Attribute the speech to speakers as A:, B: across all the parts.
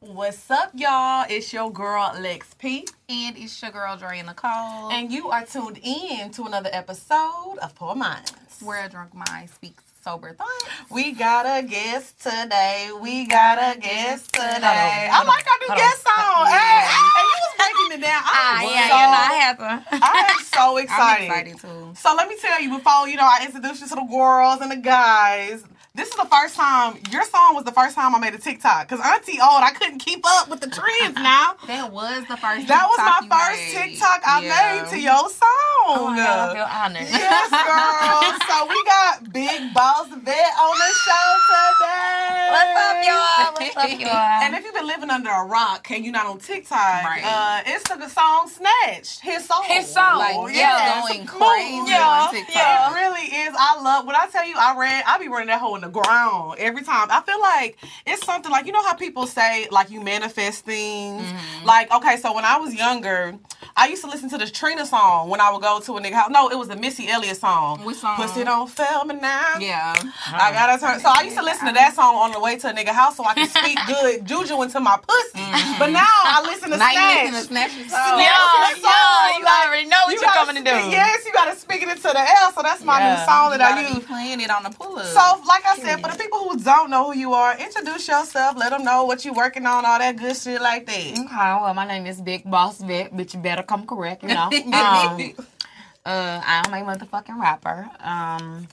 A: What's up, y'all? It's your girl Lex P,
B: And it's your girl, Dre Nicole.
A: and you are tuned in to another episode of Poor Minds.
B: where a drunk mind speaks sober thoughts.
A: We got a guest today. We got a guest today. I
B: Hold on, hold
A: like our
B: on,
A: new
B: hold
A: guest
B: on.
A: song. Hey,
B: Yeah.
A: hey, you was breaking it down. I was so,
B: have to.
A: I am so
B: I'm
A: excited.
B: excited too.
A: So let me tell you before you know I introduce you to the girls and the guys. This is the first time your song was the first time I made a TikTok because Auntie old I couldn't keep up with the trends now.
B: That was the first.
A: That was my
B: TikTok you
A: first
B: made.
A: TikTok I
B: Yeah.
A: made to your song.
B: Oh my God, I feel honored.
A: yes, girl. so we got Big Boss Vet on the show today.
B: What's up, y'all? What's up, y'all?
A: And if you've been living under a rock and you're not on TikTok,
B: Right.
A: uh, it's the song Snatched. His song.
C: His song.
B: Like,
A: yes.
B: going
A: Move,
B: crazy on
A: yeah,
B: TikTok.
A: yeah, it really is. I love when I tell you I ran, I be running that hole in the ground every time. I feel like it's something like you know how people say like you manifest things.
B: Mm-hmm.
A: Like, okay, so when I was younger, I used to listen to this Trina song when I would go to a nigga house. No, it was the Missy Elliott song.
B: Which song?
A: Pussy don't fail me now.
B: Yeah.
A: I gotta turn. So I used to listen to that song on the way to a nigga house so I could speak good juju into my pussy. But now I listen to
B: Mm-hmm. Now you
A: Snatch.
B: listen to Snatch Your
A: Yeah,
B: Soul.
A: yeah,
C: Oh, yeah, you
A: like,
C: already know what you're
A: gotta
C: coming to do.
A: speak- Yes, you gotta speak it into the L. So that's my new
C: Yeah.
A: song
B: You
A: that I
B: gotta
A: use.
B: be playing it on the pull up.
A: So, like I said, for the people who don't know who you are, introduce yourself. Let them know what you're working on, all that good shit like that.
C: Okay, well, my name is Big Boss Vet, but you better come correct, you know. Um, uh, I'm a motherfucking rapper. Um,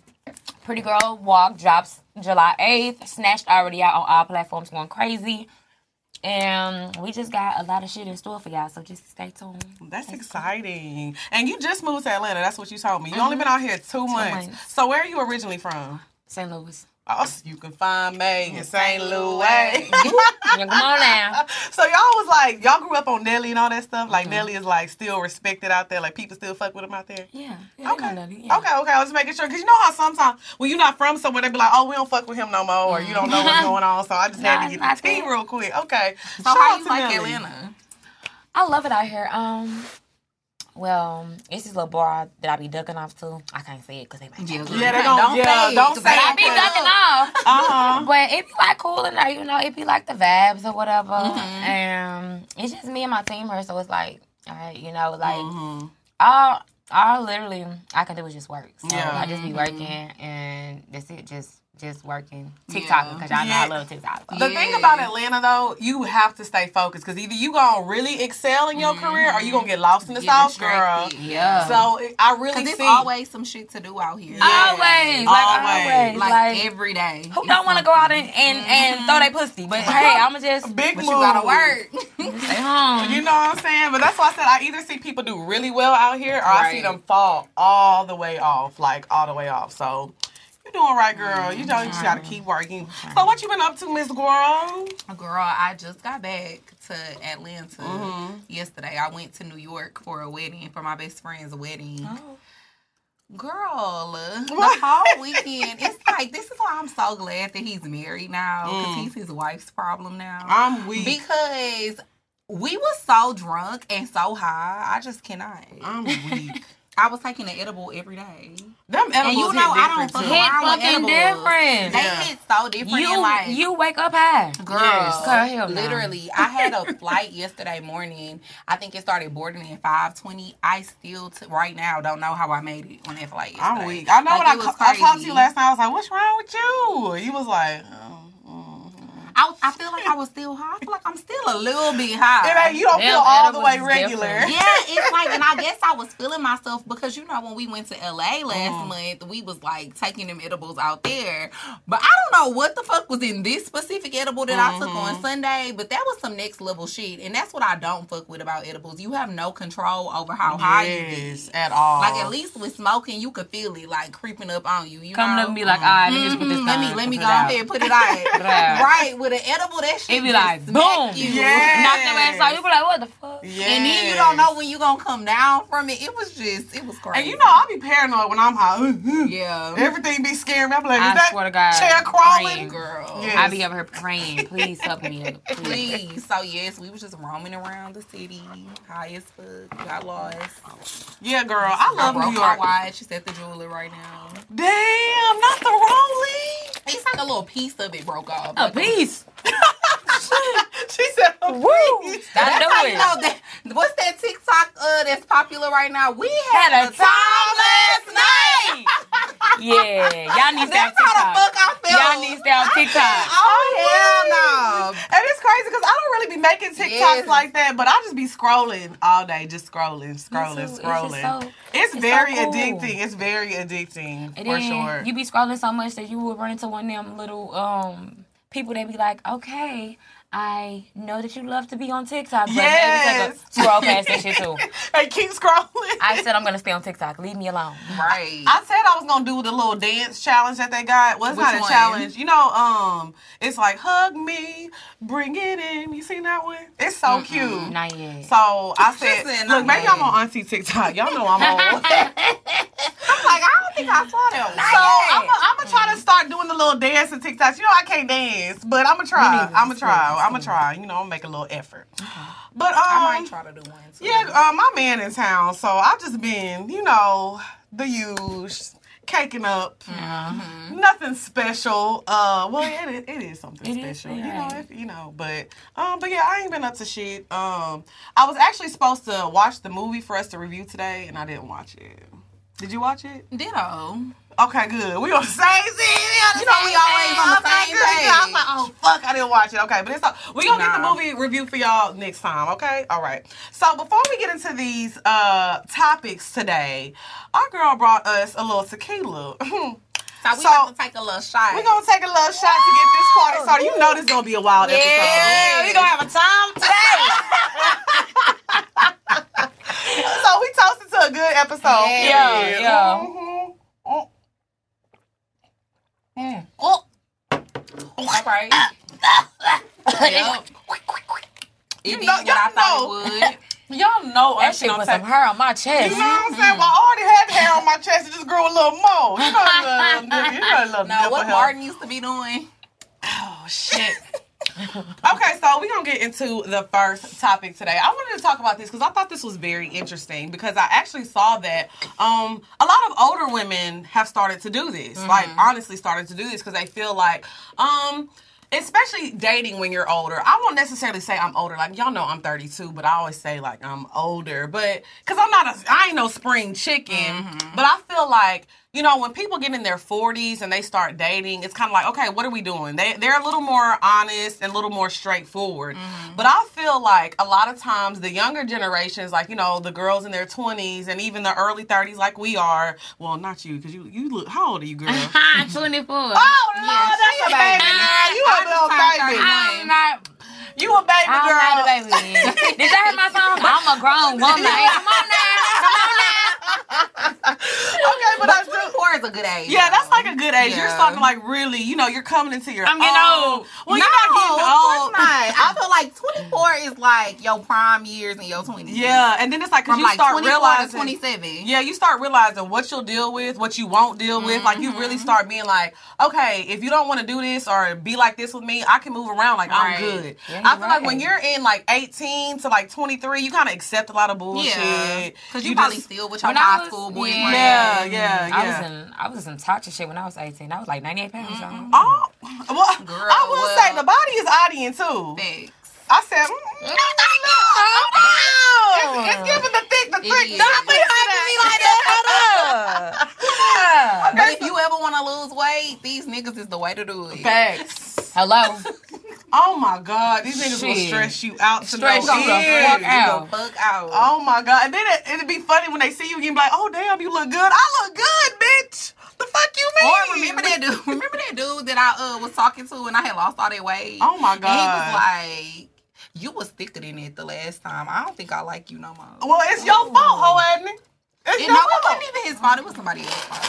C: Pretty Girl Walk drops July 8th. Snatched already out on all platforms, going crazy. And we just got a lot of shit in store for y'all, so just stay tuned.
A: That's exciting. And you just moved to Atlanta. That's what you told me. You only been out here two, months.
C: months.
A: So, where are you originally from?
C: St. Louis.
A: Oh, so you can find me in St. Louis.
B: Louis.
C: Yeah, come on now.
A: so y'all was like, y'all grew up on Nelly and all that stuff. Like Nelly is like still respected out there. Like people still fuck with him out there.
C: Yeah. yeah
A: Okay.
C: okay. yeah.
A: Okay, okay. I was just making sure because you know how sometimes when you're not from somewhere they be like, oh, we don't fuck with him no more, or you don't know what's
B: Mm-hmm.
A: going on. So I just had
C: Nah,
A: to get
C: not
A: the tea
C: that.
A: real quick. Okay.
B: So how you like Atlanta?
C: I love it out here. Um, well, it's this little bar that I be ducking off to. I can't say it because they might.
B: Yeah,
C: check me.
A: Yeah, they
B: Don't
A: don't. yeah,
B: say it,
A: don't
B: 'cause
A: say
B: I
C: I
A: it.
C: be ducking off.
A: Uh huh.
C: But it be like cool in there, you know. It be like the vibes or whatever,
A: Mm-hmm.
C: and it's just me and my team here. So it's like, all right, you know, like
A: Mm-hmm.
C: all, all literally I can do is just work. So
A: Yeah.
C: I just be working, and that's it. Just, just working TikTok because y'all
A: Yeah.
C: know I love TikTok.
A: The thing about Atlanta though, you have to stay focused because either you gonna really excel in your career or you gonna get lost in the
B: Get
A: sauce, girl.
B: distracted.
C: Yeah.
A: So it- I really
B: Cause
A: see.
B: it's always some shit to do out here.
A: Yeah.
C: always, like
A: Always.
C: always,
B: Like,
C: like,
B: every day.
C: who don't want to go out and and, and throw their pussy? But hey, I'ma just
A: Mm-hmm.
C: um,
A: Big
B: But
A: move.
B: you gotta work.
C: stay home.
A: You know what I'm saying? But that's why I said I either see people do really well out here or I see
B: Right.
A: them fall all the way off, like all the way off. So you're doing right, girl. You don't you just gotta keep working. So what you been up to, Miss Girl?
B: Girl, I just got back to Atlanta Mm-hmm. yesterday. I went to New York for a wedding, for my best friend's wedding.
C: Oh.
B: Girl, the whole weekend, it's like, this is why I'm so glad that he's married now, because he's his wife's problem now.
A: I'm weak.
B: because we was so drunk and so high, I just cannot.
A: I'm weak.
B: I was taking an edible every day.
A: Them edibles
B: And you
A: hit
B: know, I
A: different,
B: don't fuck
A: too.
C: Hit
B: around with
C: fucking
B: edibles.
C: different.
B: They
A: Yeah.
B: hit so different.
C: You
B: and like,
C: you wake up high.
B: Girl,
A: Yes.
C: Girl, hell no.
B: literally, I had a flight yesterday morning. I think it started boarding at five twenty. I still, t- right now, don't know how I made it on that flight. Yesterday.
A: I'm weak. I know
B: Like,
A: when I,
B: it
A: ca-
B: was
A: I talked to
B: crazy.
A: you last night, I was like, what's wrong with you? You was like, oh, mm, mm.
B: I, I feel like I was still high. I feel like I'm still a little bit
A: It
B: high.
A: ain't- you don't
C: Them
A: feel all the
C: edibles
A: way
C: is
A: regular.
C: different.
B: yeah, it's like, and I guess I was feeling myself because you know when we went to LA last
C: Mm.
B: month, we was like taking them edibles out there. But I don't know what the fuck was in this specific edible that I took
C: Mm-hmm.
B: on Sunday, but that was some next level shit, and that's what I don't fuck with about edibles. You have no control over how high you
A: Yes,
B: get.
A: at all.
B: Like at least with smoking, you could feel it like creeping up on you. You
C: Come
B: know?
C: look at me like, all right, let me just put this
B: Mm, let me
C: down,
B: let me
C: put
B: go
C: it out.
B: ahead and put it out.
C: Put it out.
B: right with an edible, that shit
C: It be
B: just
C: like,
B: smack
C: boom.
B: you.
A: Yes.
C: Knock your ass out. You be like, what the fuck?
A: Yes.
B: And then you don't know when you're gonna come down from it. It was just, it was crazy.
A: And you know, I'll be paranoid when I'm high.
B: yeah,
A: Everything be scaring me. I'm like, is
C: I
A: that
C: swear to God.
A: chair crawling?
C: praying.
B: girl.
A: Yeah.
C: I be over here praying. Please help me up. Please.
B: Please. So yes, we was just roaming around the city, high as fuck. Got lost.
A: Yeah, girl, I
B: I
A: love
B: broke
A: New
B: my
A: York.
B: watch. It's at the jeweler right now.
A: Damn, not the Rolly.
C: Oh,
B: It's like a little piece of it broke off.
C: A
B: Like,
C: piece.
A: she said, "Oh, I'm
C: Woo!
A: pleased.
C: I
B: That's how
C: know
B: you
C: it.
B: know that. What's that TikTok uh, that's popular right now? We had,
C: Had a
B: a
C: time
B: time last night.
C: Yeah, y'all need to stay on
B: That's how the
C: TikTok.
B: fuck I feel.
C: Y'all Oh, need to stay on TikTok.
B: Oh hell no.
A: And it's crazy because I don't really be making TikToks
B: Yes.
A: like that, but I just be scrolling all day, just scrolling,
C: too.
A: scrolling,
C: It's just
A: scrolling.
C: so-
A: It's,
C: so
A: very
C: cool.
A: addicting. It's very addicting
C: And
A: for
C: then
A: sure.
C: You be scrolling so much that you will run into one of them little um people that be like, okay, I know that you love to be on TikTok, but maybe
A: Yes.
C: take a scroll past that shit too.
A: I keep scrolling.
C: I said I'm gonna stay on TikTok. Leave me alone.
B: Right.
A: I said I was gonna do the little dance challenge that they got. Well, it's
B: Which
A: not a
B: one?
A: challenge. You know, um, it's like hug me, bring it in. You seen that one? It's so cute.
C: Not yet.
A: So I said,
B: said not
A: look, maybe
B: yet.
A: I'm on Auntie TikTok. Y'all know I'm old.
B: I'm like, I don't think I saw that one.
A: So
B: So,
A: I'm gonna try to start doing the little dance and TikToks. You know I can't dance, but I'm gonna try.
C: neither.
A: I'm gonna
C: It's cool.
A: try.
C: It's
A: I'm gonna try. You know, I'm gonna make a little effort. But um,
B: I might try to do one. Too.
A: yeah, uh, my man in town. So I've just been, you know, the use, caking up.
C: Mm-hmm.
A: Nothing special. Uh, well, it is, it is something
C: It is,
A: special. you
C: right.
A: know, if, you know. But um, but yeah, I ain't been up to shit. Um, I was actually supposed to watch the movie for us to review today, and I didn't watch it. Did you watch it?
B: Ditto.
A: Okay, good. We on the same thing. You know, we
B: same
A: always on the
B: page.
A: same page. I was like, oh fuck, I didn't watch it. Okay, but it's all, we gonna
B: Nah.
A: get the movie review for y'all next time. Okay, all right. So before we get into these uh topics today, our girl brought us a little tequila.
B: So we
A: So-
B: have to take a little shot.
A: we gonna take a little shot to get this party started. You know this gonna be a wild episode.
C: we gonna have a time today.
A: So we toasted to a good episode.
C: Yeah,
A: period.
C: yeah.
A: Mhm. Mm. Mm.
B: Oh. All right. Yup. It did
A: know-
B: what I
A: y'all
B: thought
A: know.
B: it would.
A: Y'all know
C: That shit was some hair on my chest.
A: You know what I'm saying? Well, I already had hair on my chest. It just grew a little more. You know, a little, nip- you know, a little
B: Now,
A: nipple
B: what
A: hair.
B: Martin used to be doing.
A: Oh shit. okay, so we're gonna get into the first topic today. I wanted to talk about this because I thought this was very interesting because I actually saw that um, a lot of older women have started to do this. Like honestly, started to do this because they feel like. Um, Especially dating when you're older. I won't necessarily say I'm older. Like y'all know I'm 32, but I always say like I'm older. But cause I'm not a, I ain't no spring chicken. But I feel like you know when people get in their 40s and they start dating, it's kind of like okay, what are we doing? They they're a little more honest and a little more straightforward.
B: Mm-hmm.
A: But I feel like a lot of times the younger generations, like you know the girls in their 20s and even the early 30s, like we are. Well, not you, cause you you look how old are you, girl?
C: I'm 24.
A: Oh Lord, that's a baby girl. You a
B: I just
A: little
B: turned
A: baby.
B: 31.
C: I'm not.
A: You a baby girl.
C: I'm not a baby. Did y'all hear my song? I'm a grown woman. Come on now. Come on now.
A: okay, but, I
B: But
A: do.
B: 24 is a good age.
A: Yeah, that's like a good age. You're
B: Yeah.
A: starting to like really, you know, you're coming into your.
C: I'm getting
A: own-
C: old.
A: Well,
B: no,
A: you're not
B: of
A: getting
B: course
A: old.
B: not. I feel like 24 is like your prime years and your 20s.
A: Yeah, and then it's like because
B: From
A: you
B: like
A: start
B: 24 to
A: realizing.
B: 27.
A: Yeah, you start realizing what you'll deal with, what you won't deal with. Like you
B: Mm-hmm.
A: really start being like, okay, if you don't want to do this or be like this with me, I can move around. Like
B: Right.
A: I'm good.
C: Yeah,
A: I feel like when
C: right.
A: you're in like 18 to like 23, you kind of accept a lot of bullshit.
B: Because you, probably
A: just-
B: still with your
C: When I
B: high
C: was-
B: school boy.
C: yeah.
A: Yeah, yeah, Uh, yeah.
C: I was in I was in touch and shit when I was 18. I was like 98 pounds, y'all.
A: Oh, well, I will
B: well.
A: say the body is audience too.
B: Facts.
A: I said, mm, no, no, no. It's, it's giving the thick, the
B: It
A: thick.
B: is.
A: Don't be
C: hyping me like that. Hold up.
B: But if you ever want to lose weight, these niggas is the way to do it.
A: Facts.
C: Hello.
A: Oh my God, these niggas will
C: Shit.
A: stress you out to
C: Stress
A: no
C: you the fuck
A: end.
C: out.
B: The fuck out.
A: Oh my God, and then it, it'd be funny when they see you and be like, "Oh damn, you look good. I look good, bitch. The fuck you mean?"
B: Or remember that dude? Remember that dude that I uh, was talking to and I had lost all that weight.
A: Oh my God.
B: And he was like, "You was thicker than it the last time. I don't think I like you no more."
A: Well, it's your fault, hoe Adney. It's
B: And
A: your
B: no, it
A: fault.
B: wasn't even his fault. It was somebody else's fault.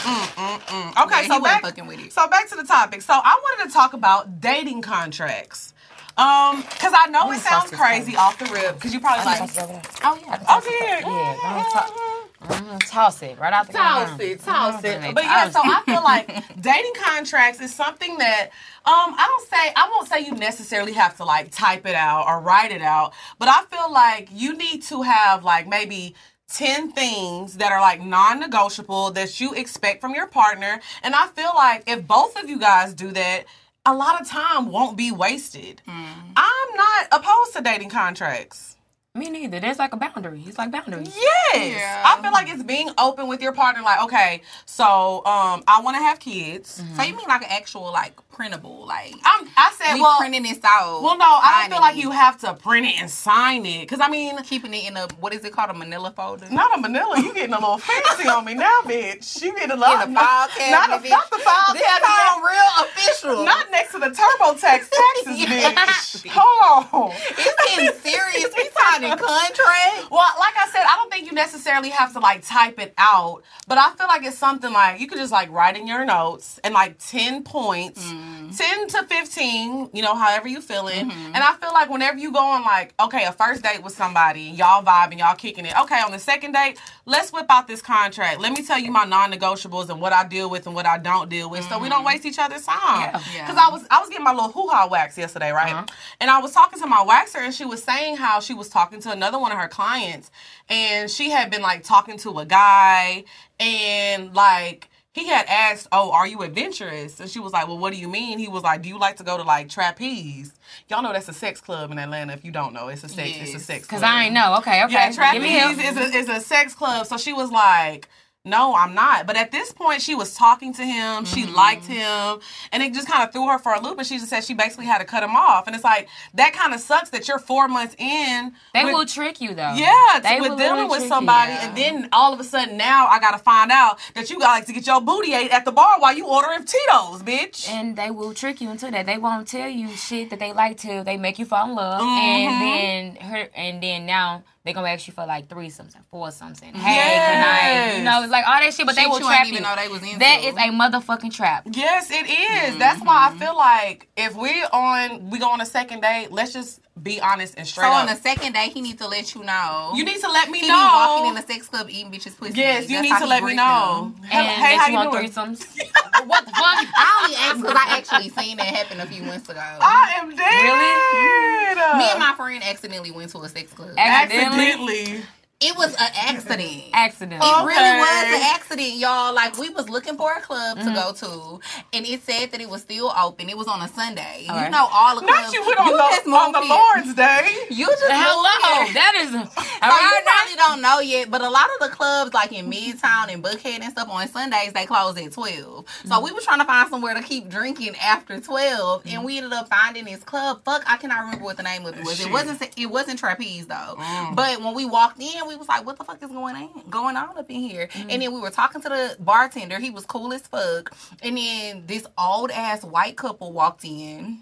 A: Mm-mm. Mm, Okay,
B: Yeah,
A: so
B: he wasn't
A: back
B: fucking with it.
A: so back to the topic. So I wanted to talk about dating contracts, um, because I know
C: Ooh,
A: it sounds
C: sausage
A: crazy
C: fries.
A: off the rip. Because you probably
C: I
A: like,
C: can toss it over there.
B: Oh yeah.
C: I
A: oh
C: can
A: yeah,
C: toss it. Yeah, I'm gonna to- toss it right out the
A: Toss
C: goddamn-
A: it, toss it.
C: Mm,
A: But yeah, so I
C: toss it.
A: feel like dating contracts is something that um I don't say I won't say you necessarily have to like type it out or write it out, but I feel like you need to have like maybe 10 things that are like non-negotiable that you expect from your partner, and I feel like if both of you guys do that, a lot of time won't be wasted.
C: Mm.
A: I'm not opposed to dating contracts.
C: Me neither. There's like a boundary. It's like boundaries.
A: Yes.
B: Yeah.
A: I feel like it's being open with your partner, like, okay, so um I wanna have kids.
B: So you mean like an actual like printable like
A: I'm I said
B: we
A: well,
B: printing this out?
A: well no, I don't feel like
B: signing
A: you have to print it and sign it. Cause I mean
B: it, keeping it in a what is it called a Manila folder?
A: not a manila, you getting a little fancy on me now, bitch. You getting a lot
B: In a file
A: not,
B: cabinet,
A: a, not the file
B: this
A: cabinet.
B: sound real official.
A: Not next to the TurboTax taxes,
B: Yeah.
A: bitch. Hold on.
B: it's getting serious. We signing contract.
A: Well, like I said, I don't think you necessarily have to like type it out, but I feel like it's something like you could just like write in your notes and like 10 points, 10 to 15, you know, however you feeling. And I feel like whenever you go on like, okay, a first date with somebody, y'all vibing, y'all kicking it. Okay, on the second date, let's whip out this contract. Let me tell you my non-negotiables and what I deal with and what I don't deal with so we don't waste each other's time.
C: Yeah.
B: Yeah.
A: Cuz I was I was getting my little hoo-ha wax yesterday, right? And I was talking to my waxer and she was saying how she was talking to another one of her clients and she had been like talking to a guy and like he had asked, "Oh, are you adventurous?" And she was like, "Well, what do you mean?" He was like, "Do you like to go to like trapeze?" Y'all know that's a sex club in Atlanta. If you don't know, it's a sex. It's a
B: Yes.
A: sex.
C: Because
A: club.
C: I ain't know. Okay, okay.
A: Yeah,
C: Give me help.
A: trapeze is a, is a sex club. So she was like, no, I'm not. But at this point, she was talking to him. She
C: Mm-hmm.
A: liked him. And it just kind of threw her for a loop. And she just said she basically had to cut him off. And it's like, that kind of sucks that you're four months in.
C: They
A: with-
C: will trick you though.
A: yeah,
C: they
A: with
C: will
A: dealing
C: really
A: with
C: trick
A: somebody,
C: You.
A: and then all of a sudden now I gotta find out that you got like to get your booty ate at the bar while you ordering Tito's, bitch.
C: And they will trick you into that. They won't tell you shit that they like till they make you fall in love, and then her, and then now they gonna ask you for like three something, four something. Hey,
A: Yes.
C: can I? You know, it's like all that shit, but
B: Shit
C: they will
B: you
C: trap
B: ain't even
C: you.
B: know they was into.
C: That is a motherfucking trap.
A: Yes, it is. That's why
C: Mm-hmm.
A: I feel like if we on we go on a second date, let's just be honest and straight
B: so
A: up.
B: on the second day, he needs to let you know.
A: You need to let me
B: Oh. he
A: know.
B: be walking in the sex club eating bitches pussy.
A: yes, you
B: That's
A: need
B: how
A: to
B: he
A: let me
B: greet
A: know.
B: them.
A: Hey,
C: And
A: hey,
C: that
A: how
C: you want
A: you doing?
C: threesomes. what the fuck?
B: I only asked because I actually seen that happen a few months ago.
A: I am dead.
B: me and my friend accidentally went to a sex club.
C: Ac-
A: accidentally.
B: It was an accident.
C: Accident.
A: Oh.
B: It really
A: Okay. Mm-hmm.
B: was an accident, y'all. Like we was looking for a club to go to, and it said that it was still open. It was on a Sunday. You
C: Alright.
B: know all the
A: Not
B: clubs.
A: you went on
B: just
A: the on
B: moved
A: the
B: in.
A: Lord's Day.
B: You just
C: Hello,
B: hello.
C: that is.
B: So you
C: Alright,
B: probably don't know yet, but a lot of the clubs, like in Midtown and Buckhead and stuff, on Sundays they close at twelve. So we were trying to find somewhere to keep drinking after 12 and we ended up finding this club. Fuck, I cannot remember what the name of it was.
A: Shit.
B: It wasn't it wasn't trapeze though. But when we walked in, we was like, "What the fuck is going on going on up in here?" And then we were talking to the bartender. He was cool as fuck. And then this old ass white couple walked in.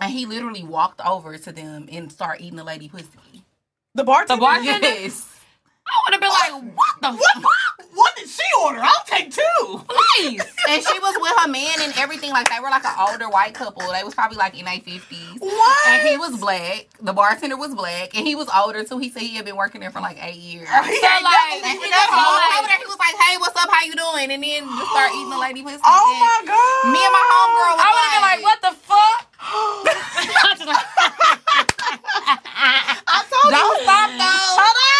B: And he literally walked over to them and started eating the lady pussy.
A: The bartender.
C: The bartender?
B: Yes.
C: I would have been like, what the
A: What? What did she order? I'll take two.
C: fuck? Please.
B: and she was with her man and everything. Like they were like an older white couple. They was probably like in their fifties.
A: What?
B: And he was black. The bartender was black, and he was older too. He said he had been working there for like eight years.
A: He ain't never
C: like-
A: leaving
B: And
A: that
B: that's all
A: home.
C: like-
B: over there. He was like, "Hey, what's up? How you doing?" And then just start eating the lady pussy.
A: Oh
B: And
A: my god.
B: Me and my homegirl. Was
C: I would have been like, what the fuck?
A: I told
B: Don't
A: you.
B: stop though.
A: Hold on.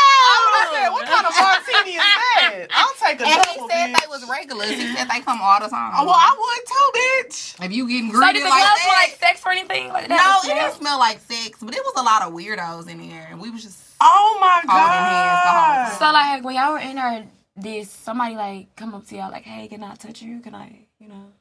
A: I said, what kind of martini is that? I'll take a
B: And he
A: double.
B: said
A: bitch. Oh,
B: they was regulars. He said they come all the time.
A: Well, I would too, bitch.
B: if you getting
C: So
B: greedy
C: did the
B: like
C: gloves
B: that,
C: like sex or anything like
B: no,
C: that?
B: it didn't smell like sex, but it was a lot of weirdos in there, and we was just
A: Oh my
B: All them hands, the
A: god!
B: whole-
C: So like when y'all were in there, did somebody like come up to y'all like, hey, can I touch you? Can I, you know?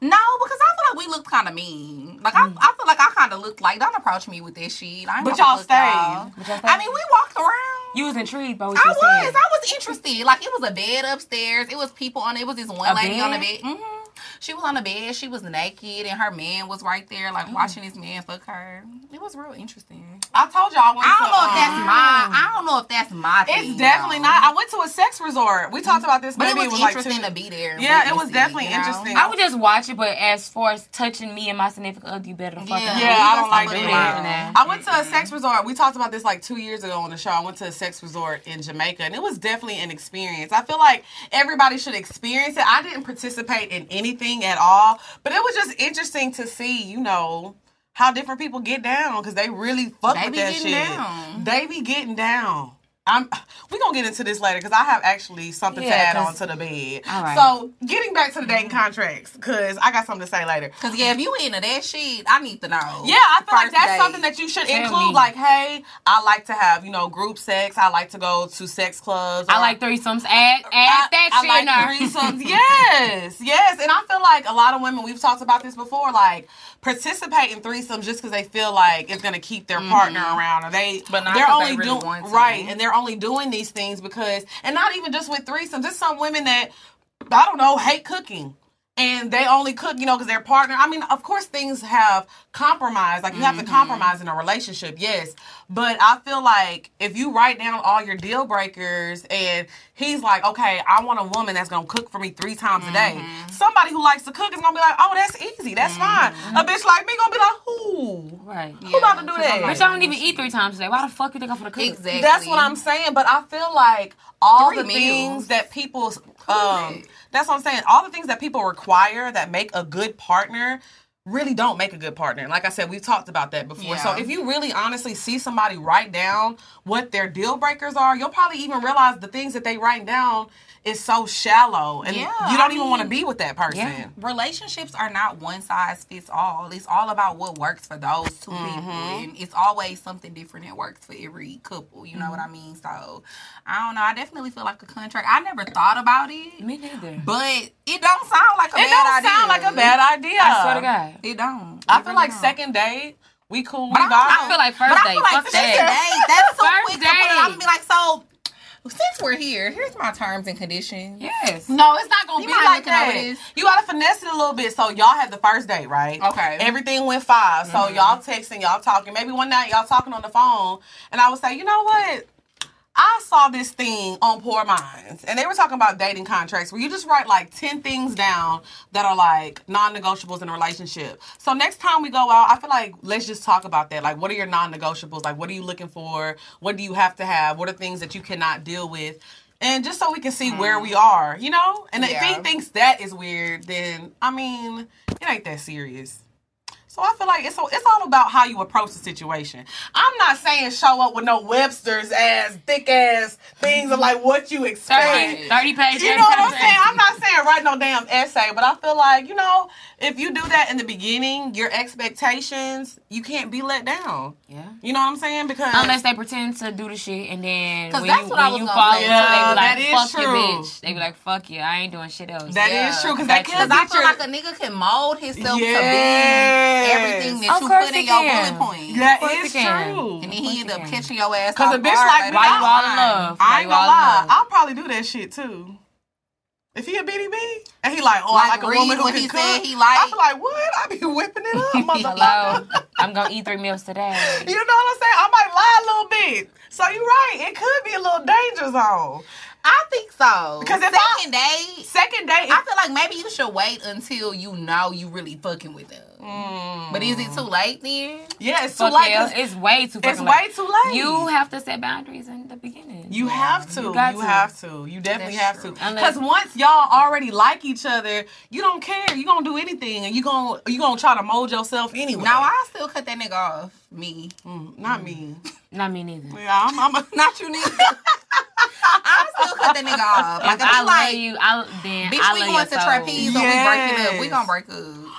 B: No, because I feel like we looked kind of mean. Like I, I feel like I kind of looked like don't approach me with this shit. I
A: Mm.
B: ain't
A: But
B: gonna
A: y'all
B: fuck
A: stayed.
C: But y'all
B: I
C: stayed.
B: mean, we walked around.
C: You was intrigued by what
B: I
C: you
B: was,
C: saying.
B: I was interested. Like it was a bed upstairs. It was people on. It was this one
C: A
B: lady on the bed.
C: bed?
B: hmm She was on the bed. She was naked, and her man was right there, like
A: Mm.
B: watching this man fuck her. It was real interesting.
A: I told y'all I went
B: I don't
A: to,
B: know if that's
A: um,
B: my. I don't know if that's my. thing,
A: It's definitely
B: though.
A: not. I went to a sex resort. We talked about this.
B: But
A: maybe
B: it was,
A: like
B: interesting
A: two-
B: to be there. and
A: Yeah, it was
B: witness
A: definitely
B: you know?
A: interesting.
C: I would just watch it, but as far as touching me and my significant other, you better fucking
B: Yeah,
A: Yeah, I don't like
B: That's
A: doing
B: something
C: about
A: that.
C: that.
A: I went to a sex resort. We talked about this like two years ago on the show. I went to a sex resort in Jamaica, and it was definitely an experience. I feel like everybody should experience it. I didn't participate in anything at all, but it was just interesting to see, you know, how different people get down because they really fuck
B: They
A: with
B: be
A: that
B: getting
A: shit.
B: down.
A: They be getting down. I'm we gonna get into this later because I have actually something to
C: Yeah,
A: add
C: 'cause-
A: on to the bed.
C: All right.
A: So getting back to the dating contracts because I got something to say later.
B: Cause yeah, if you into that shit, I need to know.
A: Yeah, I feel like
B: First
A: that's
B: date.
A: something that you should
C: Tell
A: include.
C: me.
A: Like, hey, I like to have you know group sex. I like to go to sex clubs.
C: I
A: or-
C: like threesomes. Add, add that
A: I
C: shit
A: like
C: in there.
A: threesomes. yes, yes. And I feel like a lot of women, we've talked about this before, like participate in threesomes just because they feel like it's gonna keep their partner
C: Mm-hmm.
A: around, or they
B: But not
A: they're
B: 'cause they
A: only
B: really
A: doing
B: want to.
A: right, and they're only doing these things because, and not even just with threesomes. There's some women that I don't know hate cooking. And they only cook, you know, because their partner. I mean, of course, things have compromise. Like you have to
B: Mm-hmm.
A: compromise in a relationship, yes. But I feel like if you write down all your deal breakers, and he's like, okay, I want a woman that's gonna cook for me three times a day.
B: Mm-hmm.
A: Somebody who likes to cook is gonna be like, oh, that's easy, that's fine. A bitch like me gonna be like, who?
C: Right.
A: Who about to do
B: Mm-hmm. Yeah, 'cause
A: that?
B: I'm
C: Bitch, I don't even eat three times a day. Why the fuck you think I'm gonna cook?
B: Exactly.
A: That's what I'm saying. But I feel like all
B: Three
A: the
B: meals.
A: things that people, um,
B: Correct.
A: that's what I'm saying. All the things that people require that make a good partner really don't make a good partner. Like I said, we've talked about that before. So
B: Yeah.
A: if you really honestly see somebody write down what their deal breakers are, you'll probably even realize the things that they write down is so shallow and
B: Yeah,
A: you don't
B: I
A: even want to
B: mean-
A: be with that person.
C: Yeah.
B: relationships are not one size fits all. It's all about what works for those 2 people, and it's always something different that works for every couple. You know what I mean? So I don't know. I definitely feel like a contract. I never thought about it,
C: Me neither.
B: but it don't sound like a
A: It
B: bad
A: don't
B: idea.
A: sound like a bad idea.
C: I swear to God.
B: It don't.
A: I
B: It
A: feel
B: really
A: like
B: don't.
A: second date, we cool, we
B: But I don't- I
A: vibe.
C: I feel like first
B: But I
C: date.
B: feel like
C: fuck
B: first
C: that.
B: date. That's so
C: First
B: quick. To put it. I'm
C: date.
B: gonna be like, so since we're here, here's my terms and conditions.
C: Yes.
A: No, it's not gonna
B: You
A: be
B: might
A: like
B: look at
A: that.
B: how it is.
A: You gotta finesse it a little bit. So y'all had the first date, right?
B: Okay.
A: Everything went fine. So y'all texting, y'all talking. Maybe one night y'all talking on the phone, and I would say, you know what? I saw this thing on Poor Minds, and they were talking about dating contracts where you just write like 10 things down that are like non negotiables in a relationship. So, next time we go out, I feel like let's just talk about that. Like, what are your non negotiables? Like, what are you looking for? What do you have to have? What are things that you cannot deal with? And just so we can see where we are, you know? And if
B: Yeah.
A: he thinks that is weird, then I mean, it ain't that serious. So I feel like it's all, it's all about how you approach the situation. I'm not saying show up with no Webster's ass, thick ass things of like what you expect.
C: 30, 30 pages.
A: You know what I'm saying? I'm not saying write no damn essay, but I feel like, you know, if you do that in the beginning, your expectations, you can't be let down.
C: Yeah.
A: You know what I'm saying? Because
C: Unless they pretend to do the shit and then
B: 'Cause
C: when
B: that's
C: you,
B: what I
C: when
B: was
C: you
B: gonna
C: fall
B: say.
C: into
A: Yeah,
C: it, they be
A: that
C: like,
A: is
C: fuck you,
A: true.
C: bitch. They be like, fuck you, I ain't doing shit else.
A: That is true, 'cause that
C: That's
A: can
C: true.
B: Because I feel
A: Get
B: like
A: your-
B: a nigga can mold himself
A: Yes.
B: to be everything that
C: Of
B: you
C: course
B: put
C: he
B: in your
C: can.
B: bullet points.
A: that
C: course
A: is
C: it can.
A: true.
B: And
A: And
B: then he end up
C: Fucking.
B: catching your ass.
A: Cause
B: off
A: a bitch
B: guard,
A: like
B: baby.
A: me,
C: Why you all
A: Why
C: in love? Why
A: I
C: you
A: ain't
C: all
A: gonna
C: in
A: lie,
C: love?
A: I'll probably do that shit too. If he a BDB and he like, oh,
B: Like
A: I like
B: Reed
A: a woman who
B: when
A: can
B: he
A: cook,
B: said he like-
A: I be like, what? I be whipping it up, motherfucker.
C: Hello, I'm gonna eat three meals today.
A: You know what I'm saying? I might lie a little bit. So you right. It could be a little danger zone.
B: I think so.
A: 'Cause if I-
B: second date,
A: Second date.
B: I feel like maybe you should wait until you know you really fucking with them. But is
C: Mm.
B: it too late then?
A: Mm. yeah, it's too
C: Fuck
A: late.
C: yeah,
A: 'cause
C: it's way too.
A: It's
C: fucking
A: way too late.
C: You have to set boundaries in the beginning.
A: You have to. You,
C: got to.
A: have to. You definitely
B: That's
A: have
B: true.
A: to.
C: Unless-
A: Because once y'all already like each other, you don't care. You gonna do anything, and you gonna you gonna try to mold yourself anyway.
B: No, I still cut that nigga off. Me,
A: Mm, not me.
C: Not me neither.
A: Yeah, I'm. I'm a,
B: not you, nigga. I still cut that nigga off. Like
C: If I
B: I'm
C: love
B: like,
C: you. I then
B: bitch,
C: I
B: we
C: love
B: going
C: your
B: to
C: soul.
B: trapeze or we breaking up. We
A: Yes.
B: gonna break up.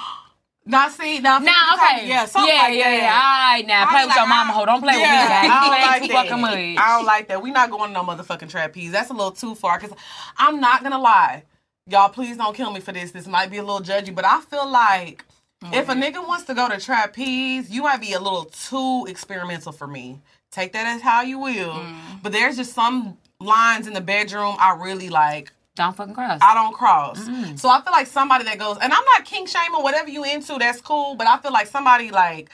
A: now see now.
C: Nah, okay.
A: Yeah, something
C: yeah,
A: like
C: yeah,
A: that.
C: yeah. All right, now
B: I
C: play
B: be
C: with
B: like,
C: your mama.
B: I-
C: Hold on, play with me.
A: Yeah,
C: guys.
A: I
C: play
A: don't
C: too
A: like
C: fucking
A: that.
C: much.
A: I don't like that. We not going to no motherfucking trapeze. That's a little too far. Cause I'm not gonna lie, y'all. Please don't kill me for this. This might be a little judgy, but I feel like
C: Mm-hmm.
A: if a nigga wants to go to trapeze, you might be a little too experimental for me. Take that as how you will.
C: Mm.
A: But there's just some lines in the bedroom I really like.
C: Don't fucking cross.
A: I don't cross. So I feel like somebody that goes, and I'm not king shaming, whatever you into, that's cool. But I feel like somebody like,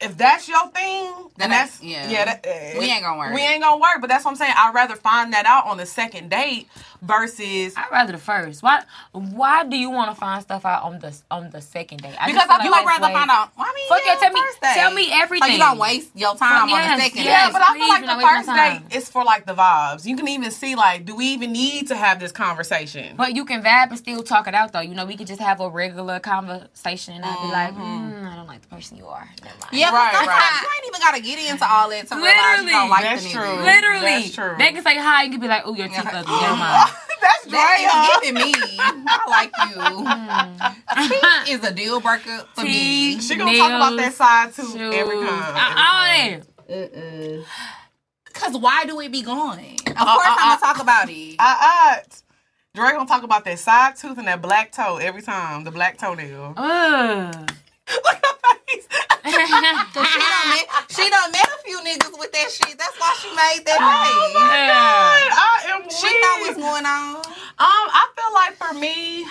A: if that's your thing,
B: Then
A: then
B: that's-
A: that's
B: yeah.
A: yeah, that, eh,
B: We ain't gonna work.
A: We ain't gonna work. But that's what I'm saying. I'd rather find that out on the second date versus
C: I'd rather the first. Why? Why do you want to find stuff out on the on the second date? I
A: Because I
B: You
A: feel
B: would
A: like
C: it's
B: rather
C: way-
B: find out. Well, I mean,
C: Fuck
B: yeah,
C: yeah, tell me-
B: first date.
C: tell me
B: So you
C: everything.
B: gonna waste your time on
C: yes,
B: the second
A: Yeah,
C: yes.
B: date.
A: but I
C: please
A: feel like
C: don't
A: the
C: waste my
A: first
C: time.
A: date is for like the vibes. You can even see like, do we even need to have this conversation?
C: But you can vibe and still talk it out
A: Mm-hmm.
C: though. You know, we could just have a regular conversation and I'd be like, mm, I don't like the person you are. Never mind.
B: Yeah, Yeah, but
A: Right,
B: sometimes
A: right.
B: you ain't even gotta get into all that to realize you don't
C: Literally.
B: like
A: That's
B: the
A: true.
B: nigga.
C: Literally,
A: That's true.
C: they can say hi and you can be like, "Oh, your teeth
B: Yeah.
C: ugly." Never mind.
A: That's Drea.
B: That is giving me. I like you. Teeth is a deal breaker for me.
C: Teeth.
A: She gonna talk about that
C: Nails,
A: side too
C: Shoes.
A: every time.
C: Uh, all that.
B: Uh-uh. Cause why do it be going? Of course
A: uh,
B: I'm
A: uh.
B: gonna talk about it.
A: Uh uh. Dre gonna talk about that side tooth and that black toe every time. The black
C: Uh,
A: toenail.
C: Ugh.
A: Look at her face.
B: Cause she done met, she done met a few niggas with that shit. That's why she made that face.
C: Yeah.
A: I am
B: She
A: weak.
B: know what's going on.
A: Um, I feel like for me,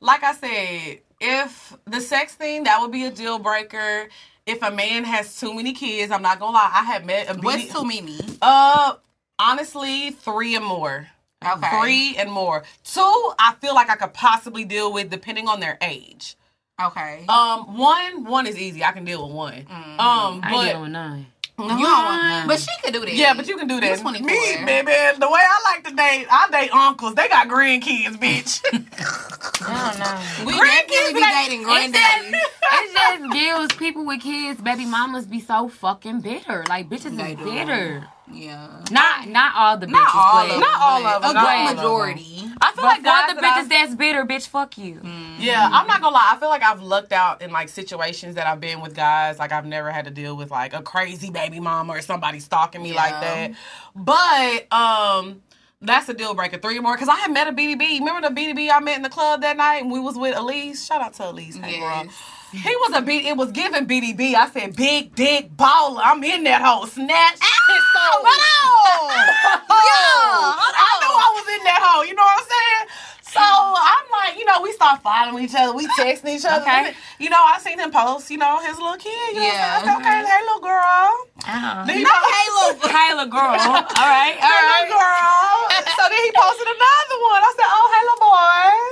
A: like I said, if the sex thing that would be a deal breaker. If a man has too many kids, I'm not gonna lie. I have met a
B: What's too many?
A: Uh, honestly, three and more.
B: Okay.
A: Three and more. Two, I feel like I could possibly deal with depending on their age.
B: Okay.
A: Um, one, one is easy. I can deal with one. Um,
C: I ain't
A: but
C: dealing with none.
B: you don't want, but she could do that.
A: yeah, Uh-huh. but you can do that.
B: You're 24.
A: Me, baby, the way I like to date, I date uncles. They got grandkids, bitch.
C: I don't know.
B: We
A: Grandkids
B: definitely be
A: like-
B: dating
C: It
B: granddaddy.
C: just, it just gives people with kids, baby mamas, be so fucking bitter. Like bitches
B: They
C: is
B: do.
C: bitter.
B: Yeah.
C: Not not all the bitches.
B: Not all of
C: but-
B: them.
A: Not all of
B: but
A: them, not all
B: A good
A: of them.
B: majority.
C: I feel like all
A: Besides
C: the
A: that, I-
C: bitches that's bitter, bitch, fuck you.
B: Mm.
A: yeah, I'm not gonna lie. I feel like I've lucked out in like situations that I've been with guys. Like I've never had to deal with like a crazy baby mama or somebody stalking me like
B: Yeah.
A: that. But um. That's a deal breaker. Three or more, because I had met a BDB. Remember the BDB I met in the club that night, and we was with Elise. Shout out to Elise. Hey, girl.
B: Yes.
A: He was a B. It was given BDB. I said, big dick baller. I'm in that hole. Snatch. his
C: Oh,
A: soul.
B: hold
A: I knew I was in that hole. You know what I'm saying? So I'm like, you know, we start following each other. We texting each other.
C: Okay.
A: You know, I seen him post, you know, his little kid. You know
B: Yeah.
A: what I'm saying? I said,
C: mm-hmm.
A: Okay, hey, little girl.
C: Uh-huh.
A: Then he
B: No,
A: post-
B: hey, look.
C: Taylor girl. Oh, All right, all
A: Hey,
C: right.
A: little girl. so then he posted another one. I said, oh, hey, little boy.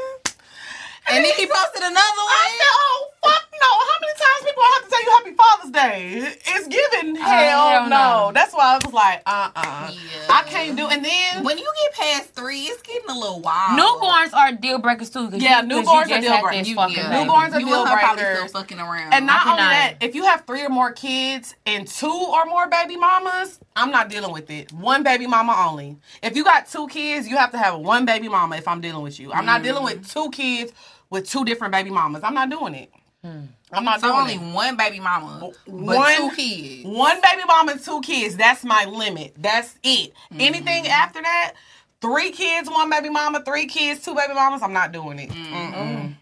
B: And then he posted another
A: I said,
B: one.
A: oh, fuck no. How many times people I have to tell you Happy Father's Day? It's given. Hell,
C: Uh, hell
A: no.
C: no.
A: That's why I was like, uh-uh.
B: Yeah.
A: I can't do. And then
B: When you get past three, it's getting a little wild.
C: Newborns are deal breakers too. 'cause
A: Yeah,
C: you- 'cause you
A: newborns are
C: just
A: deal
C: had
A: breakers.
C: this
B: You,
C: fucking
B: yeah.
C: baby.
A: Newborns are
B: you and
A: deal
B: her probably still
A: breakers.
B: fucking around.
A: And not
C: I
A: only that,
C: cannot.
A: if you have three or more kids and two or more baby mamas, I'm not dealing with it. One baby mama only. If you got two kids, you have to have one baby mama if I'm dealing with you. I'm not dealing with two kids with two different baby mamas. I'm not doing it. I'm not
B: so
A: doing
B: only
A: it.
B: one baby mama, but
A: One-
B: two kids.
A: One baby mama and two kids. That's my limit. That's it.
B: Mm-hmm.
A: Anything after that, three kids, one baby mama, three kids, two baby mamas, I'm not doing it.
B: Mm-hmm.
A: Mm-mm.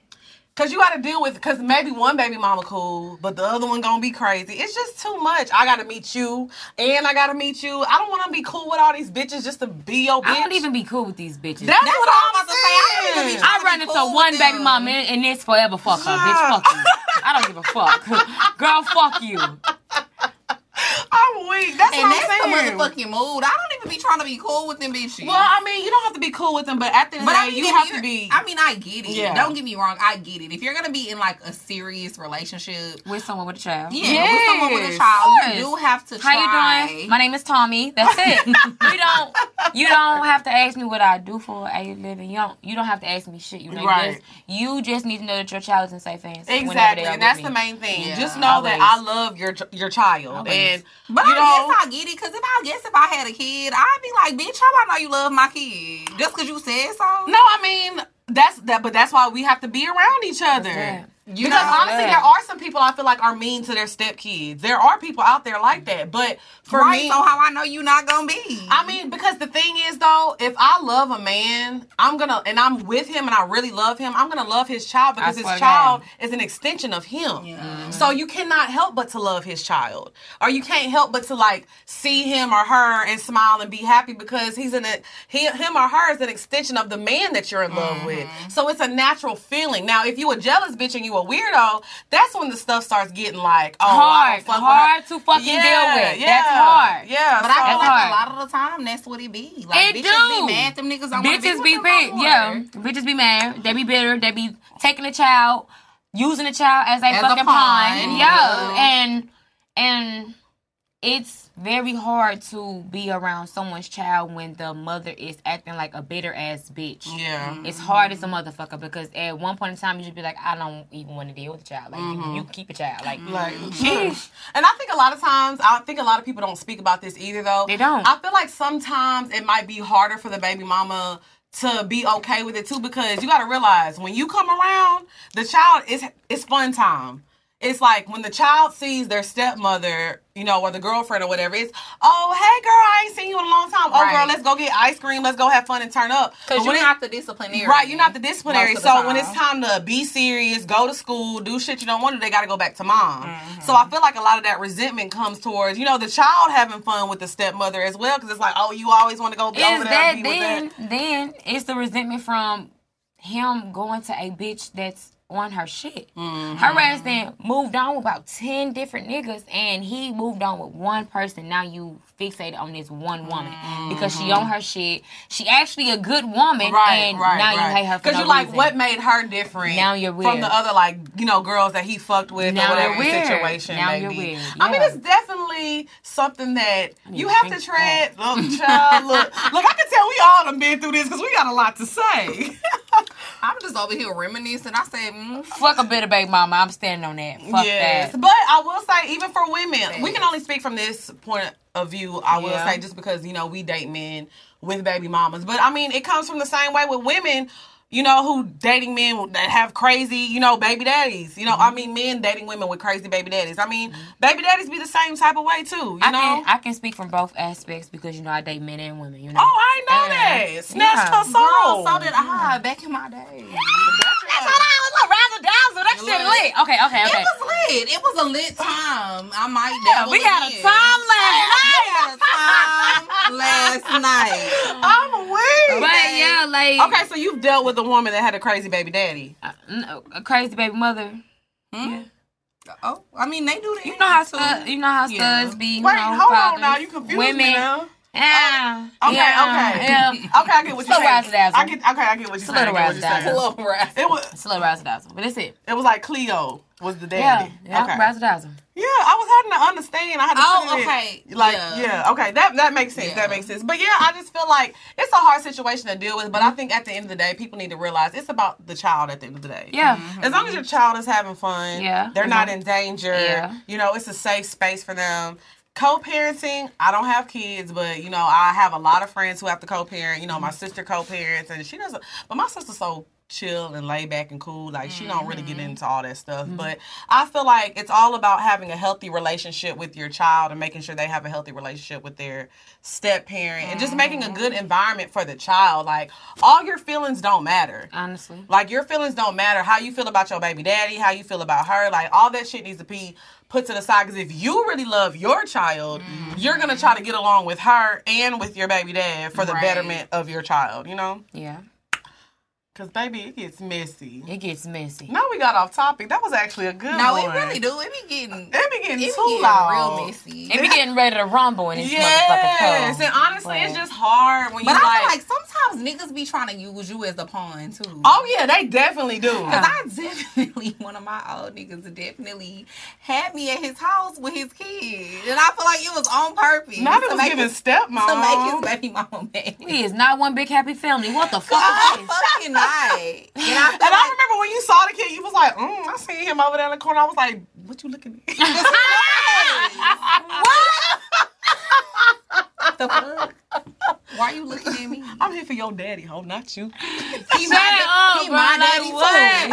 A: Cause you gotta deal with cause maybe one baby mama cool, but the other one gonna be crazy. It's just too much. I gotta meet you and I gotta meet you. I don't wanna be cool with all these bitches just to be your bitch.
C: I don't even be cool with these bitches.
A: That's,
B: That's
A: what
B: what
A: I'm
B: I'm about to say. I don't even be
A: saying.
B: trying
C: I run
B: be
C: into
B: cool with
C: one baby
B: them.
C: mom and, and it's forever fuck her,
A: Yeah.
C: bitch. Fuck you. I don't give a fuck. Girl, fuck you.
A: I'm weak. That's
B: And
A: what
B: that's
A: I'm saying.
B: the motherfucking mood. I don't even be trying to be cool with them bitches.
A: well, I mean, you don't have to be cool with them, but at the end
B: But
A: of
B: I
A: the day,
B: mean,
A: you
B: if
A: have
B: you're-
A: to be.
B: I mean, I get it.
A: Yeah.
B: Don't get me wrong. I get it. If you're gonna be in like a serious relationship,
C: With someone with a child.
B: yeah, with someone with a
A: Yes.
B: child,
C: Of
B: you do
C: course.
B: have to
C: How
B: try.
C: you doing? My name is Tommy. That's it. you don't you don't have to ask me what I do for a living. You don't you don't have to ask me shit. You know
A: Right.
C: you just, you just need to know that your child is in safe hands. whenever
A: Exactly,
C: they are
A: and
C: with
A: that's
C: me.
A: the main thing.
B: Yeah,
A: Just know that I
C: always.
A: love your your child,
C: Always.
A: and
B: but
A: you
B: I
A: know,
B: guess I get it. Cause if I guess if I had a kid, I'd be like, bitch, how I know you love my kid just cause you said so.
A: no, I mean that's that, but that's why we have to be around each other.
C: that.
A: You because
B: know,
A: honestly,
C: yeah.
A: there are some people I feel like are mean to their stepkids. There are people out there like that, but for
B: right?
A: me,
B: so how I know you not gonna be?
A: I mean, because the thing is though, if I love a man, I'm gonna and I'm with him and I really love him, I'm gonna love his child because his
C: swear to
A: child
C: God.
A: is an extension of him.
B: Yeah.
C: Mm-hmm.
B: Mhm.
A: So you cannot help but to love his child. Or you can't help but to like see him or her and smile and be happy because he's in a he, him or her is an extension of the man that you're in love with.
C: Mm-hmm.
A: So it's a natural feeling. Now if you a jealous bitch and you a weirdo, that's when the stuff starts getting like oh, I don't
C: hard.
A: fuck with her.
C: Hard to fucking
A: Yeah,
C: deal with.
A: yeah,
C: That's hard.
A: Yeah.
B: But I feel
A: so-
B: like
C: hard.
B: a lot of the time that's what it be. Like
C: It
B: bitches
C: do.
B: be mad them niggas. Don't wanna
C: Bitches
B: with
C: be
B: them
C: big,
B: no more.
C: yeah. Bitches be mad. They be bitter. They be taking a child, using a child as a
B: As a
C: fucking
B: pawn,
C: pawn.
B: yeah.
C: Yeah, and and it's very hard to be around someone's child when the mother is acting like a bitter ass bitch.
A: Yeah.
C: It's hard as a motherfucker because at one point in time you should be like, I don't even want to deal with a child. Like you, you keep a child. Like
A: Like,
B: Mm-hmm.
A: and I think a lot of times, I think a lot of people don't speak about this either, though.
C: They don't.
A: I feel like sometimes it might be harder for the baby mama to be okay with it too, because you got to realize when you come around, the child is it's fun time. It's like when the child sees their stepmother, you know, or the girlfriend or whatever. It's oh, hey girl, I ain't seen you in a long time. Oh
B: Right.
A: girl, let's go get ice cream. Let's go have fun and turn up. But
B: Because
A: when
B: you're
A: it-
B: not the disciplinary.
A: Right, you're not the disciplinary.
B: most of
A: so
B: the
A: when it's time to be serious, go to school, do shit you don't want to, they got to go back to mom.
C: Mm-hmm.
A: So I feel like a lot of that resentment comes towards, you know, the child having fun with the stepmother as well, because it's like, oh, you always want to go be
C: is
A: over there.
C: that
A: be with
C: then then it's the resentment from him going to a bitch that's on her shit. Her ass then moved on with about ten different niggas and he moved on with one person. Now you fixated on this one woman because she on her shit. She actually a good woman
A: Right,
C: and
A: right,
C: now
A: right.
C: you hate her for
A: Because
C: no
A: you're like,
C: reason.
A: what made her different?
C: Now you're
A: from
C: weird.
A: the other like you know girls that he fucked with
C: Now
A: or whatever
C: you're
A: the
C: weird.
A: situation.
C: Now
A: may
C: you're
A: be.
C: weird.
A: I mean,
C: Yeah.
A: it's definitely something that you
C: to
A: have to
C: drink
A: tread. Look, child, look, look. I can tell we all done been through this because we got a lot to say.
B: I'm just over here reminiscing. I said, mm,
C: Fuck a bitter baby mama. I'm standing on that. Fuck that.
A: But I will say, even for women, we can only speak from this point of view. I will
C: Yeah.
A: say, just because you know we date men with baby mamas, but I mean it comes from the same way with women. You know who dating men that have crazy, you know, baby daddies. You know, I mean, men dating women with crazy baby daddies. I mean, baby daddies be the same type of way too. You
C: I
A: know.
C: can I can speak from both aspects because you know I date men and women. You know.
A: oh, I ain't know
C: Yeah.
A: that. Snatch
C: Yeah.
A: her soul.
B: girl, so did I back in my day.
C: That's what I was like razzle dazzle. That shit
B: Look.
C: lit. Okay, okay,
B: It
C: okay.
B: was lit. It was a lit time. I might
C: Yeah,
B: dabble
C: we had a
B: again.
C: time last
B: We had a time last night.
A: I'm weak.
C: night. But yeah, like
A: Okay, so you've dealt with a woman that had a crazy baby daddy.
C: uh, no, a crazy baby mother.
B: Hmm? Oh, I mean they do that.
C: You know how stud, you know how studs
B: Yeah.
C: be.
A: Wait,
C: you know,
A: hold
C: fathers,
A: on now. You confused
C: women.
A: me now.
C: Yeah.
A: Okay,
C: yeah,
A: okay.
C: Yeah.
A: Okay, I get what you're
C: Slow
A: saying.
C: razzle dazzle.
A: I get, okay, I get what you're
C: Slow
A: saying. I get what you're
C: razzle dazzle.
A: saying.
B: Slow rap.
A: It was
C: Slow razzle dazzle. But that's it.
A: it was like Cleo was the
C: Yeah.
A: daddy.
C: Yeah.
A: okay.
C: Razzle dazzle.
A: Yeah, I was having to understand. I had to
B: Oh,
A: put it in.
B: okay.
A: Like,
B: Yeah.
A: yeah. okay. That that makes sense.
B: Yeah.
A: That makes sense. But yeah, I just feel like it's a hard situation to deal with. But I
C: Mm-hmm.
A: think at the end of the day, people need to realize it's about the child at the end of the day.
C: Yeah.
A: As long as your child is having fun,
C: Yeah.
A: they're
C: Mhm.
A: not in danger.
C: Yeah.
A: You know, it's a safe space for them. Co-parenting, I don't have kids, but you know, I have a lot of friends who have to co-parent. You know,
C: Mm-hmm.
A: my sister co-parents, and she doesn't. But my sister's so chill and laid back and cool. Like she don't really
C: Mm-hmm.
A: get into all that stuff. But I feel like it's all about having a healthy relationship with your child and making sure they have a healthy relationship with their step parent and just making a
C: Mm-hmm.
A: good environment for the child. Like all your feelings don't matter.
C: Honestly.
A: Like your feelings don't matter. How you feel about your baby daddy, how you feel about her, like all that shit needs to be put to the side. Because if you really love your child,
B: Mm-hmm.
A: you're gonna try to get along with her and with your baby dad for the
B: Right.
A: betterment of your child. You know,
C: Yeah.
A: because baby, it gets messy.
C: It gets messy.
A: Now we got off topic. That was actually a good
B: No,
A: one.
B: it really do. It be getting
A: It be getting
B: it be
A: too
B: getting
A: loud.
B: real messy.
C: It be getting ready to rumble in this
A: Yes,
C: motherfucking car.
A: and honestly,
C: But-
A: it's just hard when you
B: but I feel
A: like,
B: like sometimes niggas be trying to use you as a pawn too.
A: Oh yeah, they definitely do.
B: Cause I definitely one of my old niggas definitely had me at his house with his kid, and I feel like it was on purpose.
A: Now that
B: to
A: was
B: make
A: giving
B: his,
A: stepmom.
B: to make his baby mama mad.
C: We is not one big happy family. What the
A: Ah,
C: fuck
B: Oh,
C: is this?
B: fucking night. And I
A: And I remember when you saw the kid, you was like, mm, I seen him over there in the corner. I was like, what you looking at?
B: what the fuck? Why are you looking at me?
A: I'm here for your daddy, ho, not you.
B: He
C: Shut up,
B: he
C: bro. Like,
B: too.
C: what?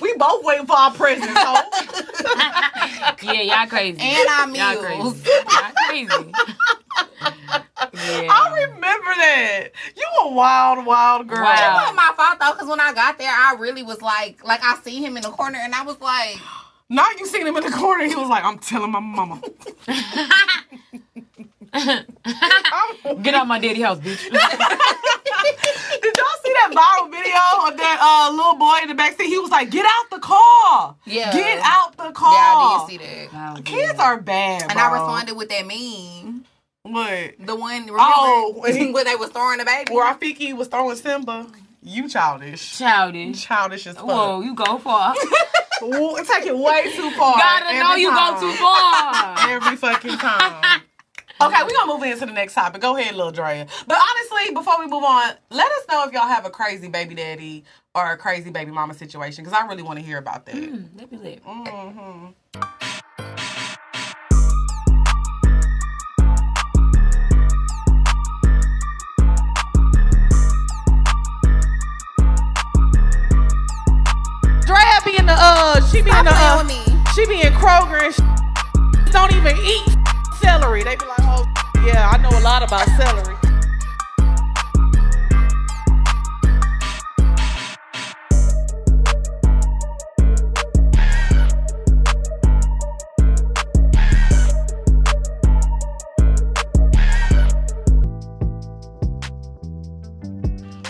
A: We both waiting for our presents, ho.
C: Yeah, y'all crazy.
B: And our
C: Y'all
B: meals.
C: crazy. Y'all crazy.
A: I
C: yeah.
A: remember that. You a wild, wild girl.
B: It
C: Wow.
B: wasn't my fault though, because when I got there, I really was like, like I seen him in the corner, and I was like,
A: Now you seen him in the corner. He was like, I'm telling my mama. I'm-
C: Get out my daddy house, bitch.
A: Did y'all see that viral video of that uh, little boy in the backseat? He was like, get out the car.
B: Yeah.
A: Get out the car.
B: yeah, I did see that.
A: Kids are bad,
B: And I responded with that meme,
A: What?
B: the one remember,
A: Oh, when-
B: where they was throwing the baby.
A: Where Rafiki was throwing Simba. You childish.
C: Childish.
A: Childish as fuck.
C: Whoa, you go far.
A: w- take it way too far.
C: Gotta know
A: every
C: you
A: time.
C: go too far.
A: every fucking time. Okay, we're gonna move into the next topic. Go ahead, Lil Drea. But honestly, before we move on, let us know if y'all have a crazy baby daddy or a crazy baby mama situation, because I really want to hear about that.
C: That'd be lit.
A: Mm-hmm. Drea be in the uh, she be in the uh,
B: playing with me.
A: she be in Kroger and sh- don't even eat celery. They be like, oh yeah, I know a lot about celery.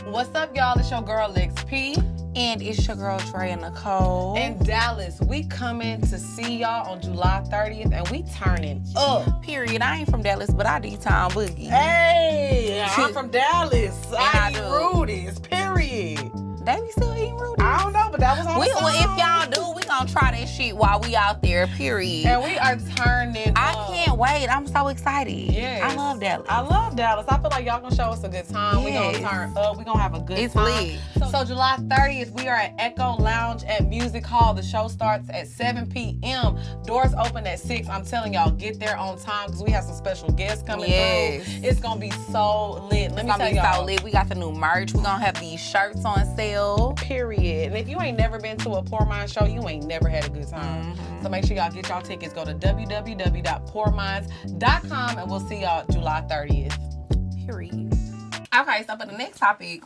C: What's up, y'all? It's your girl XP
B: And it's your girl Dre and Nicole.
C: in Dallas. We coming to see y'all on July 30th, and we turning up.
B: period. I ain't from Dallas, but I do town boogie.
A: Hey, I'm from Dallas.
B: I
A: I, eat
B: do.
A: Rudy's. Period.
B: They be still eating Rudy.
A: I don't know, but that was on
B: We,
A: the
B: well, if
A: song.
B: y'all do, we gonna try that shit while we out there. Period.
A: And we are turning.
B: I
A: up.
B: can't wait. I'm so excited.
A: Yes.
B: I love Dallas.
A: I love Dallas. I feel like y'all gonna show us a good time. We
B: Yes.
A: gonna turn up. We gonna have a good
B: It's
A: time.
B: lit.
A: So, July 30th, we are at Echo Lounge at Music Hall. The show starts at 7 p.m. Doors open at 6. I'm telling y'all, get there on time because we have some special guests coming
B: Yes.
A: through. It's gonna be so lit. Let me
B: It's gonna
A: tell
B: be
A: y'all.
B: so lit. We got the new merch. We gonna have these shirts on sale.
A: Period. And if you ain't never been to a Poor Minds show, you ain't never had a good time.
B: Mm-hmm.
A: So make sure y'all get y'all tickets. Go to www.poorminds.com and we'll see y'all July 30th.
B: Period. Okay, so for the next topic,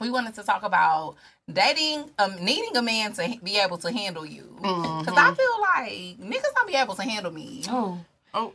B: we wanted to talk about dating, um, needing a man to be able to handle you.
A: Mm-hmm.
B: Because I feel like niggas don't be able to handle me.
C: Oh,
A: Oh,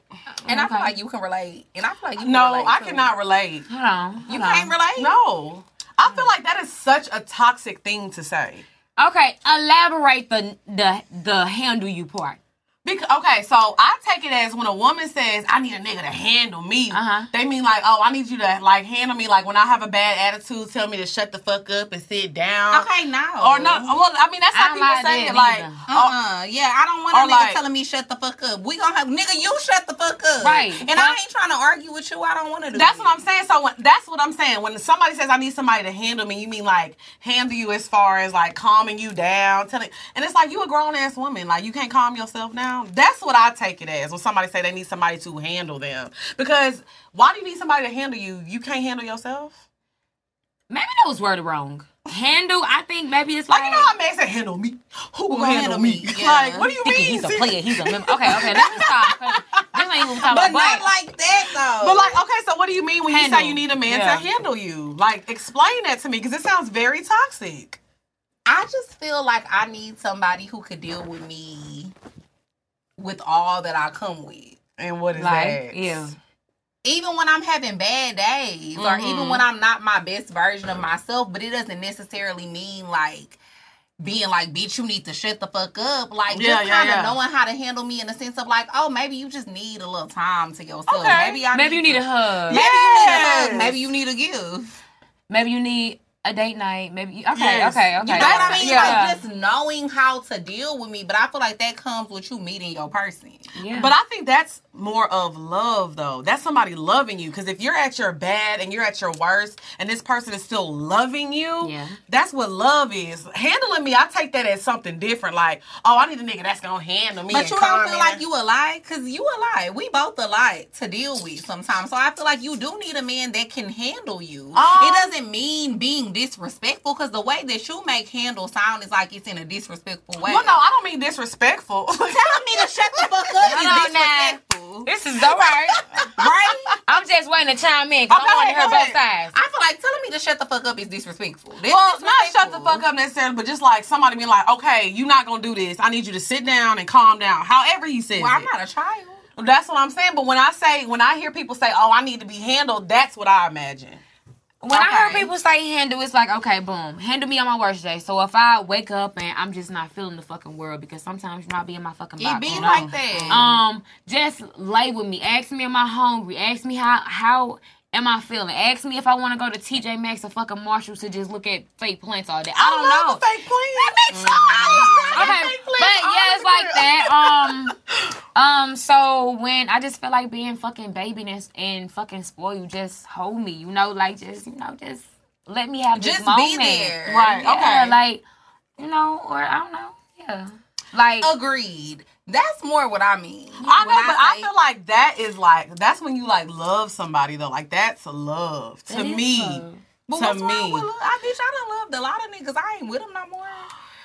B: And I feel
C: Okay.
B: like you can relate. And I feel like you can
A: no,
B: relate,
A: I
B: too.
A: cannot relate.
C: hold on. Hold
B: You
C: on.
B: can't relate?
A: No. I feel like that is such a toxic thing to say.
C: Okay, elaborate the the the handle you part.
A: Because, okay, so I take it as when a woman says, I need a nigga to handle me,
C: Uh-huh.
A: they mean like, oh, I need you to like handle me. Like when I have a bad attitude, tell me to shut the fuck up and sit down.
B: Okay, no.
A: Or no, well, I mean, that's
C: I
A: how
C: don't
A: people
C: like
A: say
C: that
A: it. Like,
C: neither.
A: oh,
B: Uh-uh. Yeah, I don't want
A: Or
B: a nigga
A: like-
B: telling me shut the fuck up. We gonna have nigga, you shut the fuck up.
C: Right.
B: And I ain't trying to argue with you. I don't want to do
A: That's
B: it.
A: what I'm saying. So when, that's what I'm saying. When somebody says I need somebody to handle me, you mean like handle you as far as like calming you down, telling, and it's like you a grown ass woman, like you can't calm yourself down. That's what I take it as when somebody say they need somebody to handle them. Because why do you need somebody to handle you? You can't handle yourself.
C: Maybe that was worded wrong. Handle, I think maybe it's like,
A: Like you know how man said handle me. Who gonna handle,
B: handle
A: me?
B: me? Yeah.
A: Like what do you
C: thinking
A: mean?
C: he's a player, he's a member. Okay, okay, let me stop. 'cause This ain't even talking
B: But
C: about.
B: not like that though.
A: But like, okay, so what do you mean when you say
C: Handle.
A: you need a man
C: Yeah.
A: to handle you? Like, explain that to me because it sounds very toxic.
B: I just feel like I need somebody who could deal with me with all that I come with.
A: And what is
C: like,
A: that?
C: yeah.
B: Even when I'm having bad days, or
C: Mm-hmm.
B: even when I'm not my best version of myself, but it doesn't necessarily mean like being like, bitch, you need to shut the fuck up. Like,
A: Yeah,
B: just
A: yeah,
B: kind of
A: yeah.
B: knowing how to handle me in the sense of like, oh, maybe you just need a little time to yourself.
A: Okay.
B: Maybe I
C: Maybe you need
B: to-
C: a hug.
A: Yeah.
B: Maybe you need a hug.
A: Yes.
B: Maybe you need a gift.
C: Maybe you need a date night. Maybe you, okay,
A: Yes.
C: okay,
A: You
C: okay.
B: You know what I mean?
C: Yeah.
B: Like just knowing how to deal with me, but I feel like that comes with you meeting your person.
C: yeah.
A: But I think that's more of love, though. That's somebody loving you. Because if you're at your bad and you're at your worst, and this person is still loving you,
C: Yeah.
A: that's what love is. Handling me, I take that as something different. Like, oh, I need a nigga that's gonna handle me.
B: But
A: and
B: you
A: calm
B: don't feel
A: me.
B: like you a lie? Cause you a lie. We both a lie to deal with sometimes. So I feel like you do need a man that can handle you.
A: Um,
B: it doesn't mean being disrespectful because the way that you make handle sound is like it's in a disrespectful way.
A: Well, no, I don't mean disrespectful.
B: telling me to shut the fuck up
C: Hold
B: is
C: on now.
B: disrespectful.
C: this is all right.
B: Right?
C: I'm just waiting to chime in because
A: Okay,
C: I want to hear
A: go
C: both
A: ahead.
C: sides.
B: I feel like telling me to shut the fuck up is disrespectful. That's
A: well, not shut the
B: disrespectful.
A: fuck up necessarily, but just like somebody being like, okay, you're not gonna do this. I need you to sit down and calm down. However, he says.
B: Well, I'm
A: it.
B: not a child.
A: That's what I'm saying. But when I say, when I hear people say, oh, I need to be handled, that's what I imagine.
C: When I
B: Okay.
C: hear people say handle, it's like, okay, boom, handle me on my worst day. So if I wake up and I'm just not feeling the fucking world because sometimes you're not being my fucking
B: It
C: vibe,
B: be
C: you know?
B: like that.
C: Um, just lay with me. Ask me am I hungry? Ask me how how am I feeling? Ask me if I want to go to TJ Maxx or fucking Marshalls to just look at fake plants all day. I don't know.
A: Mm-hmm. fake plant.
C: Okay, know um, when I just feel like being fucking babiness and fucking spoiled. Just hold me, you know, like just you know, just let me have
B: Just
C: this
B: be
C: moment,
B: there.
A: Right,
C: Yeah,
A: okay.
C: like you know, or I don't know, yeah, like
B: Oh, Agreed. That's more what I mean.
A: I know,
B: When
A: but I
B: say-
A: feel like that is like that's when you like love somebody though. Like that's love to
C: it is
A: me.
C: love.
B: But
A: to
B: what's wrong
A: me.
B: with love? I bitch, I done loved a lot of niggas. I ain't with them no more.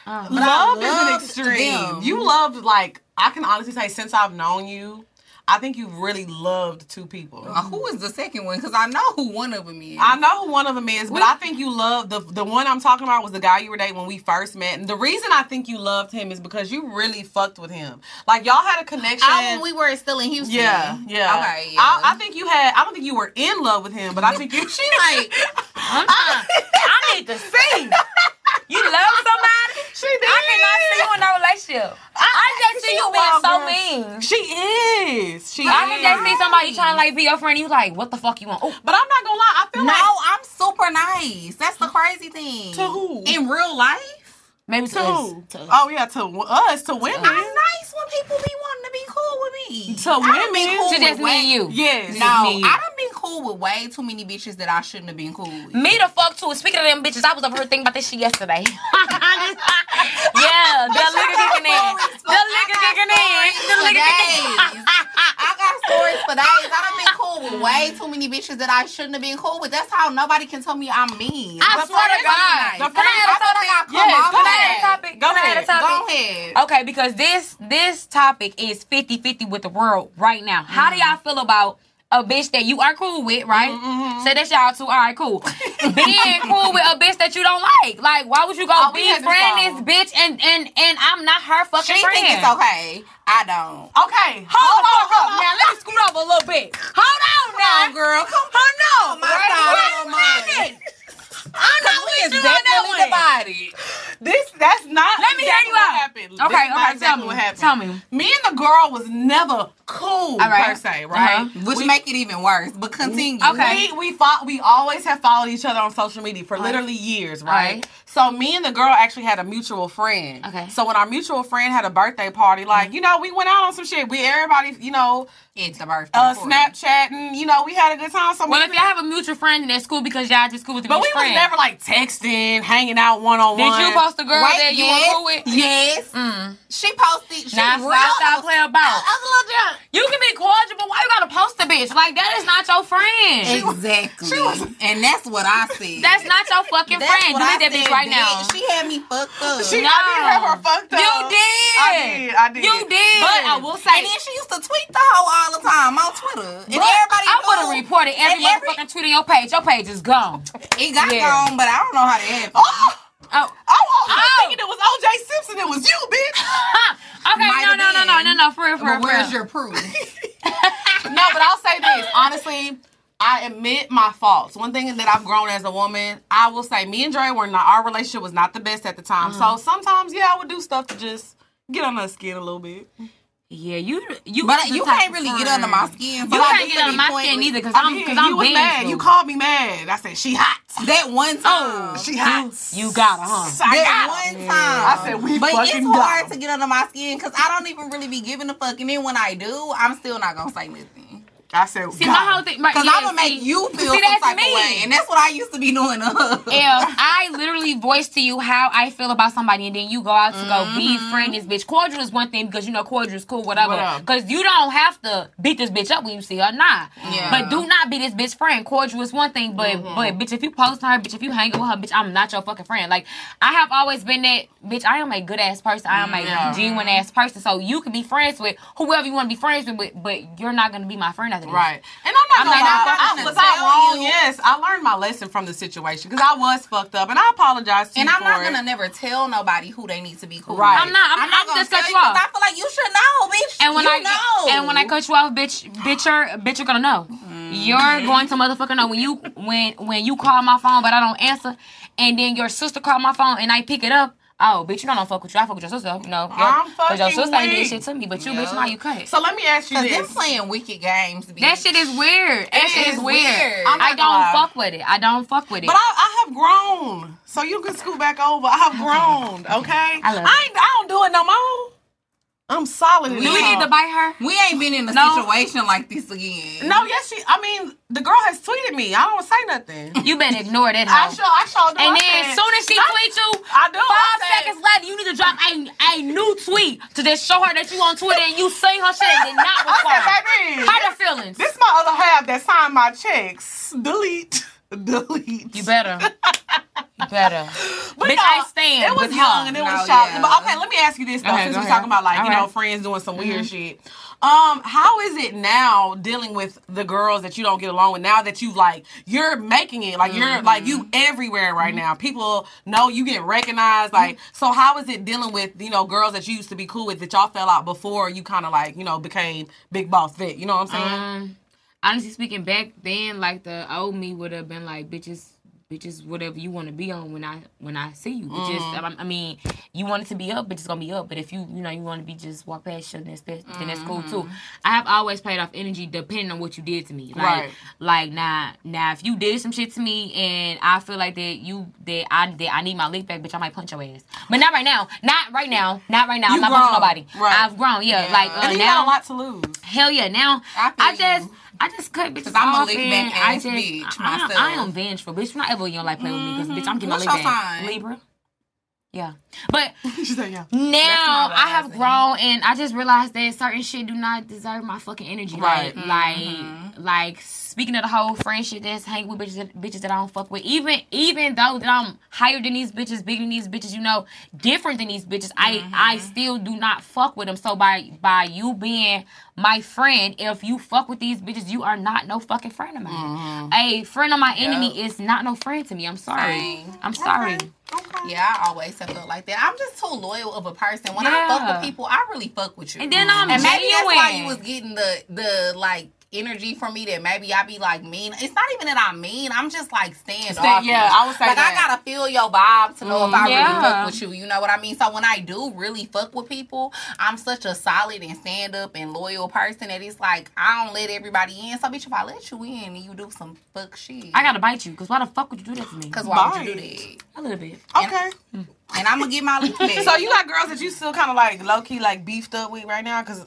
C: Uh,
B: I
A: Love is an
B: loved
A: extreme.
B: them.
A: You loved like I can honestly say since I've known you, I think you've really loved two people.
B: Uh, who is the second one? Because I know who one of them is.
A: I know who one of them is, but
C: We-
A: I think you loved the the one I'm talking about was the guy you were dating when we first met. And the reason I think you loved him is because you really fucked with him. Like y'all had a connection.
B: Oh, when we were still in Houston.
A: yeah, yeah.
B: Okay, yeah.
A: I, I think you had. I don't think you were in love with him, but I think you.
B: she like,
C: I'm trying- I need to see. You love somebody?
A: She did.
C: I cannot see you in no relationship. I just see you being so mean.
A: She is. She
C: I can just
A: is.
C: see somebody trying to like be your friend. You like, what the fuck you want? Oh,
A: But I'm not gonna lie. I feel
B: no,
A: like
B: I'm super nice. That's the crazy thing.
A: To who?
B: In real life,
C: maybe to
A: to
C: us.
A: who?
C: To us.
A: Oh yeah, to w- us, to women.
B: I'm nice when people be wanting to be cool with me.
A: To
B: I done been
A: women.
B: cool
C: To just
B: with
C: me and
B: way-
C: you.
A: Yes.
B: No,
C: Just me
B: I
C: and you.
B: done been cool with way too many bitches that I shouldn't have been cool with.
C: Me the fuck too. Speaking of them bitches, I was over here thinking about this shit yesterday. yeah, the liquor kicking in. The liquor kicking in. The liquor kicking in.
B: Days. I got stories for days. I done been cool with way too many bitches that I shouldn't have been cool with. That's how nobody can tell me I'm mean.
C: I
A: The
C: swear to
A: first-
C: God.
A: the
C: Can I
A: first-
C: add a
A: I
C: topic?
B: thought I come
C: Yes,
B: off
C: Go
B: of
C: ahead. add a
B: that.
C: topic.
A: Go
C: Can I add
A: ahead.
C: a topic.
B: Go ahead.
C: Okay, because this this topic is 50-50 with the world right now. How do y'all feel about a bitch that you are cool with, right?
A: Mm-hmm,
C: Say that's y'all two. All right, cool. Being cool with a bitch that you don't like. Like, why would you go
A: Oh, we
C: be
A: had this
C: friend
A: problem.
C: this bitch and and and I'm not her fucking
B: She
C: friend?
B: think it's okay. I don't.
A: Okay.
C: Hold on,
A: hold
C: up. Now let me scoot over a little bit. Hold on
B: Come
C: now.
B: on, girl. Come
C: Hold on.
B: my side,
C: Wait
B: on mine.
C: a minute. I know
B: we
C: what
B: is
C: you on that
B: definitely
C: one.
B: divided.
A: This that's not.
C: Let me hear
A: exactly
C: you
A: what
C: out.
A: Happened. This
C: Okay,
A: is not
C: okay,
A: exactly
C: tell
A: what
C: me.
A: happened.
C: Tell me.
A: Me and the girl was never cool
C: All right.
A: per se, right?
C: Uh-huh.
B: Which
A: we,
B: make it even worse. But continue.
C: Okay.
A: We we fought, we always have followed each other on social media for literally years, right?
C: Right.
A: So me and the girl actually had a mutual friend.
C: Okay. Mm-hmm.
A: So when our mutual friend had a birthday party, like you know, we went out on some shit. We everybody, you know,
B: It's the birthday.
A: uh,
B: party.
A: Snapchatting. You know, we had a good time. So
C: Well,
A: me-
C: if y'all have a mutual friend, then that's cool because y'all just cool with the
A: but we
C: friend.
A: was never like texting, hanging out one on
C: Did
A: one.
C: you post a girl
B: Wait,
C: that you
B: yes,
C: were cool with?
B: Yes.
C: Mm.
B: She posted. She
C: Now,
B: now,
C: that's what I stop playing about.
B: I
C: You can be cordial, but why you gotta post a bitch? Like, that is not your friend.
B: Exactly. and that's what I said.
C: That's not your fucking
B: That's
C: friend. You need
B: what I
C: that bitch
B: said,
C: right now.
B: bitch. She had me fucked up.
A: She,
C: No.
A: I did have her fucked up.
C: You did.
A: I did. I did.
C: You did. But I will say,
B: and then she used to tweet the hoe all the time on Twitter. And
C: but
B: everybody
C: I would have
B: knew.
C: reported every
B: And every-
C: motherfucking tweet on your page. Your page is gone.
B: It got
C: Yeah.
B: gone, but I don't know how that happened.
A: Oh,
C: Oh.
A: I was
C: Oh.
A: thinking it was O.J. Simpson. It was you, bitch.
C: Huh. Okay,
B: Might
C: no,
B: have
C: no, no, no,
B: been.
C: no, no, for real, for real.
B: But
C: for
B: where's
C: real.
B: your proof?
A: no, but I'll say this honestly. I admit my faults. One thing that I've grown as a woman, I will say, me and Dre were not our relationship was not the best at the time. So sometimes, yeah, I would do stuff to just get on her skin a little bit.
C: Yeah, you, you.
B: but
C: the
B: you
C: type
B: can't
C: of
B: really get
C: friend.
B: under my skin. so
C: You
B: I
C: can't
B: just
C: get under
B: be
C: my
B: pointless.
C: skin either, cause
A: I
C: I'm,
A: did.
C: cause I'm
A: you was
C: being
A: mad.
C: slow.
A: You called me mad. I said she hot.
B: That one time.
C: Oh,
A: She hot.
C: You got her, huh?
A: I
B: that
A: got her.
B: one time.
A: I said, we
B: but
A: fucking
B: it's
A: got
B: hard
A: him.
B: to get under my skin because I don't even really be giving a fuck. And then when I do, I'm still not gonna say nothing.
A: I said
C: See,
A: got
C: my
A: her.
C: whole thing, right,
B: Cause
C: yeah,
B: I'm gonna
C: see,
B: make you feel
C: see,
B: some
C: that's
B: type
C: me.
B: of way, and that's what I used to be doing. to her.
C: if I literally voice to you how I feel about somebody, and then you go out to go be friend this bitch. Cordial is one thing because you know cordial is cool, whatever.
A: Whatever.
C: Because you don't have to beat this bitch up when you see her, nah.
B: Yeah.
C: But do not be this bitch friend. Cordial is one thing, but but bitch, if you post her, bitch, if you hanging with her, bitch, I'm not your fucking friend. Like I have always been that bitch. I am a good ass person. I am a
A: Yeah.
C: genuine ass person. So you can be friends with whoever you want to be friends with, but, but you're not gonna be my friend after this.
A: Right. And I'm
C: I'm
A: not gonna lie.
C: not fucking
A: I- Was
B: tell
A: I wrong?
B: you.
A: Yes. I learned my lesson from the situation because I was fucked up and I apologize to
B: And
A: you.
B: I'm not
A: for
B: gonna
A: It.
B: never tell nobody who they need to be cool.
A: Right.
B: with.
C: I'm not. I'm, I'm
B: gonna
C: just
B: tell
C: cut you
B: 'cause
C: off.
B: I feel like you should know, bitch.
C: And when
B: you
C: I
B: know.
C: and when I cut you off, bitch, bitch, you're bitch, you're gonna know.
A: Mm.
C: You're going to motherfucker know when you when when you call my phone, but I don't answer, and then your sister called my phone and I pick it up. Oh, bitch, you don't fuck with you. I fuck with your sister. You know,
A: I'm
C: because your
A: fucking
C: sister ain't did
A: weak.
C: shit to me, but you,
B: Yeah.
C: bitch, now you cut it.
A: So let me ask you
B: Cause them
A: this.
B: playing wicked games. Bitch.
C: that shit is weird. That
B: It
C: shit is
B: is
C: weird.
B: weird. I'm
A: not
C: I
A: gonna lie.
C: don't fuck with it. I don't fuck with it.
A: But I, I have grown. So you can scoot back over. I have grown. Okay.
C: I love
A: I, ain't, I don't do it no more. I'm solid.
C: Do we need to bite her?
B: We ain't been in a
C: No.
B: situation like this again.
A: No, yes, she. I mean, the girl has tweeted me. I don't say nothing.
C: You been ignored at
A: I
C: home.
A: show. I show.
C: And then as soon as she tweets you,
A: I do.
C: five
A: I say-
C: seconds later, you need to drop a, a new tweet to just show her that you on Twitter and you seen her shit and did not
A: I
C: respond.
A: said, baby,
C: Hurt her feelings.
A: this my other half that signed my checks. Delete. Delete.
C: You better. You better.
A: But
C: Bitch,
A: no,
C: I stand
A: It was
C: with
A: young
C: her.
A: and it
B: No,
A: was shocking.
B: yeah.
A: But okay, let me ask you this though,
C: Okay,
A: since
C: go
A: we're
C: ahead.
A: talking about like,
C: All
A: you know,
C: right. Mm-hmm.
A: friends doing some weird shit. Um, how is it now dealing with the girls that you don't get along with now that you've like you're making it like you're like you everywhere
C: Mm-hmm.
A: right now. People know you get recognized. Like, so how is it dealing with you know girls that you used to be cool with that y'all fell out before you kind of like you know became big boss vet? You know what I'm saying?
C: Um, honestly speaking, back then, like the old me would have been like, bitches, bitches, whatever you want to be on when I when I see you. Bitches,
A: Mm-hmm.
C: I, I mean, you wanted to be up, bitches gonna be up. But if you you know you want to be just walk past shit, then that's, then that's cool too. I have always paid off energy depending on what you did to me. Like,
A: Mm-hmm. Right.
C: Like now, now if you did some shit to me and I feel like that you that I that I need my lick back, bitch, I might punch your ass. But not right now. Not right now. Not right now.
A: You
C: I'm not
A: grown.
C: punching nobody.
A: Right.
C: I've grown. Yeah.
B: Yeah.
C: Like uh,
A: and you got
C: now.
A: a lot to lose.
C: Hell yeah! Now
B: I
C: I,
B: feel
C: just
B: you.
C: I just cut bitches
B: 'Cause I'm a
C: off
B: lick
C: and
B: back
C: I
B: ass
C: just
B: bitch
C: I, I,
B: myself.
C: am vengeful, bitch. You're not ever gonna like play with me because bitch, I'm getting
B: What's
C: my
B: your
C: lick back.
B: sign?
C: Libra. Yeah, but
A: She said, yeah.
C: now
B: what I
C: I have
B: was
C: grown and I just realized that certain shit do not deserve my fucking energy.
A: Right.
C: Like,
B: Mm-hmm.
C: like, like speaking of the whole friendship that's hanging with bitches, that, bitches that I don't fuck with. Even, even though that I'm higher than these bitches, bigger than these bitches, you know, different than these bitches, I, I
B: Mm-hmm.
C: still do not fuck with them. So by, by you being my friend, if you fuck with these bitches, you are not no fucking friend of mine.
B: Mm-hmm.
C: A friend of my enemy is not no friend to me. I'm sorry.
B: Same.
C: I'm sorry.
B: Yeah, I always have felt like that. I'm just too loyal of a person. When I
C: Yeah.
B: fuck with people, I really fuck with you.
C: And then I'm
B: and maybe that's why you
C: genuine.
B: was getting the the like energy from me that maybe I be like mean. It's not even that I'm mean. I'm just like stand off.
A: yeah, I would say
B: like
A: that.
B: I gotta feel your vibe to know if I
C: Mm, yeah.
B: really fuck with you. You know what I mean? So when I do really fuck with people, I'm such a solid and stand up and loyal person that it's like I don't let everybody in. So bitch, if I let you in, you do some fuck shit.
C: I gotta bite you, cause why the fuck would you do that to me?
B: Cause why would you do
A: Bite.
B: that?
C: a little bit.
A: Okay.
B: And I'm gonna get my leaf back.
A: So you got girls that you still kind of like low key like beefed up with right now because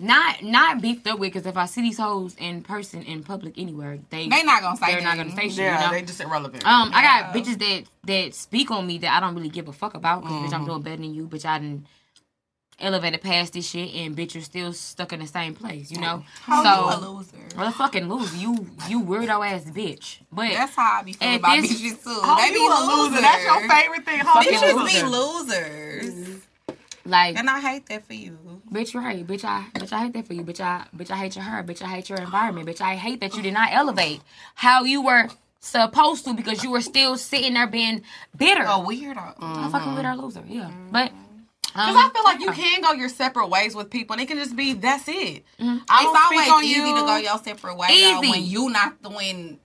C: Not not beefed up with because if I see these hoes in person in public anywhere, they
B: they not gonna say
C: they're not gonna
B: nothing.
C: say shit.
A: yeah,
C: you know?
A: they just irrelevant.
C: um, I got bitches that that speak on me that I don't really give a fuck about because bitch, I'm doing better than you. Bitch, I didn't elevated past this shit, and bitch, you're still stuck in the same place. You know,
B: Oh,
C: so
B: you a loser.
C: motherfucking lose you you weirdo ass bitch. But
B: That's how I be feeling
C: And
B: about
C: this-
B: bitches too.
A: Oh,
B: they be
A: you a
B: losers.
A: loser. That's your favorite thing. Huh?
C: Fucking
A: Bitches
B: Bitches
A: be-
B: be
C: loser.
A: Mm-hmm.
B: losers,
C: like
B: and I hate that for you.
C: Bitch, you're right. Bitch, I bitch, I hate that for you. Bitch, I bitch, I hate your hair. Bitch, I hate your environment. Bitch, I hate that you did not elevate how you were supposed to because you were still sitting there being bitter.
B: A Oh, weirdo.
A: Mm.
C: I'm fucking with our loser. Yeah, but um,
A: Cause I feel like you can go your separate ways with people, and it can just be that's it. Mm-hmm. I
B: It's
A: don't speak
B: always
A: on
B: easy
A: you.
B: to go your separate way
C: Easy.
B: y'all, when you not the when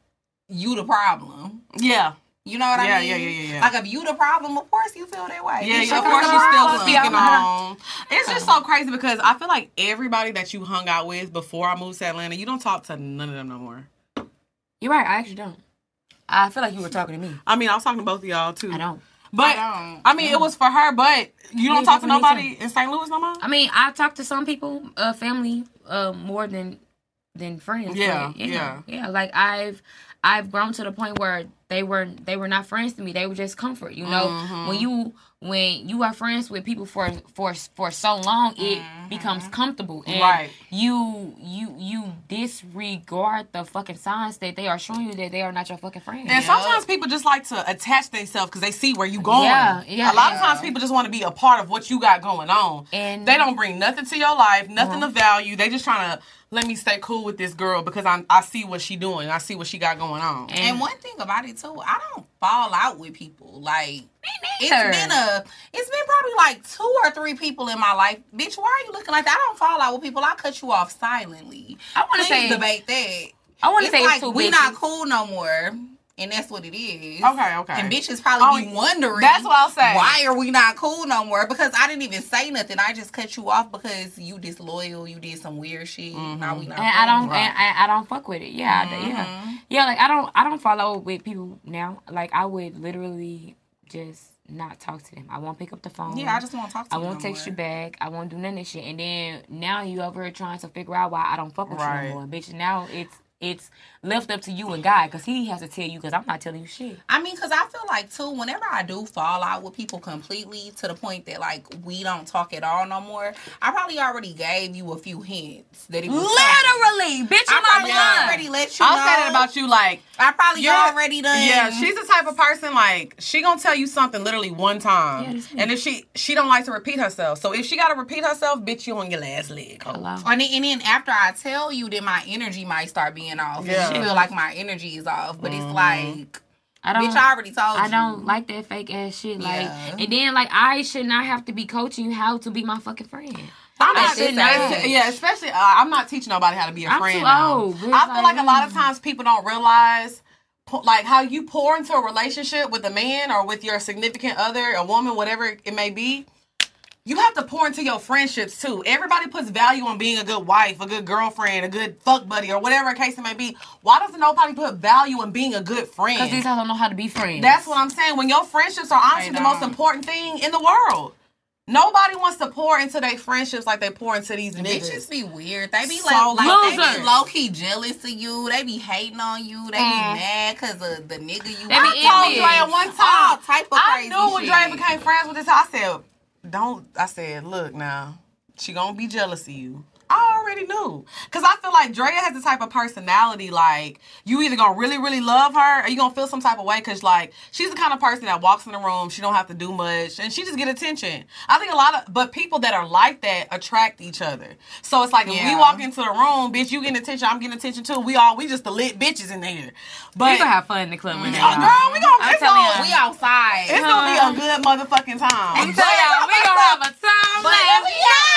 B: you the problem.
A: yeah,
B: You know what
A: Yeah,
B: I mean?
A: yeah, yeah, yeah, yeah.
B: Like if you the problem, of course you feel that way.
A: yeah.
B: Bitch,
A: yeah of
B: you
A: course,
B: the
A: you're still
B: problem.
A: speaking
C: Yeah.
A: on. It's just so crazy because I feel like everybody that you hung out with before I moved to Atlanta, you don't talk to none of them no more.
C: you're right. I actually don't. I feel like you were talking to me.
A: I mean, I was talking to both of y'all too.
C: I don't.
A: But
B: I
A: I,
B: don't.
A: mean, it was for her. But you don't
C: Yeah,
A: talk to
C: that's what he
A: nobody in St. Louis no more.
C: I mean, I talk to some people, uh, family, uh, more than than friends.
A: Yeah,
C: but, you
A: yeah.
C: know, yeah. Like I've I've grown to the point where they were they were not friends to me. They were just comfort. You know,
A: Mm-hmm.
C: when you when you are friends with people for for for so long, it becomes comfortable, and
A: Mm-hmm. Right.
C: you you you disregard the fucking signs that they are showing you that they are not your fucking friend.
A: And sometimes people just like to attach themselves because they see where you going.
C: Yeah, yeah,
A: A lot of
C: yeah.
A: times people just want to be a part of what you got going on.
C: And-
A: they don't bring nothing to your life, nothing of value. They just trying to let me stay cool with this girl because I I see what she doing. I see what she got going on.
B: And one thing about it too, I don't fall out with people. Like it's
C: neither.
B: been a, it's been probably like two or three people in my life. Bitch, why are you looking like that? I don't fall out with people. I cut you off silently.
C: I wanna
B: Please
C: say-
B: debate that.
C: I want to
B: it's
C: say
B: like
C: it's two
B: we
C: bitches.
B: not cool no more. And that's what it is.
A: Okay, okay.
B: And bitches probably
A: Oh,
B: be wondering.
A: that's what I'll say.
B: Why are we not cool no more? Because I didn't even say nothing. I just cut you off because you disloyal. You did some weird shit. Now we not.
C: Mm-hmm. and I don't
B: friends.
C: and I, I don't fuck with it. Yeah, I d-
A: Mm-hmm.
B: Mm-hmm.
C: yeah, yeah. Like I don't I don't follow with people now. Like I would literally just not talk to them. I won't pick up the phone.
B: Yeah, I just won't talk to
C: I
B: you
C: won't
B: no
C: text
B: more.
C: you back. I won't do none of this shit. And then now you over here trying to figure out why I don't fuck with you
A: Right.
C: no more, bitch. Now it's it's left up to you and God because He has to tell you because I'm not telling you shit.
B: I mean, because I feel like, too, whenever I do fall out with people completely to the point that, like, we don't talk at all no more, I probably already gave you a few hints that it was. coming.
C: Literally, bitch.
B: I
C: I'm
B: probably
C: already.
B: already let you
A: I'll
B: know.
A: say that about you. Like,
B: I probably
A: Yeah.
B: already done.
A: yeah, she's the type of person like she gonna tell you something literally one
C: Yeah,
A: time,
C: that's me.
A: and if she she don't like to repeat herself, so if she gotta repeat herself, bitch, you on your last leg. hoe.
C: Hello.
B: And then, and then after I tell you, then my energy might start being off.
A: Yeah.
B: Yeah. You feel like my energy is off, but it's like,
C: I don't.
B: bitch, I already told you.
C: I don't like that fake ass shit. Like,
B: Yeah.
C: and then like I should not have to be coaching you how to be my fucking friend.
A: I'm
C: I
A: not
C: shouldn't
A: especially-
C: have.
A: yeah, especially uh, I'm not teaching nobody how to be a
C: I'm
A: friend.
C: too
A: now.
C: old, bitch,
A: I feel
C: like,
A: like a lot of
C: mm.
A: times people don't realize po- like how you pour into a relationship with a man or with your significant other, a woman, whatever it may be. You have to pour into your friendships too. Everybody puts value on being a good wife, a good girlfriend, a good fuck buddy, or whatever case it may be. Why doesn't nobody put value on being a good friend?
C: Because these hoes don't know how to be friends.
A: That's what I'm saying. When your friendships are honestly
B: They
A: the most
B: don't.
A: important thing in the world. Nobody wants to pour into their friendships like they pour into these
B: Bitches
A: niggas.
B: be weird. They be
A: So
B: like, like they be
C: losers.
B: low key jealous of you. They be hating on you. They be mad because of the nigga you.
C: Mm. They be
A: I
B: I told
A: told
C: envious.
B: you
A: Dre at one time.
B: All type of
A: I
B: crazy
A: knew when
B: shit.
A: Dre became friends with this. I said, "Don't." I said, "Look now, she gonna be jealous of you." I already knew, cause I feel like Drea has the type of personality like you either gonna really, really love her, or you gonna feel some type of way, cause like she's the kind of person that walks in the room, she don't have to do much, and she just get attention. I think a lot of, but people that are like that attract each other. So it's like if we
B: Yeah.
A: walk into the room, bitch, you getting attention, I'm getting attention too. We all we just the lit bitches in there. But
C: We gonna have fun in the club right
A: Oh,
C: now.
A: girl, we gonna
C: I'm
A: it's
C: telling
A: on.
C: y'all.
B: We outside.
A: It's gonna be a good motherfucking time.
C: So y'all, we gonna have a time
B: But
C: lapse.
B: every night,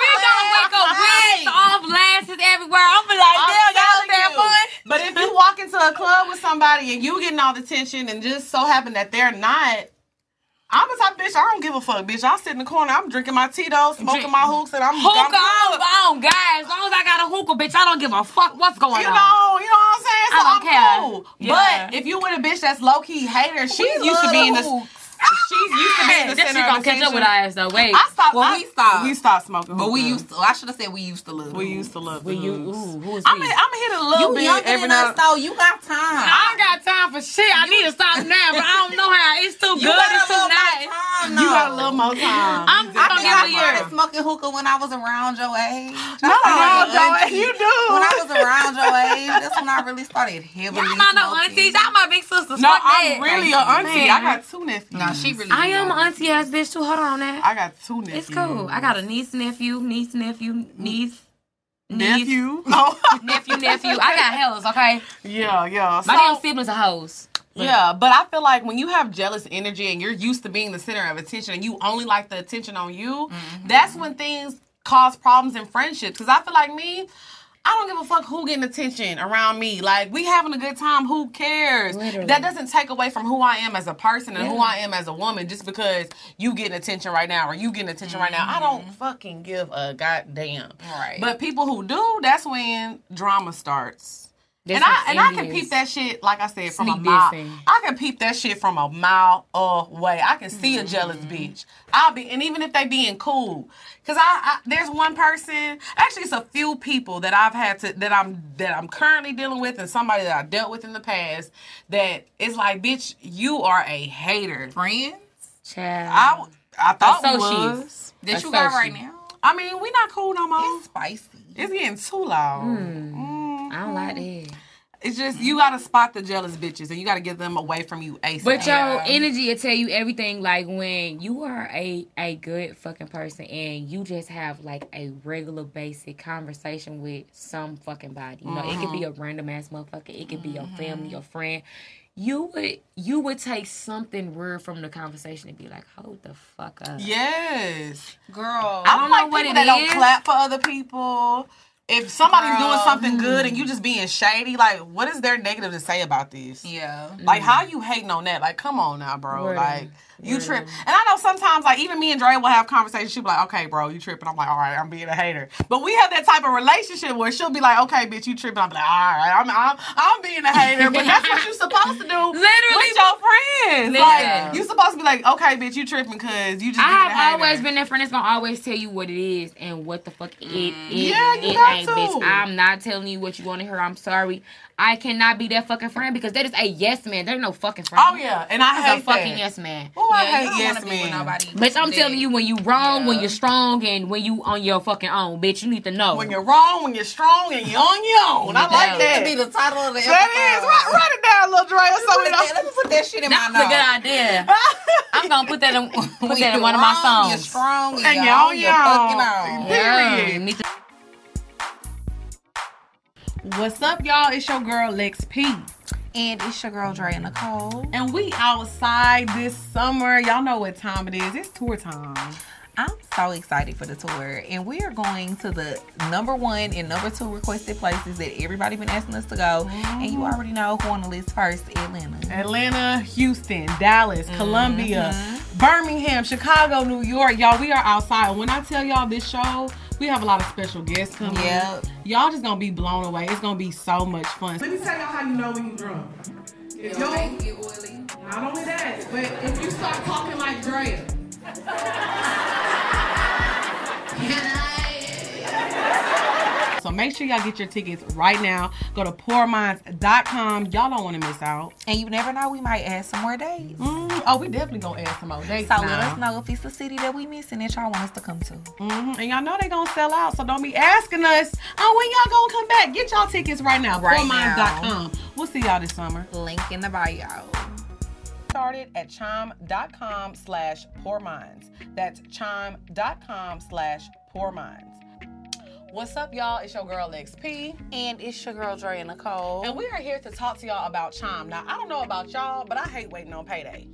C: We gonna wake up with off lashes everywhere. I'm be like, damn,
A: I'm
C: that
A: telling
C: was that
A: you.
C: fun.
A: But if you walk into a club with somebody and you getting all the attention and just so happen that they're not, I'm the type of bitch, I don't give a fuck, bitch. I sit in the corner, I'm drinking my Tito's, smoking
C: Drink-
A: my hooks, and I'm
C: Hookah
A: I'm
C: on,
A: good.
C: on, guys. As long as I got a hookah, bitch, I don't give a fuck what's going
A: You
C: on.
A: know, you know what I'm saying? So
C: I
A: I'm
C: don't care.
A: cool.
C: Yeah.
A: But if you with a bitch that's low key hater, she's
B: We
A: used to
B: love
A: be in the
B: hooks.
A: she's used to be in the
C: Then she
A: center
C: gonna
A: of
C: catch up
A: attention.
C: with our ass though. Wait.
A: I stopped.
B: Well,
A: I-
B: we stopped.
A: We stopped smoking.
B: But we
A: hookah.
B: used to. I should have said we used to live.
A: We used to love.
C: Well, you,
A: hooks.
C: ooh, who is
A: I'm
C: we?
A: gonna hit a little
B: You
A: bit
B: younger
A: every
B: than
A: now.
B: us though. You got time.
C: I don't got time for shit. I need to stop now, but I don't know how. It's
B: You
C: too good.
B: got
C: It's
B: a
C: too
B: little more
C: nice.
B: time.
A: You got a
B: though.
A: little more time.
C: I'm-
A: You
C: I
B: I
A: got
C: don't
A: a
B: think
A: little
B: I
C: got a
A: more
C: year.
B: started smoking hookah when I was around your age.
A: No, no,
B: I
A: Joey,
B: started
A: you
B: auntie.
A: do.
B: When I was around your age, that's when I really started heavily.
C: Y'all not no
B: smoking.
C: aunties. Y'all my big sisters.
A: no,
C: Fuck that.
A: I'm really an auntie. I
C: Man.
A: got two nephews.
B: Nah, she really.
C: I am
B: young.
C: an auntie ass bitch too. Hold on now.
A: I got two nephews.
C: It's cool. I got a niece, nephew, niece, nephew, niece, niece,
A: nephew. No.
C: nephew, nephew. I got hells, okay?
A: yeah, yeah.
C: My damn
A: So,
C: siblings are hoes.
A: yeah, but I feel like when you have jealous energy and you're used to being the center of attention and you only like the attention on you,
C: Mm-hmm.
A: that's when things cause problems in friendships. Because I feel like me. I don't give a fuck who getting attention around me. Like we having a good time. Who cares?
C: Literally.
A: That doesn't take away from who I am as a person and who
C: Yeah.
A: I am as a woman. Just because you getting attention right now or you getting attention right now, I
C: Mm-hmm.
A: don't fucking give a goddamn.
B: Right.
A: But people who do, that's when drama starts.
C: This
A: and I
C: is
A: and I can
C: envious.
A: peep that shit. Like I said, from a
C: Sneak
A: mile.
C: dissing.
A: I can peep that shit from a mile away. I can see a jealous
C: Mm-hmm.
A: bitch. I'll be, and even if they being cool, cause I, I there's one person. Actually, it's a few people that I've had to that I'm that I'm currently dealing with, and somebody that I dealt with in the past. That it's like, bitch, you are a hater.
B: friends
C: Child.
A: I I thought we
C: Associates.
A: was.
B: that you
C: Associate.
B: got right now.
A: I mean, we not cool no more.
B: It's spicy.
A: Oh. It's getting too loud.
C: Hmm.
A: Mm-hmm.
C: I don't like that.
A: It's just you gotta spot the jealous bitches and you gotta get them away from you ASAP.
C: But
B: Yeah.
C: your energy will tell you everything. Like when you are a a good fucking person and you just have like a regular basic conversation with some fucking body. You know, it could be a random ass motherfucker. It could be your family, your friend. You would you would take something weird from the conversation and be like, hold the fuck up.
A: yes,
B: Girl,
A: I
C: don't
A: don't
C: know
A: like
C: what
A: people
C: it
A: that
C: is.
A: don't clap for other people. If somebody's
B: Girl,
A: doing something good
C: Um,
A: and you just being shady, like what is there negative to say about this?
B: yeah.
C: Mm-hmm.
A: Like how you hating on that? Like come on now, bro.
C: Word.
A: Like You trip. And I know sometimes, like, even me and Dre will have conversations. She'll be like, okay, bro, you tripping. I'm like, all right, I'm being a hater. But we have that type of relationship where she'll be like, okay, bitch, you tripping. I'm like, all right, I'm, I'm, I'm being a hater. But that's what you're supposed to do
C: Literally.
A: with your friends.
C: Listen.
A: Like, you supposed to be like, okay, bitch, you tripping because you just being
C: I
A: a
C: have
A: hater.
C: always been that friend that's gonna always tell you what it is and what the fuck it is.
A: Mm. Yeah, you
C: it
A: got
C: ain't,
A: to.
C: bitch. I'm not telling you what you want to hear. I'm sorry. I cannot be that fucking friend because that is a yes man. There's no fucking friend.
A: Oh, yeah. And I
C: That's
A: hate
C: a fucking
A: that.
C: yes man.
A: Oh, I
B: you
A: hate
B: don't
A: yes
B: wanna be with
A: men.
B: nobody
C: Bitch, I'm
B: that-
C: telling you when you wrong, when
B: Yeah.
C: you're strong, and when you on your fucking own, bitch. You need to know.
A: When you're wrong, when you're strong, and you're on your own. I like
C: Yeah.
B: That'd
A: that.
B: be the title of the
A: That
B: episode.
A: is. Write, write it down, little Dre, or
B: Put it there.
A: something.
B: Let me put that shit in
C: That's
B: my
C: a good
B: notes.
C: idea. I'm gonna put that in put that in one of my
B: You're
C: songs.
B: strong and,
A: And
B: you're,
A: y'all
B: on your
A: young.
B: fucking own.
C: Yeah,
A: Period.
C: me too.
A: What's up, y'all? It's your girl, Lex P.
B: And it's your girl Dre Nicole.
A: And we outside this summer. Y'all know what time it is. It's tour time.
B: I'm so excited for the tour, and we are going to the number one and number two requested places that everybody been asking us to go. And you already know who on the list first: Atlanta.
A: Atlanta, Houston, Dallas, Columbia, Birmingham, Chicago, New York. Y'all, we are outside. When I tell y'all this show, we have a lot of special guests coming.
B: Yep.
A: Y'all just gonna be blown away. It's gonna be so much fun. Let me tell y'all how you know when you drunk. If you not only that, but if you start talking like Drea. So make sure y'all get your tickets right now. Go to poorminds.com. Y'all don't want to miss out.
B: And you never know, we might add some more days.
A: Mm, oh, we definitely gonna add some more dates
B: So let
A: now.
B: us know if it's a city that we missing that y'all want us to come to.
A: Mhm, And y'all know they gonna sell out, so don't be asking us. Oh, when y'all gonna come back? Get y'all tickets right now.
B: Right
A: poorminds.com. We'll see y'all this summer.
B: Link in the bio.
A: started at chime.com slash poor minds. That's chime.com slash poor minds. What's up, y'all? It's your girl XP,
B: And it's your girl Dre and Nicole.
A: and we are here to talk to y'all about Chime. Now, I don't know about y'all, but I hate waiting on payday.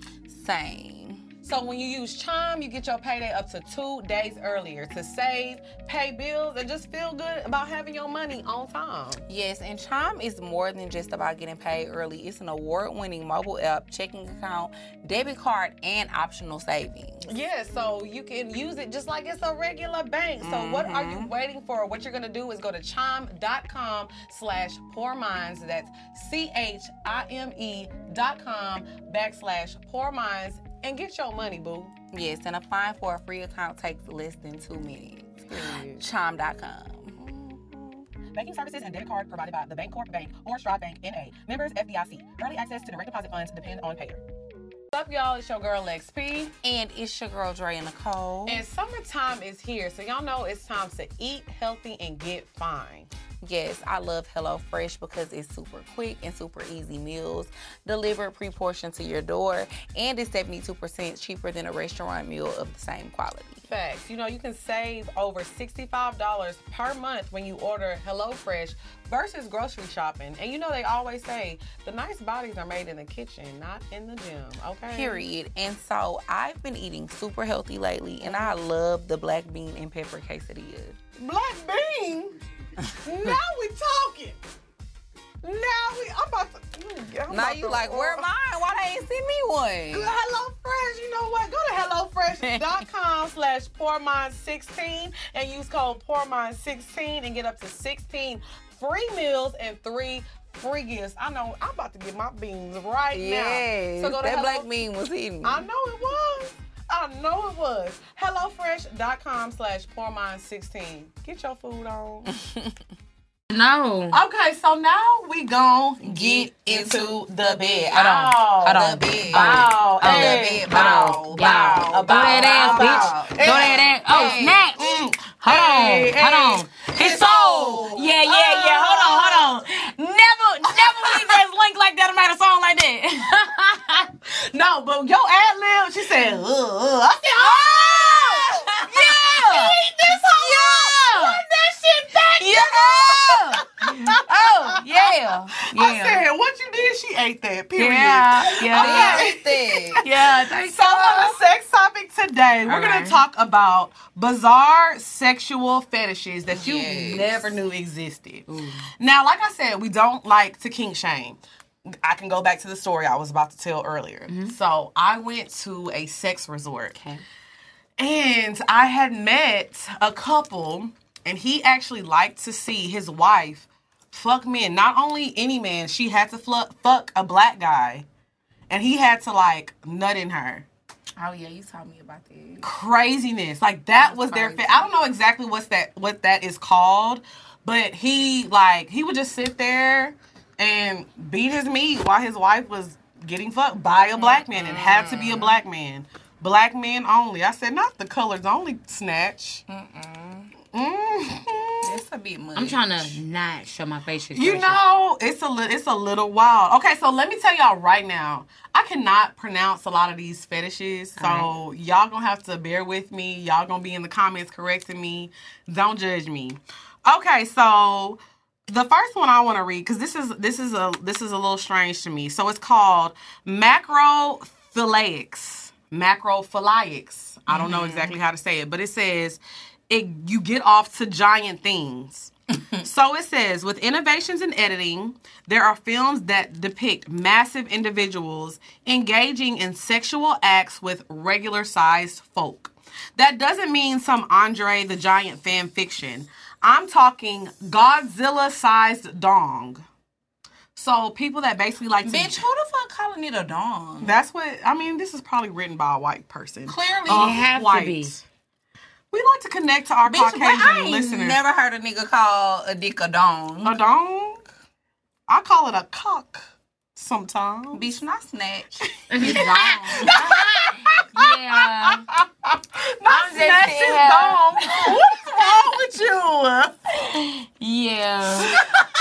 B: Same.
A: So, when you use Chime, you get your payday up to two days earlier to save, pay bills, and just feel good about having your money on time.
B: Yes, and Chime is more than just about getting paid early. It's an award-winning mobile app, checking account, debit card, and optional savings.
A: Yeah, so you can use it just like it's a regular bank. So what are you waiting for? What you're gonna do is go to chime.com slash poor minds. That's C-H-I-M-E E dot com backslash poor minds and get your money, boo.
B: Yes, and applying for a free account takes less than two minutes. Chime.com.
A: Banking services and debit card provided by the Bancorp Bank or Stride Bank NA. Members FDIC. Early access to direct deposit funds depends on payer. What's up, y'all? It's your girl XP.
B: And it's your girl Dre and Nicole.
A: And summertime is here, so y'all know it's time to eat healthy and get fine.
B: Yes, I love HelloFresh because it's super quick and super easy meals delivered pre-portioned to your door, and it's 72% cheaper than a restaurant meal of the same quality.
A: Facts. You know, you can save over $65 per month when you order HelloFresh versus grocery shopping. And you know, they always say the nice bodies are made in the kitchen, not in the gym. Okay.
B: Period. And so I've been eating super healthy lately, and I love the black bean and pepper quesadilla.
A: Black bean. now we talking. Now we. I'm about to. mm, I'm
B: Now
A: about
B: you
A: to-
B: like, where mine? Why they ain't send me one?
A: Hello Fresh, you know what? Go to HelloFresh.com slash PoorMind16 and use code PoorMind16 and get up to 16 free meals and three free gifts. I know I'm about to get my beans right
B: Yes,
A: now. So go to
B: that
A: Hello-
B: black bean was hitting.
A: I know it was. I know it was. HelloFresh.com slash PoorMind16. Get your food on.
C: No.
A: okay, so now we gon'
B: Get into the bed. Oh.
A: Hold on. Hold on.
B: The bed.
A: Bow,
B: Oh,
A: hey,
B: the bed.
A: bow,
B: Bow,
A: bow, bow,
B: bow,
C: Throw that ass,
A: bow,
C: bitch. Throw that ass. Oh,
B: Hey.
C: snatch. Hold
A: Hey,
C: on.
A: hey.
C: Hold on. His soul. Yeah, yeah, yeah. Hold on, hold on. Never, never leave that link like that. No matter song like that.
A: No, but your ad lib, she said, ugh, ugh. I said,
C: oh!
A: oh,
C: Yeah!
A: eat this whole
C: Yeah.
A: Run that shit back.
C: Yeah! Oh, yeah.
A: I
C: Yeah.
A: said, what you did, she ate that, period.
C: Yeah. Yeah.
A: Okay.
B: Everything.
C: Yeah. Thank
A: So on the sex topic today, we're
C: All
A: gonna
C: right.
A: talk about bizarre sexual fetishes that you
B: Yes.
A: never knew existed. Now, like I said, we don't like to kink shame. I can go back to the story I was about to tell earlier. So I went to a sex resort.
C: Okay.
A: And I had met a couple, and he actually liked to see his wife fuck men. Not only any man, she had to flu- fuck a black guy, and he had to like nut in her.
B: Oh yeah, you told me about that.
A: Craziness, like that was their. Fa-
B: crazy.
A: I don't know exactly what's that what that is called, but he like he would just sit there and beat his meat while his wife was getting fucked by a black man. It had to be a black man. Black men only. I said not the colors only snatch. Mhm.
B: It's a bit much.
C: I'm trying to not show my facial
A: You know, it's a li- it's a little wild. Okay, so let me tell y'all right now. I cannot pronounce a lot of these fetishes, so
C: All
A: y'all gonna have to bear with me. Y'all gonna be in the comments correcting me. Don't judge me. Okay, so the first one I want to read because this is this is a this is a little strange to me. So it's called macrophiliacs. Macrophiliacs. I don't know exactly how to say it, but it says it. You get off to giant things. So it says, with innovations in editing, there are films that depict massive individuals engaging in sexual acts with regular sized folk. That doesn't mean some Andre the Giant fan fiction. I'm talking Godzilla sized dong. So people that basically like to-
B: Bitch, who the fuck calling it a dong?
A: That's what I mean. This is probably written by a white person.
B: Clearly,
A: Um,
C: have to
A: white.
C: be.
A: We like to connect to our
B: bitch, but I
A: Caucasian
B: ain't
A: listeners.
B: never heard a nigga call a dick a dong.
A: A dong? I call it a cock sometimes.
B: bitch, not snatch.
C: yeah.
A: Not
C: just
A: snatch his
C: saying.
A: dong. What's wrong with you?
C: Yeah.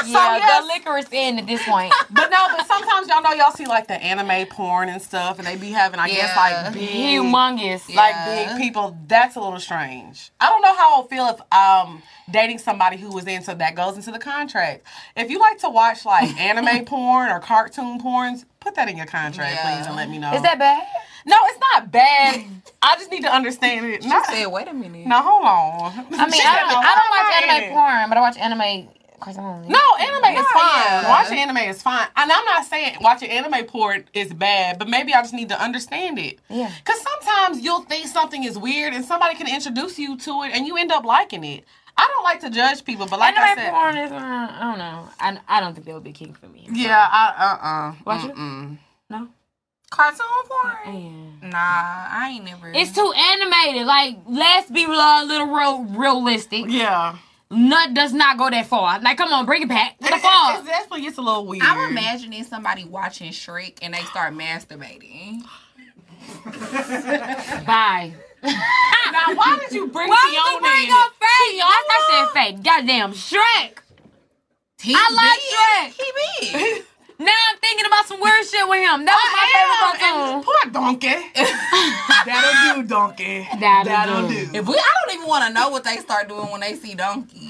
C: Yeah.
A: yes.
C: The liquor is in at this point.
A: But no, but sometimes y'all know y'all see like the anime porn and stuff, and they be having, I guess,
B: Yeah.
A: like big,
C: Humongous.
B: Yeah.
C: Like,
A: like big people. That's a little strange. I don't know how I'll feel if um dating somebody who was into that goes into the contract. If you like to watch like anime porn or cartoon porns, put that in your contract,
B: Yeah.
A: please, and let me know.
C: is that bad?
A: No, it's not bad. I just need to understand it. Not,
B: Said, wait a minute.
A: now hold on.
C: I mean, I don't, I don't watch anime porn, but I watch anime cartoons.
A: No, anime is
B: Nah,
A: fine.
B: yeah.
A: Watching anime is fine. And I'm not saying watching anime porn is bad, but maybe I just need to understand it.
C: Yeah.
A: Because sometimes you'll think something is weird and somebody can introduce you to it and you end up liking it. I don't like to judge people, but like I
C: anime
A: said.
C: porn is, uh, I don't know. I, I don't think that would be king for me.
A: Yeah, I, uh uh
C: Watch it?
A: mm-mm.
C: No.
B: Cartoon porn?
C: Yeah.
B: Nah, I ain't never.
C: It's too animated. Like, let's be a little real, realistic.
A: Yeah.
C: Nut does not go that far. Like, come on, bring it back. What the
A: It,
C: fuck?
A: it definitely gets a little weird.
B: I'm imagining somebody watching Shrek and they start masturbating.
C: Bye.
A: Now, why did you bring
C: Why
A: Fiona
C: you bring
A: in?
C: up Faye? I said Faye. Goddamn Shrek.
B: He
C: I
B: big. He big.
C: Now I'm thinking about some weird shit with him. That was my favorite
A: Damn, and
C: cartoon.
A: Poor donkey. That'll do, donkey.
C: That'll do.
B: If we, I don't even want to know what they start doing when they see donkey.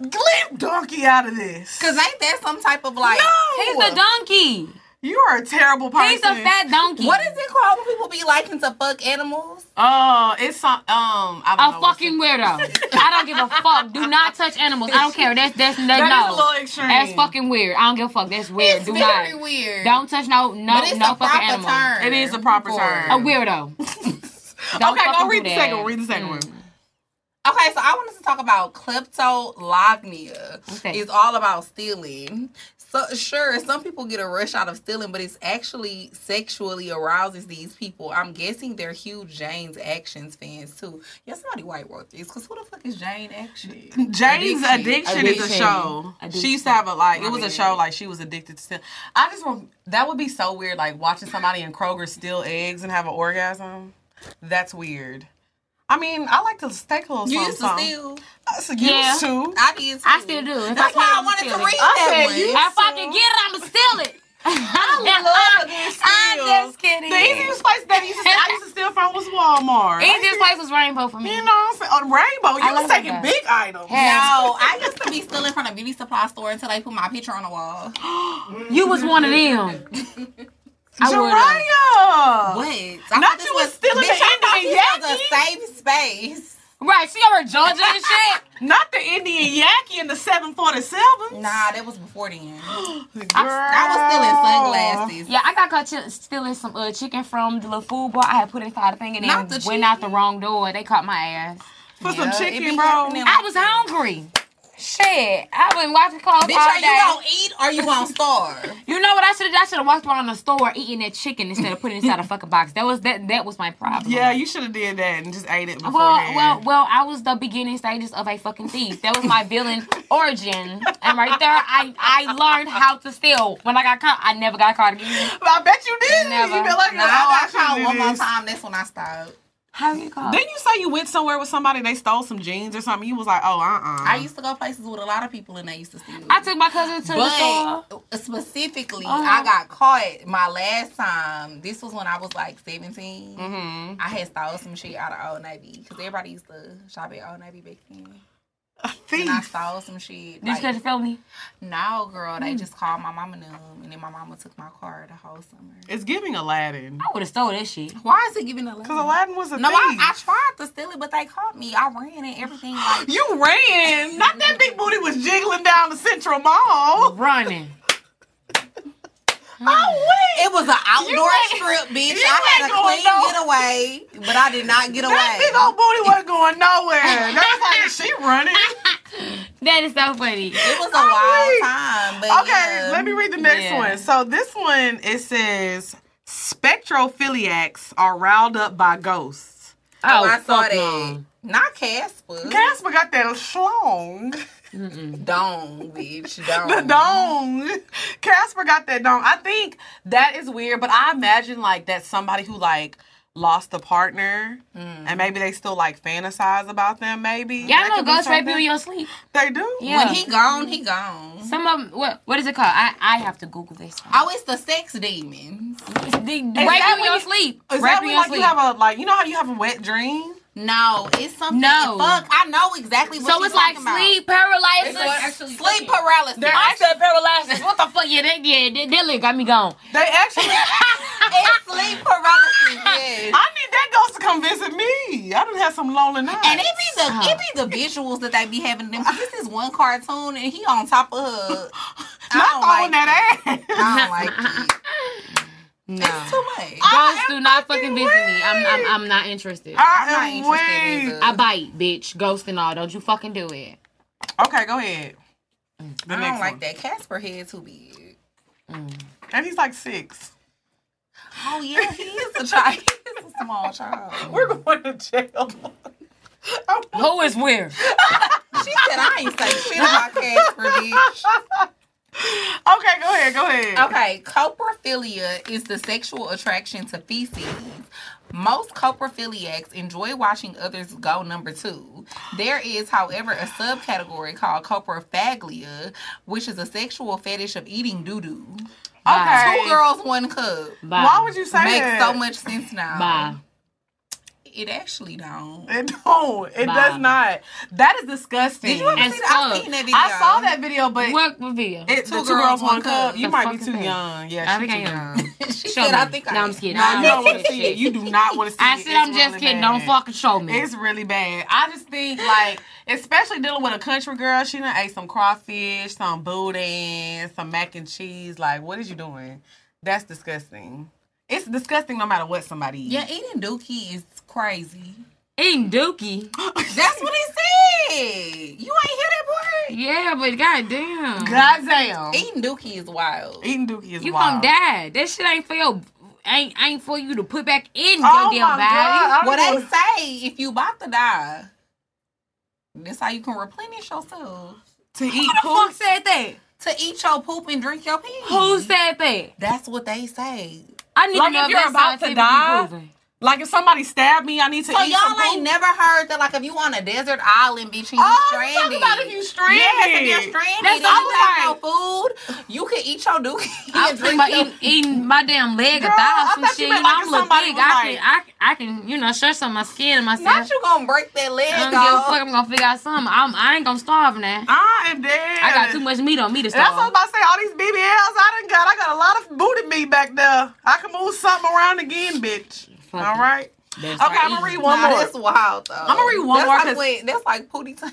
A: Leave donkey out of this.
B: Cause ain't that some type of like?
A: No!
C: He's a donkey.
A: You are a terrible person.
C: He's a fat donkey.
B: What is it called when people be liking to fuck animals?
A: Oh, it's some, um. I don't
C: A
A: know what's
C: fucking
A: the-
C: weirdo. I don't give a fuck. Do not touch animals. I don't care. That's that's, that's
A: That is
C: no.
A: a little extreme.
C: That's fucking weird. I don't give a fuck. That's weird.
B: It's
C: Do
B: very
C: not.
B: weird.
C: Don't touch no no
B: But it's
C: no
B: a
C: fucking
B: proper
C: animal.
B: term.
A: It is a proper
B: for
A: term.
B: it.
C: A weirdo. Don't
A: Okay, go
C: fucking
A: read
C: do
A: the
C: that. Mm.
A: second one. Read the second one.
B: Okay, so I wanted to talk about kleptolognia.
C: Okay.
B: It's all about stealing. So sure, some people get a rush out of stealing, but it's actually sexually arouses these people. I'm guessing they're huge Jane's Actions fans too. Yeah, somebody white wrote this because who the fuck is Jane Actions?
A: Jane's addiction, is a
C: Addiction.
A: show.
C: Addiction.
A: She used to have a like. It
B: My
A: was a
B: bad.
A: show like she was addicted to. I just rem- that would be so weird. Like watching somebody in Kroger steal eggs and have an orgasm. That's weird. I mean, I like to take a little. something,
B: You used to
A: something.
B: steal.
A: I said,
C: Yeah.
A: Used to.
B: I did. Too.
C: I still do. If
B: That's
C: I
B: why
C: can,
B: I wanted to
C: steal
B: read
C: it. Oh,
A: I
B: that
A: said
B: one.
A: you-
C: If I can get it, I'ma steal it.
B: I love this
C: I'm
B: steal.
C: just kidding.
A: The easiest place that I used to, I used to steal from was Walmart.
C: Easiest place was rainbow for me.
A: You know what I'm saying? On Rainbow, you
C: I
A: was
C: love
A: taking
C: that.
A: big items.
C: Hey.
B: No, I used to be stealing from a beauty supply store until they put my picture on the wall.
C: You was one of them. I would've.
A: Jiraiya!
B: What? I
A: Not
B: thought this
A: you was stealing
B: bitch,
A: the
B: I thought
A: Indian
B: this was
A: Yaki.
B: a safe space.
C: Right, she over Georgia and shit.
A: Not the Indian Yaki in the 747.
B: Nah, that was before then.
A: Girl.
B: I was still in sunglasses.
C: Yeah, I got caught chi- stealing some uh, chicken from the little food bar. I had put inside a thing and then
B: Not the
C: went out the wrong door. They caught my ass.
A: For
B: Yeah,
A: some
B: it
A: chicken,
B: be
A: bro.
B: happening.
C: I was hungry. Shit, I've been watching clothes
B: Bitch,
C: all
B: are
C: day.
B: you gonna eat or you gonna starve?
C: You know what I should have? I should have walked around the store eating that chicken instead of putting it inside a fucking box. That was that. That was my problem.
A: Yeah, you should have did that and just ate it before.
C: Well, well, well. I was the beginning stages of a fucking thief. That was my villain origin, and right there, I I learned how to steal. When I got caught, I never got caught again.
A: I bet you did. You
C: Never.
A: feel like
B: Nah, I caught one more time. That's when I stopped.
C: How you caught?
A: Then you say you went somewhere with somebody, they stole some jeans or something. You was like, oh, uh, uh
B: I used to go places with a lot of people and they used to steal.
C: I took my cousin to the store.
B: But specifically,
C: Uh-huh.
B: I got caught my last time. This was when I was like 17.
A: Mm-hmm.
B: I had stole some shit out of Old Navy because everybody used to shop at Old Navy back then.
A: A
B: And I
A: thief.
B: stole some shit.
C: Did you catch a
B: Like,
C: felony?
B: no, girl,
A: Hmm.
B: they just called my mama and them, and then my mama took my car the whole summer.
A: It's giving Aladdin.
C: I would have stole that shit.
B: Why is it giving a
A: Because Aladdin was a
B: No,
A: thief.
B: I, I tried to steal it, but they caught me. I ran and everything. Like,
A: you ran. Not that big booty was jiggling down the Central Mall.
C: Running.
A: Oh, wait.
B: It was an outdoor
A: ain't-
B: strip, bitch.
A: you
B: I had
A: ain't
B: a
A: going
B: clean
A: no-
B: getaway, but I did not get away.
A: That big old booty wasn't going nowhere. That was like, she running.
C: That is so funny.
B: It was a
A: Oh,
B: wild
A: wait.
B: time. But
A: Okay,
B: yeah.
A: let me read the next
C: Um, Yeah.
A: one. So this one it says spectrophiliacs are riled up by ghosts.
B: Oh, I saw
C: fuck
B: that.
C: no.
B: Not Casper.
A: Casper got that schlong,
B: Dong, bitch. Dong.
A: the dong. Casper got that dong. I think that is weird, but I imagine like that's somebody who like lost a partner
B: Mm.
A: and maybe they still like fantasize about them. Maybe
C: Mm-hmm. Y'all
A: That
C: know
A: could be
C: ghosts rape you
A: something.
C: in your sleep.
A: They do.
C: Yeah.
B: When he gone, he gone.
C: Some of 'em- what what is it called? I, I have to Google this. One.
B: Oh, it's the sex demons.
C: It's the- rape
A: that
C: you in
A: when
C: your
A: you-
C: sleep.
A: Is
C: Rape
A: that when
C: you in your
A: like you
C: sleep.
A: have a like you know how you have a wet dream?
B: No, it's something.
C: No.
B: Fuck, I know exactly what
C: So
B: you're
C: it's like
B: talking about.
C: sleep paralysis.
B: Sleep paralysis.
C: I said paralysis. What the fuck? Yeah, that, yeah, that, that lick got me gone.
A: They actually.
B: it's sleep paralysis, yes.
A: I need that ghost to come visit me. I done had some lonely nights.
B: And it be the it be the visuals that they be having them. This is one cartoon and he on top of her. I
A: not throwing
B: don't like
A: that
B: it.
A: ass.
B: I don't like it.
C: No.
B: It's too much.
C: Ghosts do not
A: fucking
C: fucking visit me. I'm,
A: weak.
C: I'm, I'm not interested.
A: I
B: I'm
A: am
B: not
A: way.
B: interested
C: I bite, bitch. Ghost and all. Don't you fucking do it.
A: Okay, go ahead. The
B: I
A: next
B: don't like
A: one.
B: that. Casper head too big.
A: And he's like six.
B: Oh yeah, he is a child. He is a small child.
A: We're going to jail. I'm-
C: Who is where?
B: She said I ain't say shit about Casper, bitch.
A: okay, go ahead. Go ahead.
B: Okay, coprophilia is the sexual attraction to feces. Most coprophiliacs enjoy watching others go number two. There is, however, a subcategory called coprophagia, which is a sexual fetish of eating doo doo.
A: Okay.
B: Two girls, one cup.
C: Bye.
A: Why would you say
B: Makes
A: that?
B: so much sense now.
C: Bye.
B: It actually don't.
A: It don't. It
C: Bye.
A: does not. That is disgusting.
B: Did you ever
C: As
B: see that?
C: fuck.
B: I've seen that video.
A: I saw that video, but
C: What what video?
A: it's
B: Two
A: the two girls,
B: girls, one
A: one
B: cup.
A: cup. You
C: The
A: might be
C: fucking
A: too
C: thing.
A: young.
C: I
A: Yeah, she
C: think I
A: too
C: am.
A: young.
B: she
C: Show
B: said,
C: me.
B: I think I
C: No, I'm scared.
A: No, you don't want
C: Shit.
A: to see it. You do not want to see
C: I
A: it.
C: said
A: It's
C: I'm just
A: really
C: kidding.
A: bad.
C: Don't fucking show me.
B: Mm.
A: It's really bad. I just think like, especially dealing with a country girl, she done ate some crawfish, some boudin, some mac and cheese. Like, what is you doing? That's disgusting. It's disgusting no matter what somebody eats.
B: Yeah, eating dookie is crazy.
C: Eating dookie.
B: That's what it said. You ain't hear that part?
C: Yeah, but
B: Mm.
C: goddamn.
A: Goddamn.
B: Eating dookie is wild.
A: Eating dookie is
C: You
A: wild.
C: gonna die. That shit ain't for your ain't ain't for you to put back in
A: Oh
C: your damn
A: my
C: body.
A: God.
B: Well, they say if you about to die, that's how you can replenish yourself.
A: To eat
C: Who
A: poop.
C: said that?
B: To eat your poop and drink your pee.
C: Who said that?
B: That's what they say.
C: I need
A: Like,
C: to know
A: if you're
C: that's
A: about to
C: scientifically
A: die,
C: proven.
A: Like if somebody stabbed me, I need to
B: So
A: eat some
B: y'all
A: poop.
B: ain't never heard that like if you on a desert island, bitch, and you
A: Oh, you
B: stranded.
A: talking about if you stranded?
B: Yes, if you're stranded,
C: That's
B: and you
A: all
B: have no food, you can eat your dookie.
C: I
B: and
C: was thinking
B: drink
C: about
B: your-
C: eating, eating my damn leg or
A: Girl,
C: thigh
A: I
C: or
A: thought
C: some
A: you
C: shit. You know,
A: meant like
C: I'm
A: if
C: little
A: somebody
C: big.
A: was
C: I,
A: like-
C: can, I, I can, you know, stretch on my skin and myself.
B: Not you gonna break that leg
C: I don't give a
B: off.
C: fuck. I'm gonna figure out something. I'm, I ain't gonna starve now.
A: I am dead.
C: I got too much meat on me to
A: That's what I was
C: starve.
A: about to say. All these BBLs I done got. I got a lot of booty meat back there. I can move something around again, bitch.
C: Fuck
A: All
C: it.
A: right.
C: That's
A: Okay,
C: right.
A: I'm gonna read one
B: nah,
A: more.
B: That's wild though.
A: I'ma read one
B: that's
A: more 'cause-
B: Like, when- that's like Pootie Tang.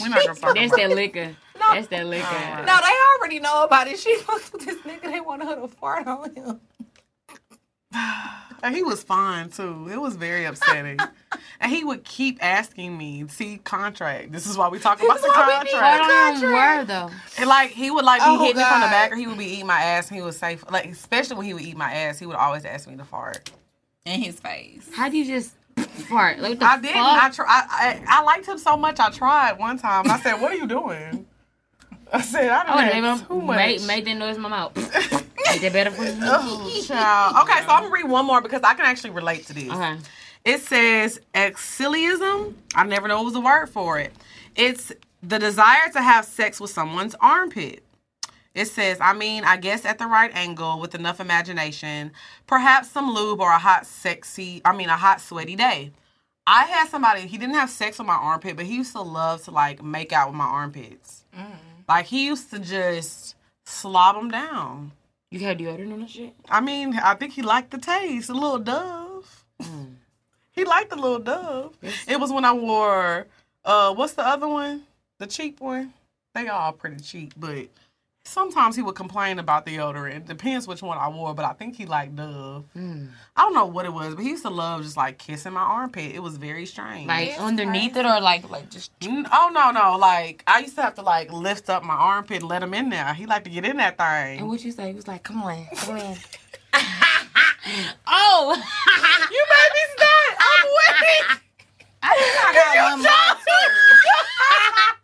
A: We're not gonna fuck
C: That's
A: about
C: that liquor.
B: No.
C: That's that liquor.
A: Alright.
B: No, they already know about it. She fucked with this nigga. They wanted her to fart on him.
A: And he was fine too. It was very upsetting. and he would keep asking me, see contract. This is why we talk about
B: is
A: the
B: why we need
A: contract.
C: I don't even
B: Contract.
C: word though.
A: And like he would like be
B: Oh,
A: hitting me from the
B: God.
A: back or he would be eating my ass and he would say like especially when he would eat my ass, he would always ask me to fart.
B: In his face.
C: How do you just fart? Like what the
A: I didn't.
C: Fuck?
A: I try I, I I liked him so much I tried one time. I said, What are you doing? I said, I
C: I
A: don't
C: would
A: know
C: have
A: too
C: made,
A: much.
C: made, made that noise in my mouth. Make that better for you.
A: Oh, child. Okay, so I'm gonna read one more because I can actually relate to this.
C: Okay.
A: It says exiliism. I never know what was the word for it. It's the desire to have sex with someone's armpit. It says, I mean, I guess at the right angle with enough imagination, perhaps some lube or a hot, sexy, I mean, a hot, sweaty day. I had somebody, he didn't have sex with my armpit, but he used to love to like make out with my armpits. Like, he used to just slob them down.
C: You had deodorant on that shit?
A: I mean, I think he liked the taste, a little dove.
C: Mm.
A: He liked the little dove. It was when I wore uh what's the other one? The cheap one. They all pretty cheap, but sometimes he would complain about deodorant. It depends which one I wore, but I think he liked dove.
C: Mm.
A: I don't know what it was, but he used to love just like kissing my armpit. It was very strange.
C: Like
B: That's
C: underneath
B: crazy.
C: it or like like just
A: Mm, oh no, no. Like I used to have to like lift up my armpit and let him in there. He liked to get in that thing.
C: And what you say? He was like, come on, come on. oh,
A: You made me start. I'm winning.
B: I got one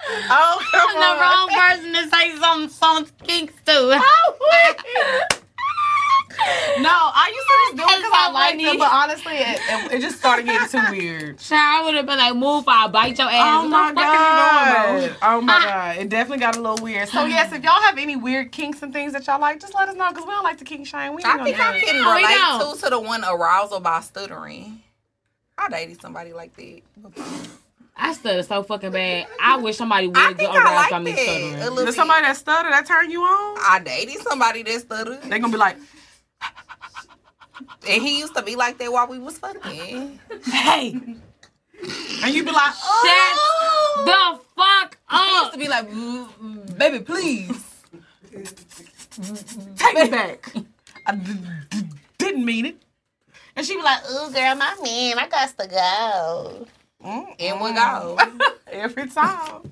A: oh, come
C: I'm the
A: on.
C: wrong person to say something someone's kinks to.
A: No, I used to just do it because I
C: It's
A: liked
C: funny.
A: it, but honestly, it, it, it just started getting too weird.
C: Child, I would have been like, move or I'll bite your ass.
A: Oh my
C: What the fuck are you doing,
A: god! Oh my god! It definitely got a little weird. So yes, if y'all have any weird kinks and things that y'all like, just let us know because we don't like to kink shame. We ain't
B: I
A: gonna
B: think
A: do
B: I
A: it.
B: can
C: No, we
B: relate
C: don't.
B: too to the one arousal by stuttering. I dated somebody like that.
C: I stutter so fucking bad. I wish somebody would
B: I
C: get
B: think
C: around
B: I
C: by
B: like
C: me
B: that. A
C: stuttering.
B: little
A: Does
B: bit.
A: somebody that stutter that turn you on?
B: I dated somebody that stuttered,
A: They gonna be like,
B: and he used to be like that while we was fucking.
C: Hey,
A: and you be like,
C: shut the fuck
B: He used
C: up.
B: to be like, "Mm, mm, "Baby, please."
A: take it back. I d- d- didn't mean it.
B: And she was like, "Ooh, girl, my man, I got to go." And Mm, we go.
A: Every time.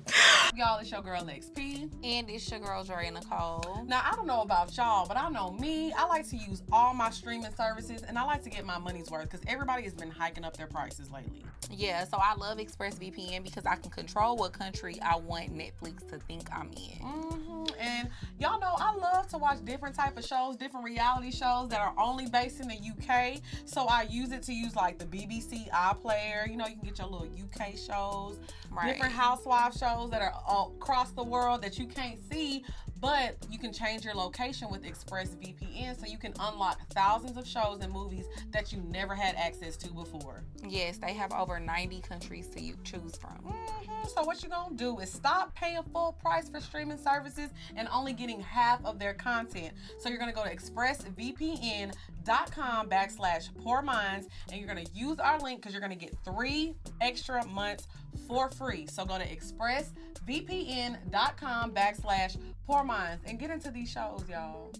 B: Y'all, it's your girl XP, and it's your girl Dre Nicole.
A: Now, I don't know about y'all, but I know me. I like to use all my streaming services and I like to get my money's worth because everybody has been hiking up their prices lately.
B: Yeah, so I love ExpressVPN because I can control what country I want Netflix to think I'm in.
A: hmm And y'all know I love to watch different type of shows, different reality shows that are only based in the UK. So I use it to use like the BBC iPlayer. You know, you can get your little UK shows,
B: Right.
A: different housewife shows that are all across the world that you can't see, but you can change your location with ExpressVPN so you can unlock thousands of shows and movies that you never had access to before.
B: Yes, they have over 90 countries to you choose from.
A: Mhm. So what you're gonna do is stop paying full price for streaming services and only getting half of their content. So you're gonna go to expressvpn.com backslash poor minds and you're gonna use our link because you're gonna get three extra months for free. So go to expressvpn.com backslash poor minds and get into these shows, y'all.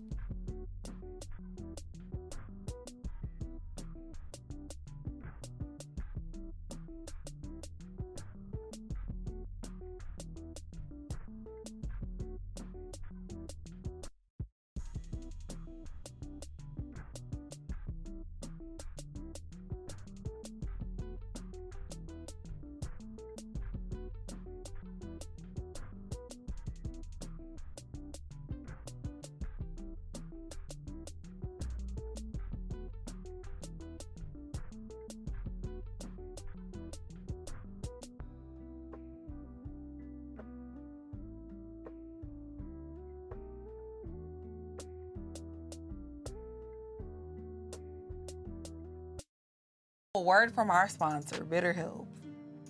B: A word from our sponsor, BetterHelp.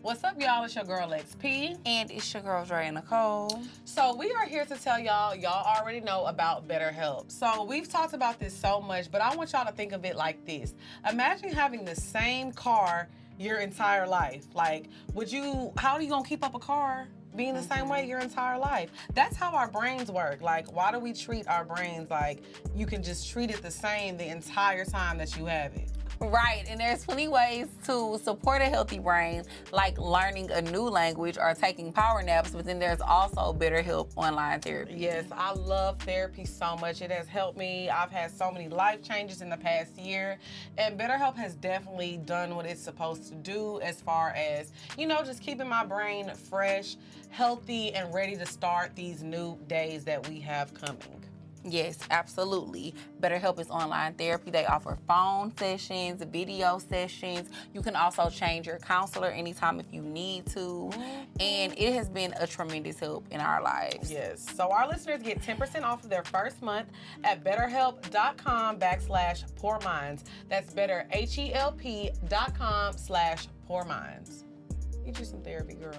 A: What's up, y'all? It's your girl XP.
B: And it's your girl Dre and Nicole.
A: So we are here to tell y'all, y'all already know about BetterHelp. So we've talked about this so much, but I want y'all to think of it like this. Imagine having the same car your entire life. Like, would you how are you gonna keep up a car? being the same way your entire life. That's how our brains work. Like, why do we treat our brains like you can just treat it the same the entire time that you have it?
B: Right, and there's 20 ways to support a healthy brain, like learning a new language or taking power naps, but then there's also BetterHelp online therapy.
A: Yes, I love therapy so much. It has helped me. I've had so many life changes in the past year, and BetterHelp has definitely done what it's supposed to do as far as, you know, just keeping my brain fresh, healthy, and ready to start these new days that we have coming.
B: Yes, absolutely. BetterHelp is online therapy. They offer phone sessions, video sessions. You can also change your counselor anytime if you need to.
A: Mm-hmm.
B: And it has been a tremendous help in our lives.
A: Yes. So our listeners get 10% off of their first month at betterhelp.com backslash poor minds. That's better H E L P dot com slash poor minds. Get you some therapy, girl.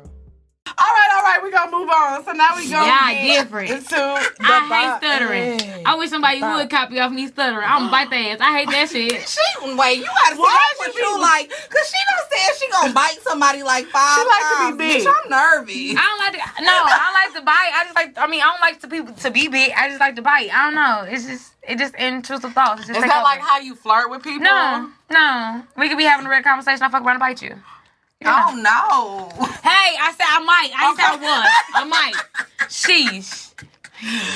A: All right, all right, we're gonna move on. So now we go
C: Yeah,
A: get
C: different.
A: into the
C: I hate
A: bo-
C: stuttering.
A: Yeah.
C: I wish somebody would copy off me stuttering. I'm bite their ass. I hate that shit.
B: She wait, you gotta see
A: Why
B: that
A: would
B: what
A: you-
B: you like, cause she done said she gonna bite somebody like five
A: She like to be
B: times.
A: big.
B: Bitch, I'm nervous.
C: I don't like to. No, I don't like to bite. I just like. I mean, I don't like to be to be big. I just like to bite. I don't know. It's just it just intrusive thoughts. It's just
A: Is
C: take
A: that
C: over.
A: like how you flirt with people?
C: No, no. We could be having a real conversation. I fuck around and bite
A: Oh.
C: you.
B: I don't know.
C: Hey, I said I might. I didn't
A: Okay.
C: say I was. I might. Sheesh.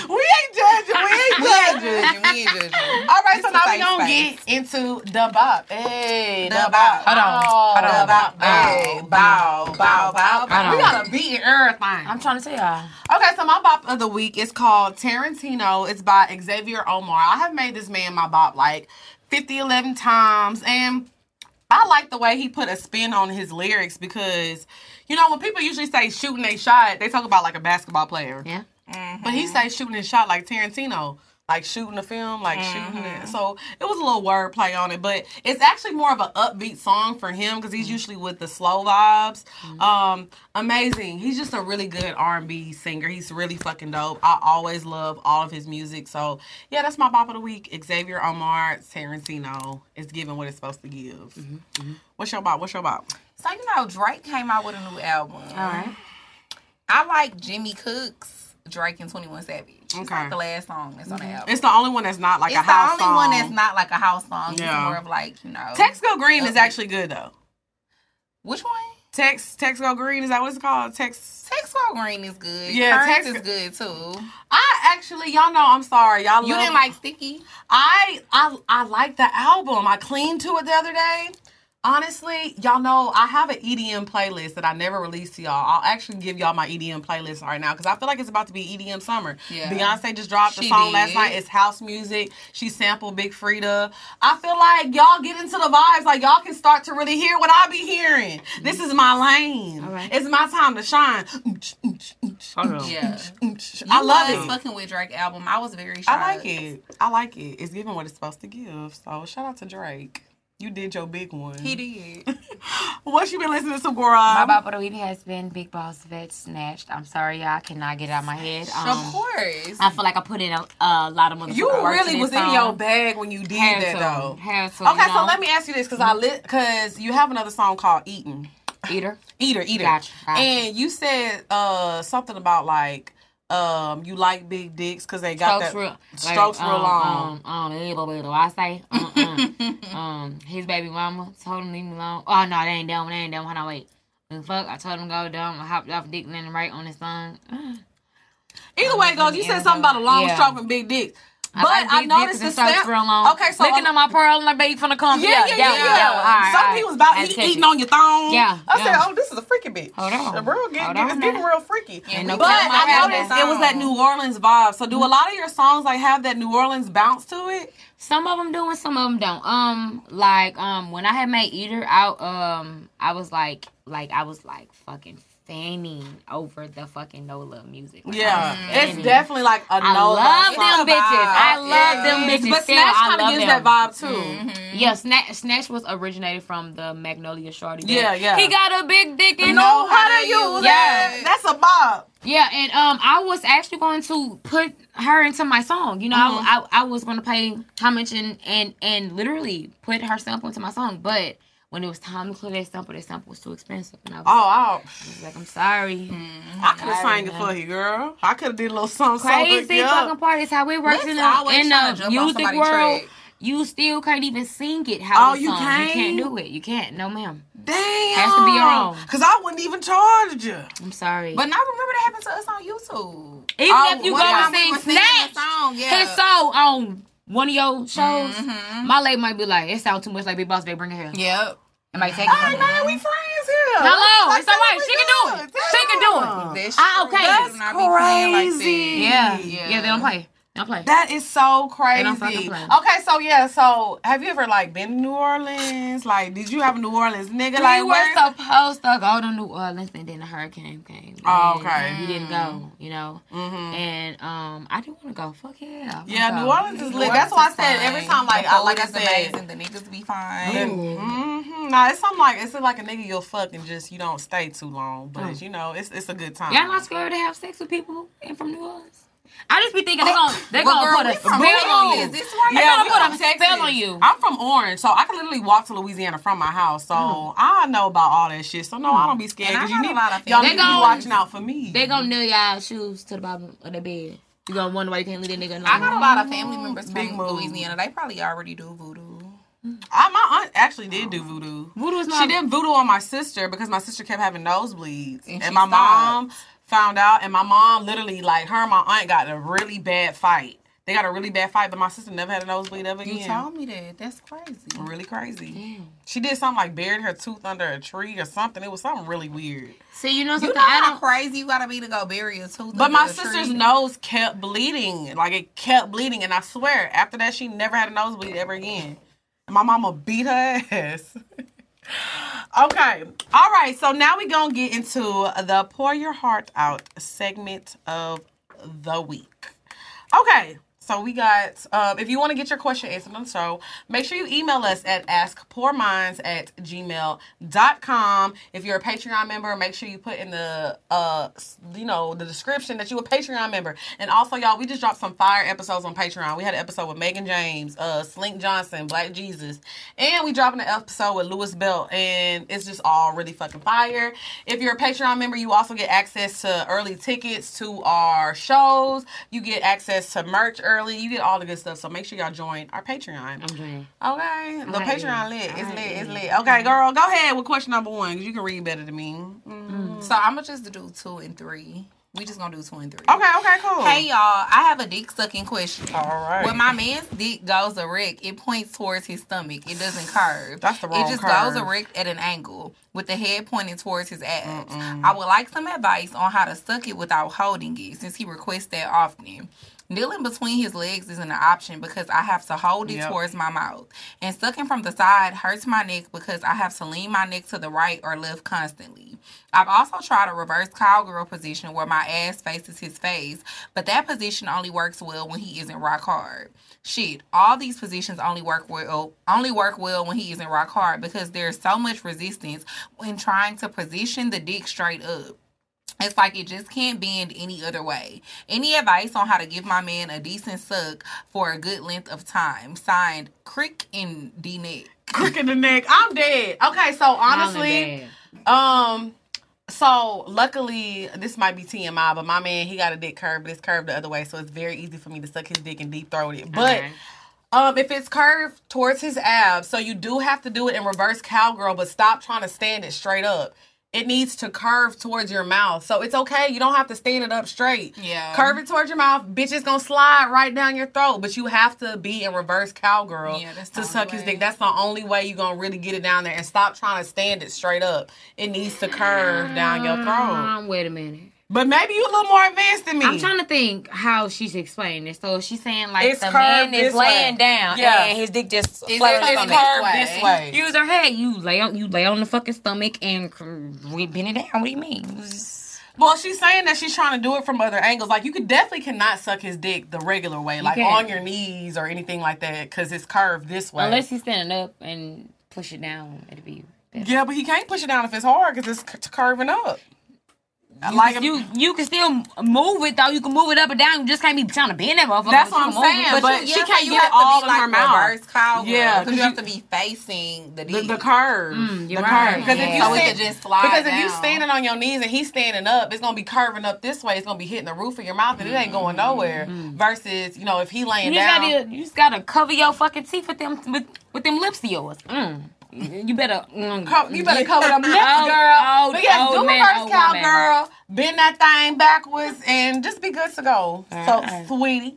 A: We ain't judging. We ain't
B: we ain't
A: judging.
B: judging. We ain't judging.
A: All right, so
B: It's
A: now
B: a
A: we
B: safe
A: gonna
B: space.
A: get into the bop. Hey,
B: The bop.
C: Hold on. Hold
A: The
C: on.
A: bop. Hey, bow, bow, bow,
C: Hold
A: bow.
C: on.
A: We gotta beat everything.
C: I'm trying to tell y'all.
A: Okay, so my bop of the week is called Tarantino. It's by Xavier Omar. I have made this man my bop like 50, 11 times. And I like the way he put a spin on his lyrics because, you know, when people usually say shooting a shot, they talk about like a basketball player.
C: Yeah.
A: But he say shooting a shot like Tarantino. Like shooting a film, like shooting
B: Mm-hmm.
A: it. So it was a little wordplay on it, but it's actually more of an upbeat song for him because
B: Mm-hmm.
A: he's usually with the slow vibes. Um, amazing. He's just a really good R and B singer. He's really fucking dope. I always love all of his music. So yeah, that's my bop of the week. Xavier Omar Tarantino is giving what it's supposed to give.
B: Mm-hmm.
A: What's your bop? What's your bop?
B: So you know, Drake came out with a new album.
C: All right.
B: I like Jimmy Cook's Drake and Twenty One Savage. It's
A: Okay. Mm-hmm.
B: like the last song that's on the album.
A: It's the only one that's not like
B: It's
A: a
B: the
A: house
B: only
A: song.
B: one that's not like a house song.
A: Yeah.
B: It's more of like you know.
A: Tex Go Green is actually good though.
B: Which one?
A: Tex Texco Green, is that what it's called? Tex
B: Tex Go Green is good.
A: Yeah,
B: Yeah, Tex
A: Tex-
B: is good too.
A: I actually y'all know I'm sorry. Y'all
B: You
A: love-
B: didn't like Sticky?
A: I I I like the album. I cleaned to it the other day. Honestly, y'all know I have an EDM playlist that I never released to y'all. I'll actually give y'all my EDM playlist right now because I feel like it's about to be EDM summer.
B: Yeah.
A: Beyonce just dropped the
B: She
A: song last
B: did.
A: night. It's house music. She sampled Big Frida. I feel like y'all get into the vibes. Like y'all can start to really hear what I be hearing. This is my lane.
C: All right.
A: It's my time to shine. Oonch, oonch, oonch,
C: Hold on.
A: oonch,
B: Yeah.
A: oonch.
B: You
A: I love
B: was
A: it.
B: Fucking with Drake album, I was very.
C: Uh,
B: Shocked.
A: I like it. I like it. It's giving what it's supposed to give. So shout out to Drake. You did your big one.
B: He did.
A: What you been listening to,
C: My
A: Gora?
C: bop of the week has been Big Boss Vet Snatched. I'm sorry, y'all. I cannot get it out of my head.
B: of
C: Um,
B: course.
C: I feel like I put in a, a lot of motherfucking
A: You
C: work
A: really
C: this
A: was in
C: song.
A: your bag when you did
C: Had
A: that,
C: to.
A: though.
C: Had to,
A: Okay,
C: you
A: so
C: know?
A: let me ask you this, because I lit, because you have another song called "Eating,"
C: Eater.
A: "Eater," "Eater,"
C: Gotcha, gotcha.
A: and you said uh something about like um you like big dicks because they got
C: Strokes
A: that
C: real.
A: strokes
C: like,
A: real
C: um,
A: long.
C: Um, um, little, little. I say, uh-uh. um, his baby mama told him to leave me alone. Oh no, they ain't done. They ain't done. Hold on, wait. The fuck, I told him to go dumb. I hopped off dick landing right on his tongue.
A: Either way it goes, you said
C: Yeah.
A: something about a long
C: Yeah.
A: stroke and big dick. But
C: like
A: I
C: these
A: noticed
C: dicks
A: the
C: and strokes
A: sound.
C: real long.
A: Okay, so
C: licking
A: I'm-
C: on my pearl and my baby from the cum.
A: Yeah, yeah, yeah.
C: that one, that one. All right, all
A: Some
C: right.
A: people was about
C: Had to
A: eat,
C: catch
A: eating
C: it.
A: on your thong.
C: Yeah,
A: I
C: yeah.
A: said, oh, this is a freaky bitch.
C: Hold on.
A: A real getting,
C: Hold
A: it's
C: on
A: getting
C: now.
A: real freaky.
B: Yeah,
C: no
A: but
C: telling what
A: I
C: happened.
A: noticed it was that New Orleans vibe. So do
C: Mm-hmm.
A: a lot of your songs like have that New Orleans bounce to it?
C: Some of them do and some of them don't. Um, like um, when I had made Eater out, um, I was like, like I was like fucking standing over the fucking no love music. Like,
A: Yeah,
C: I'm
A: it's
C: standing.
A: definitely like a
C: Mm-hmm. I
A: no.
C: love them
A: song.
C: bitches. I love them
B: Yeah.
C: bitches.
A: But
C: still.
A: Snatch
C: I
A: kind of
C: love
A: gives
C: them. Mm-hmm.
A: that vibe too.
B: Mm-hmm.
C: Yeah, Snatch, Snatch was originated from the Magnolia Shorty. band.
A: Yeah, yeah.
C: He got a big dick and
A: Know how to
B: use
A: use
C: Yeah.
A: it. That's a bob.
C: Yeah, and um, I was actually going to put her into my song. You know,
A: Mm-hmm.
C: I, I I was going to pay homage and and and literally put her sample into my song, but. When it was time to clear that sample, that sample was too expensive, and I was,
A: Oh, I,
C: was like, "I'm sorry."
B: Mm-hmm.
A: I could have
C: I
A: sang it
C: know.
A: for you, girl. I could have did a little song.
C: Crazy fucking part is how it works
B: Let's
C: in
B: always
C: the, in
B: tryna
C: the
B: jump on
C: music
B: somebody's
C: world.
B: track.
C: You still can't even sing it how
A: Oh,
C: it's
A: you
C: sung. You
A: can't?
C: can't do it. You can't. No, ma'am.
A: Damn.
C: Has to be your own.
A: Cause I wouldn't even charge you.
C: I'm sorry.
B: But now remember that happened to us on YouTube.
C: Even
A: Oh,
C: if you
A: one
C: go
A: time
C: and
A: we
C: sing
B: were singing
C: Snatch,
B: the song, yeah.
C: his soul on one of your shows,
B: Mhm.
C: my lady might be like, it sounds too much like Big Boss Baby, bring it here.
B: Yep.
C: Am I taking
A: Hey
C: it?
A: man, we friends here.
C: Hello,
A: Like,
C: it's all right.
A: that's
C: She
A: what
C: can
A: we
C: do it. She can do it.
B: That's
C: Ah,
B: true.
C: okay.
B: They do
A: That's
B: not be playing like
A: crazy.
B: that.
C: Yeah.
B: Yeah.
C: yeah, They don't play. They don't play.
A: That is so
C: They don't
A: crazy.
C: fucking play.
A: Okay, so yeah, so have you ever like been to New Orleans? Like, did you have a New Orleans nigga?
C: we
A: Like,
C: were
A: where-
C: supposed to go to New Orleans, and then the hurricane came.
A: Oh,
C: And
A: okay.
C: We didn't go, you know.
A: Mhm.
C: And um, I didn't want to go. Fuck yeah. I wanna
A: Yeah,
C: go.
A: New Orleans is
B: New
A: lit. That's why I
B: Orleans is
A: said
B: fine.
A: every time, like,
B: The
A: I,
B: food
A: like I
B: is
A: said.
B: amazing. the niggas be fine.
A: Mm-hmm. Nah, it's something like it's like a nigga you'll fuck and just you don't stay too long, but you know it's it's a good time.
C: Oh. Y'all not scared to have sex with people and from New Orleans? I just be thinking they're gonna they're
B: Well, girl,
C: gonna
B: we
C: put a
B: from
C: spell on
B: Texas.
C: you.
B: It's right
A: Yeah,
B: here.
A: we from
C: They're gonna put a
A: Texas.
C: spell on you.
A: I'm from Orange, so I can literally walk to Louisiana from my house. So I know about all that shit. So no, I don't be scared.
B: Hmm. And I
A: 'cause you
B: got a
A: need,
B: lot of
A: y'all need
B: family.
A: to be
C: They gon-
A: watching out for me.
C: They gonna nail y'all shoes to the bottom of the bed. You gonna wonder why you can't leave that nigga alone.
B: I got a lot of family members
A: Big
B: from
A: move.
B: Louisiana. They probably already do voodoo.
A: I, my aunt actually did do voodoo.
C: voodoo is
A: She
C: not.
A: did voodoo on my sister because my sister kept having nosebleeds, and,
B: And she
A: my
B: stopped.
A: mom found out. And my mom literally, like her and my aunt, got in a really bad fight. They got a really bad fight, but my sister never had a nosebleed ever
B: You
A: again.
B: told me that. That's crazy.
A: Really crazy.
C: Damn.
A: She did something like buried her tooth under a tree or something. It was something really weird.
C: See, you know
B: You
C: something.
B: know
C: I
B: how
C: don't.
B: crazy you gotta be to go bury a tooth.
A: But
B: under
A: my
B: a
A: sister's
B: tree?
A: nose kept bleeding. Like it kept bleeding. And I swear, after that, she never had a nosebleed ever again. And my mama beat her ass. okay. All right. So now we're going to get into the pour your heart out segment of the week. Okay. So we got, um, if you want to get your question answered on the show, make sure you email us at askpoorminds at gmail.com. If you're a Patreon member, make sure you put in the, uh, s- you know, the description that you're a Patreon member. And also, y'all, we just dropped some fire episodes on Patreon. We had an episode with Megan James, uh, Slink Johnson, Black Jesus, and we dropping an episode with Lewis Belt. And it's just all really fucking fire. If you're a Patreon member, you also get access to early tickets to our shows. You get access to merch early. You get all the good stuff. So make sure y'all join our Patreon.
C: I'm doing.
A: Okay, the
C: Alright,
A: Patreon
C: yeah.
A: lit. It's
C: Alright,
A: lit. It's
C: yeah.
A: lit. Okay, girl, go ahead with question number one 'cause you can read better than me. Mm.
B: So I'm gonna just do two and three. We just gonna do two and three.
A: Okay, okay, cool.
B: Hey y'all, I have a dick sucking question.
A: all right.
B: When my man's dick goes erect, it points towards his stomach. It doesn't curve.
A: That's the wrong
B: It just
A: curve.
B: goes erect at an angle, with the head pointing towards his abs. I would like some advice on how to suck it without holding it, since he requests that often. Kneeling between his legs isn't an option because I have to hold it
A: Yep.
B: towards my mouth. And sucking from the side hurts my neck because I have to lean my neck to the right or left constantly. I've also tried a reverse cowgirl position where my ass faces his face, but that position only works well when he isn't rock hard. Shit, all these positions only work well only work well when he isn't rock hard because there's so much resistance when trying to position the dick straight up. It's like it just can't bend any other way. Any advice on how to give my man a decent suck for a good length of time? Signed, Crick and D Nick.
A: crick in the neck. I'm dead. Okay, so honestly, um, so luckily this might be TMI, but my man he got a dick curve, but it's curved the other way, so it's very easy for me to suck his dick and deep throat it. But um, if it's curved towards his abs, so you do have to do it in reverse cowgirl, but stop trying to stand it straight up. It needs to curve towards your mouth, so it's okay. You don't have to stand it up straight.
B: Yeah.
A: curve it towards your mouth. Bitch, it's gonna slide right down your throat, but you have to be in reverse cowgirl
B: Yeah, that's
A: to
B: the
A: suck
B: only
A: his
B: way.
A: dick. That's the only way you're gonna really get it down there and stop trying to stand it straight up. It needs to curve down your throat.
B: Mm.
C: Um, wait a minute.
A: But maybe you a little more advanced than me.
C: I'm trying to think how she's explaining this. So she's saying like
A: It's
C: the
A: curved
C: man is
A: this way.
C: laying down
A: Yeah.
C: and his dick just
B: It's
C: flares
B: curved
C: on
B: this
C: it.
A: curved
B: way.
A: this way.
C: Use her head. You lay on you lay on the fucking stomach and cr- we bend it down. What do you mean? You just-
A: Well, she's saying that she's trying to do it from other angles. Like you could definitely cannot suck his dick the regular way, like
C: can't.
A: on your knees or anything like that, because it's curved this way.
C: Unless he's standing up and push it down, it'd be. Better.
A: yeah, but he can't push it down if it's hard because it's c- curving up.
C: You
A: like
C: can- you, you can still move it though. You can move it up and down. You just can't be trying to bend that motherfucker.
A: That's
C: You
A: what
C: can
A: I'm
C: move it,
A: saying, Oh, but
B: you,
A: she
B: yeah,
A: can't
B: you
A: get it
B: have
A: all in
B: to be like
A: her mouth.
B: reverse cowgirl.
A: Yeah,
B: because
A: 'cause
B: you have
A: you-
B: to be facing the
A: the,
B: dick.
A: the curve,
C: Mm,
A: the
C: you're right.
A: curve. Because
C: Yeah.
A: if you
C: So it
A: sit-
B: could just slide
A: because if you
B: down.
A: standing on your knees and he's standing up, it's gonna be curving up this way. It's gonna be hitting the roof of your mouth, and it ain't going nowhere. Versus, you know, if he laying
C: Mm-hmm. You just
A: down,
C: gotta you just gotta cover your fucking teeth with them with with them lips of yours. Mm. You better mm.
A: Co- you better cover them lips,
C: Old-
A: girl.
C: old-
A: but yes,
C: old
A: do
C: Oh, man,
A: reverse
C: old
A: cow,
C: woman.
A: girl. Bend that thing backwards and just be good to go. So,
C: right.
A: sweetie.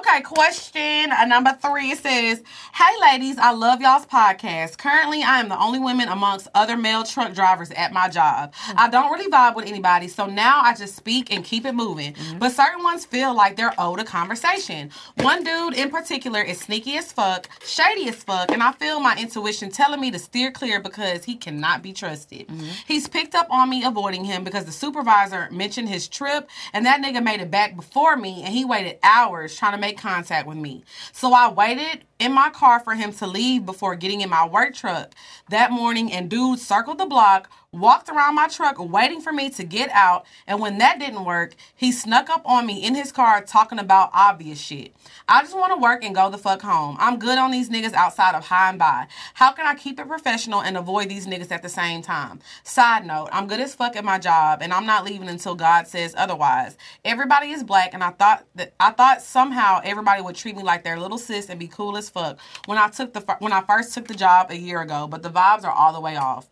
A: Okay, question uh, number three It says, Hey ladies, I love y'all's podcast. Currently, I am the only woman amongst other male truck drivers at my job.
C: Hmm.
A: I don't really vibe with anybody, so now I just speak and keep it moving.
C: Mm-hmm.
A: But certain ones feel like they're owed a conversation. One dude in particular is sneaky as fuck, shady as fuck, and I feel my intuition telling me to steer clear because he cannot be trusted. He's picked up on me avoiding him because the supervisor mentioned his trip, and that nigga made it back before me, and he waited hours trying to make contact with me. So I waited in my car for him to leave before getting in my work truck that morning, and dude circled the block, walked around my truck, waiting for me to get out. And when that didn't work, he snuck up on me in his car talking about obvious shit. I just want to work and go the fuck home. I'm good on these niggas outside of high and by. How can I keep it professional and avoid these niggas at the same time? Side note, I'm good as fuck at my job and I'm not leaving until God says otherwise. Everybody is black and I thought that I thought somehow everybody would treat me like their little sis and be cool as fuck when I took the fir- when I first took the job a year ago, but the vibes are all the way off.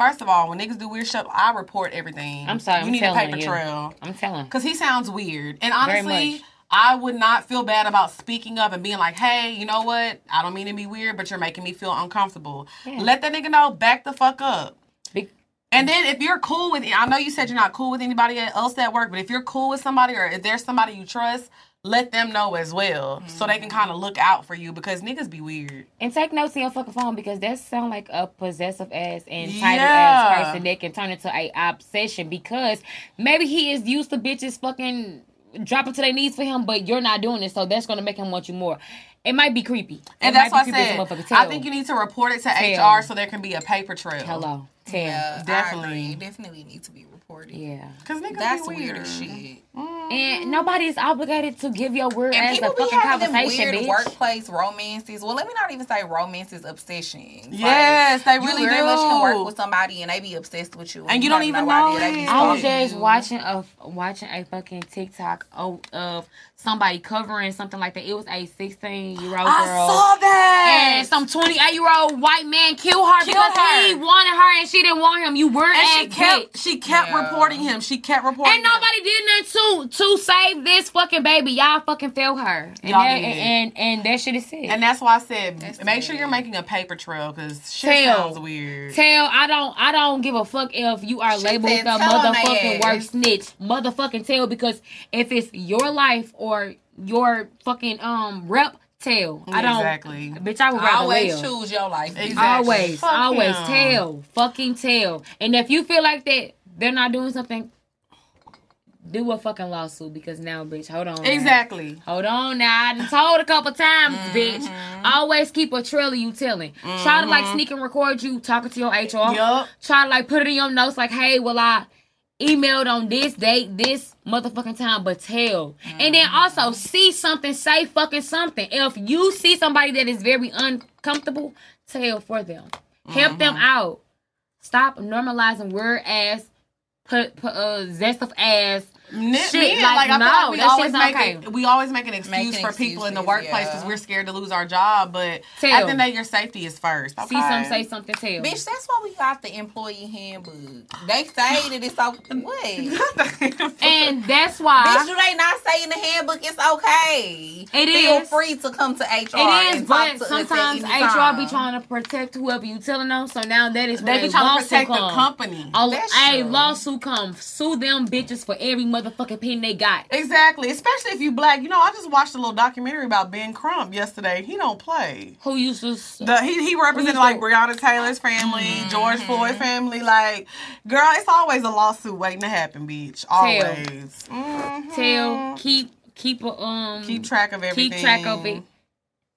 A: First of all, when niggas do weird shit, I report everything.
C: I'm sorry,
A: You
C: I'm
A: need a
C: telling
A: paper
C: you.
A: trail.
C: I'm telling.
A: Because he sounds weird. And
C: Very
A: honestly,
C: much.
A: I would not feel bad about speaking up and being like, hey, you know what? I don't mean to be weird, but you're making me feel uncomfortable.
C: Yeah.
A: Let that nigga know, back the fuck up.
C: Be-
A: And then if you're cool with, I know you said you're not cool with anybody else at work, but if you're cool with somebody or if there's somebody you trust, let them know as well so they can kind of look out for you because niggas be weird.
C: And take notes in your fucking phone because that sound like a possessive ass and title
A: Yeah.
C: ass person that can turn into a obsession because maybe he is used to bitches fucking dropping to their knees for him, but you're not doing it, so that's gonna make him want you more. It might be creepy. It
A: And that's what
C: might be
A: I
C: creepy as
A: said.
C: a motherfucker.
A: I
C: Tell.
A: think you need to report it to
C: Tell.
A: HR so there can be a paper trail.
C: Hello. Tell.
B: Yeah, I
A: Definitely.
B: agree. definitely need to be reported.
C: Yeah.
A: Because niggas
B: That's
A: be weird.
B: weird
A: Mm,
B: as shit.
C: And nobody is obligated to give your word
B: And
C: as a
B: people be
C: fucking
B: having them
C: conversation,
B: weird
C: bitch.
B: workplace romances. Well, let me not even say romances, obsessions. Like,
A: Yes, they really
B: you very much can
A: do.
B: work with somebody and they be obsessed with you,
A: And you don't
B: have
A: even
B: no idea.
A: know
B: They be
A: it.
C: I was
B: stalking
C: just
B: you.
C: watching a watching a fucking TikTok of, of somebody covering something like that. It was a 16 year old girl.
A: I saw that.
C: and some 28 year old white man killed her
A: Killed
C: because he
A: her.
C: wanted her and she didn't want him. You weren't
A: and she
C: ass
A: kept
C: bitch.
A: she kept
B: Yeah.
A: reporting him. She kept reporting.
C: And nobody did nothing to to save this fucking baby. Y'all fucking failed her. And
A: Y'all
C: that,
A: did.
C: and, and and that shit is
A: him. And
C: it.
A: that's why I said,
B: That's
A: make sure
B: sad.
A: you're making a paper trail because shit
C: Tell.
A: sounds weird.
C: Tell I don't I don't give a fuck if you are
B: She
C: labeled
B: said
C: the
B: tell on they
C: motherfucking
B: ass.
C: worst snitch. Motherfucking tell because if it's your life or your fucking um rep, tell. I don't
A: Exactly.
C: bitch I would rather
B: Always
C: live.
B: choose your life.
A: Exactly.
C: Always,
A: Fuck
C: always
A: him.
C: tell, fucking tell. And if you feel like that, they're not doing something. Do a fucking lawsuit because now, bitch, hold on. now.
A: Exactly.
C: Hold on now. I done told a couple times,
B: Mm-hmm.
C: bitch. Always keep a trail of you telling. Try to like
B: Mm-hmm.
C: sneak and record you talking to your HR.
A: Yup.
C: Try to like put it in your notes like, hey, well, I emailed on this date, this motherfucking time, but tell. And then
B: Mm-hmm.
C: also see something, say fucking something. If you see somebody that is very uncomfortable, tell for them. Help them
B: Mm-hmm.
C: out. Stop normalizing word ass, put, put uh, zest of ass
A: Nit-
C: Shit,
A: men,
C: like,
A: like, I
C: no,
A: feel like we
C: that
A: always
C: shit's not
A: make
C: okay.
A: it, we always make an excuse
B: Make an
A: for people in the
B: excuse,
A: workplace
B: yeah.
A: because we're scared to lose our job. But
C: Tell.
A: at the end of the day, your safety is first.
C: See
A: okay?
C: something, say something, tell.
B: Bitch, that's why we got the employee handbook. They say that it's okay. What?
C: And that's
B: Bitch,
C: why
B: do they not say in the handbook it's okay?
C: It
B: Feel
C: is.
B: free to come to HR.
C: it
B: and talk
C: is, but
B: to us at
C: sometimes
B: any
C: HR be
B: time.
C: trying to protect whoever you telling them. So now that is when
A: they be trying to
C: lawsuit
A: protect the
C: come.
A: company.
C: A,
B: That's
C: a
B: true.
C: lawsuit come. Sue them bitches for every motherfucking pin they got.
A: Exactly, especially if you black. You know, I just watched a little documentary about Ben Crump yesterday. He don't play.
C: Who used to?
A: The, he he represented
C: Who's
A: like
C: that?
A: Breonna Taylor's family,
C: Mm-hmm.
A: George Floyd family. Like, girl, it's always a lawsuit waiting to happen, bitch. Always.
C: Mm.
A: Mhm.
C: tell, keep, keep a um,
A: Keep track of everything.
C: keep track of it.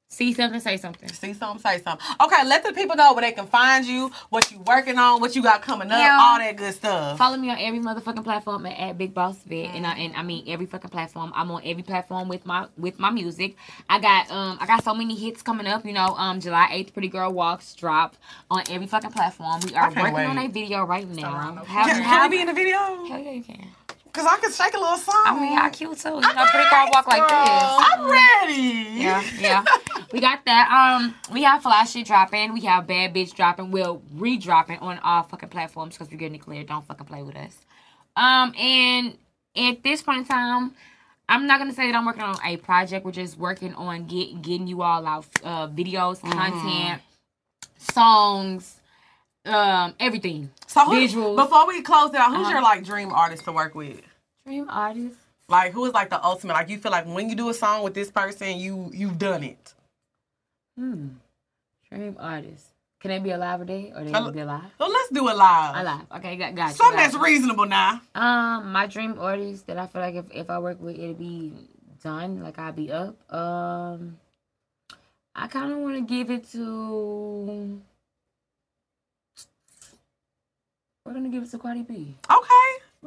C: See something, say something.
A: See something, say something. Okay, let the people know where they can find you, what you working on, what you got coming up,
C: Yeah.
A: all that good stuff.
C: Follow me on every motherfucking platform at, at Big Boss Vet, and
A: Mm.
C: I and I mean every fucking platform. I'm on every platform with my with my music. I got um I got so many hits coming up. You know um July 8th, Pretty Girl Walks dropped on every fucking platform. We
A: I
C: are
A: can't
C: working
A: wait.
C: on a video right now.
B: around.
C: Have,
A: Can, can
C: have-
A: we be in the video?
C: Hell yeah, you can.
A: Cause I can shake a little song.
C: I mean, y'all cute too. You know, pretty girl walk like this.
A: I'm ready.
C: Yeah, yeah. We got that. Um, we have Flashy dropping. We have Bad Bitch dropping. We're re-dropping on all fucking platforms because we're getting it clear. Don't fucking play with us. Um, and at this point in time, I'm not gonna say that I'm working on a project. We're just working on get getting you all out uh, videos, content, songs, um, everything.
A: So who,
C: Visuals.
A: before we close it out, who's
C: Uh-huh.
A: your like dream artist to work with?
C: Dream artist.
A: Like who is like the ultimate? Like you feel like when you do a song with this person, you you've done it.
C: Hmm. Dream artist. Can they be alive or dead, or they
A: Al-
C: be alive?
A: So let's do it live.
C: Alive. Okay, got got you.
A: Something
C: got
A: that's
C: you.
A: reasonable now.
C: Um, my dream artist that I feel like if, if I work with, it'll be done. Like I'll be up. Um, I kind of want to give it to. We're gonna give it to Cardi B.
A: Okay,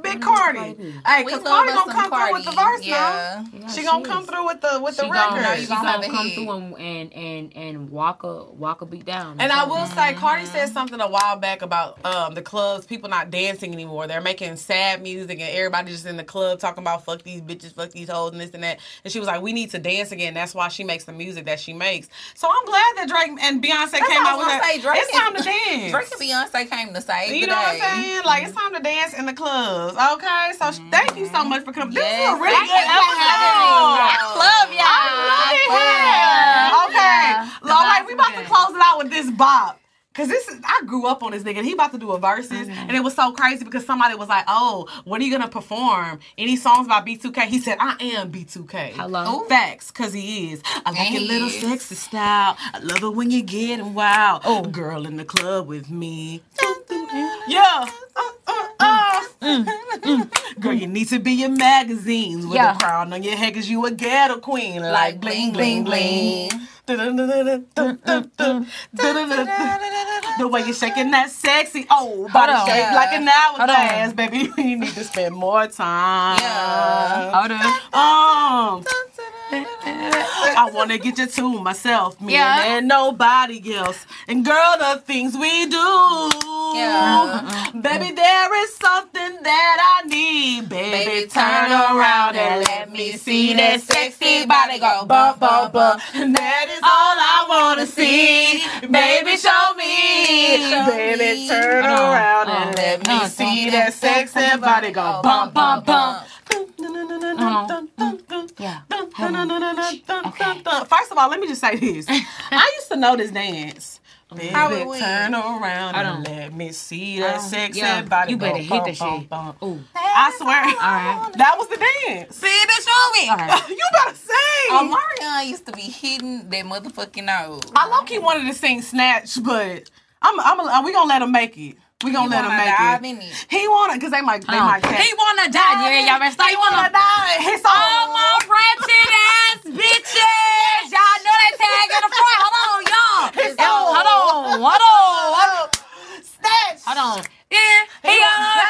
A: big
C: Mhm,
A: Cardi.
C: Cardi.
A: Hey,
B: We
A: cause
B: love
A: Cardi
B: us
A: gonna come
B: some
A: through with the
B: Cardi,
A: verse
B: yeah.
A: now. She gonna come through with the with the
C: She
A: record.
C: gonna, she
B: You gonna have
C: gonna
B: a
C: come
B: hit.
C: through and and and, and walk a walk a beat down.
A: And I will
B: Mm-hmm.
A: say, Cardi said something a while back about um, the clubs, people not dancing anymore. They're making sad music, and everybody just in the club talking about fuck these bitches, fuck these hoes, and this and that. And she was like, we need to dance again. That's why she makes the music that she makes. So I'm glad that Drake and Beyonce came
B: what I
A: out
B: was
A: with
B: gonna
A: that.
B: say, Drake
A: it's time to
B: and-
A: dance.
B: Drake and Beyonce came to save the
A: you know what
B: day.
A: I'm saying? Like it's time to dance in the clubs, okay? So sh thank you so much for coming. This is
B: Mm-hmm. Yes,
A: a really
B: thank
A: good
B: you for having me.
A: episode.
B: I love y'all.
A: Yeah. Okay.
C: Yeah.
A: Lord, like, we about to
C: Okay.
A: close it out with this bop. Cause this is, I grew up on this nigga. and He about to do a verses,
B: Mm-hmm.
A: and it was so crazy because somebody was like, "Oh, what are you gonna perform? Any songs by B2K?" He said, "I am B2K."
C: Hello?
A: facts, cause he is. I like your
B: he
A: little
B: is.
A: sexy style. I love it when you getting wild. Oh, girl in the club with me. Yeah. Uh, uh, uh. Girl, you need to be in magazines with
C: Yeah.
A: a crown on your head, cause you a ghetto queen. Like bling, bling, bling. The way you're shaking that sexy old body
C: on.
A: shape
B: Yeah.
A: like an
C: on.
A: hourglass, baby. You need to spend more time.
B: Yeah.
C: Hold on.
A: Um, I wanna get you to myself, me
C: Yeah.
A: and, and nobody else. And girl, the things we do.
B: Yeah.
A: Baby, there is something that I need. Baby,
B: Baby,
A: turn around and let me see that sexy body go bump, bump, bump. And that is all I wanna see. Baby, show me. Oh.
B: Show
A: Baby,
B: me.
A: turn
C: Hold on.
A: around
C: Uh,
A: and let
C: uh,
A: me see that sexy body go bump, bump, bump. Yeah. First of all, let me just say this. I used to know this dance. Baby,
B: How it went.
A: turn around
C: Hold
A: and
C: on.
A: let me see that sexy
C: Yeah,
A: body.
C: you better
A: go
C: hit the
A: bump,
C: shit.
A: bump, bump.
C: Ooh.
A: I swear.
C: All right.
A: That was the dance.
B: See this show me.
C: All right.
A: you better sing.
B: Omarion used to be hitting that motherfucking nose.
A: I low key wanted to sing Snatch, but I'm, I'm, we gonna let him make it. We gonna let him
B: dive
A: make it.
B: in it.
A: He wanted, cause they might, they
C: Hold on.
A: might catch.
C: He wanna die. Yeah, y'all better start. He wanna
A: die. His
C: All my ratchet ass bitches. Y'all know that tag in the front. Hold on, y'all.
A: His
C: Yo,
A: own.
C: Hold on, hold on,
A: Snatch.
C: hold on. Yeah, he on.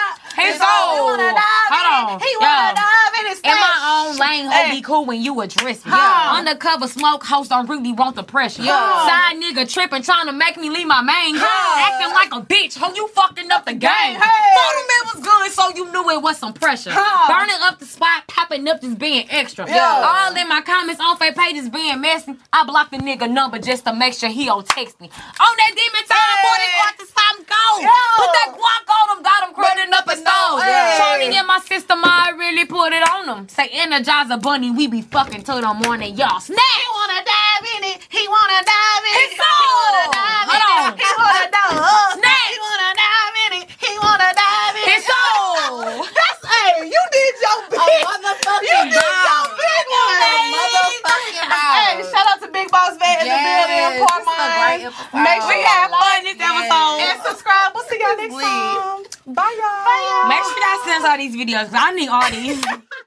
A: He
C: He's old.
A: wanna dive in
C: Hold on.
A: it. He wanna
C: Yo.
A: dive in it.
C: In
A: Snatch.
C: my own lane, ho
A: Hey.
C: be cool when you address me.
A: Huh.
C: Undercover smoke host don't really want the pressure.
A: Huh.
C: Side nigga tripping trying to make me leave my main girl.
A: Huh.
C: Acting fucking like a bitch. Ho, you fucking up the game.
A: Hey.
C: Photo man was good, so you knew it was some pressure.
A: Huh.
C: Burning up the spot, popping up, just being extra.
A: Yeah.
C: All in my comments on fake pages being messy. I blocked the nigga number just to make sure he don't text me. On that demon time,
A: Hey.
C: boy, that guac is time go.
A: Yeah.
C: Put that guac on him, got him credit up his nose.
A: Hey.
C: Tony and my sister, Ma really put it on him. Say, Energizer Bunny, we be fucking till the morning, y'all. Snap!
B: He wanna dive in it. He wanna dive in it.
C: His
B: He wanna
C: soul.
B: dive in
C: Hold
B: it. He wanna dive.
C: Snap.
B: He wanna dive in it. He wanna dive in it.
C: His soul.
A: That's hey, you did your
C: Oh,
A: big,
B: A
A: you
B: motherfucking
A: did your
B: bomb.
A: big one.
B: A motherfucking
A: Hey,
B: bomb.
A: shout out to Big Boss Vet in
B: Yes,
A: the building. Poor
B: this is a great episode.
A: Make sure you have fun this
B: Yes.
A: episode
B: Yes.
A: and subscribe. We'll see y'all next
B: Please.
A: time. Bye y'all. Bye
C: Make sure y'all send us all these videos, because I need all these.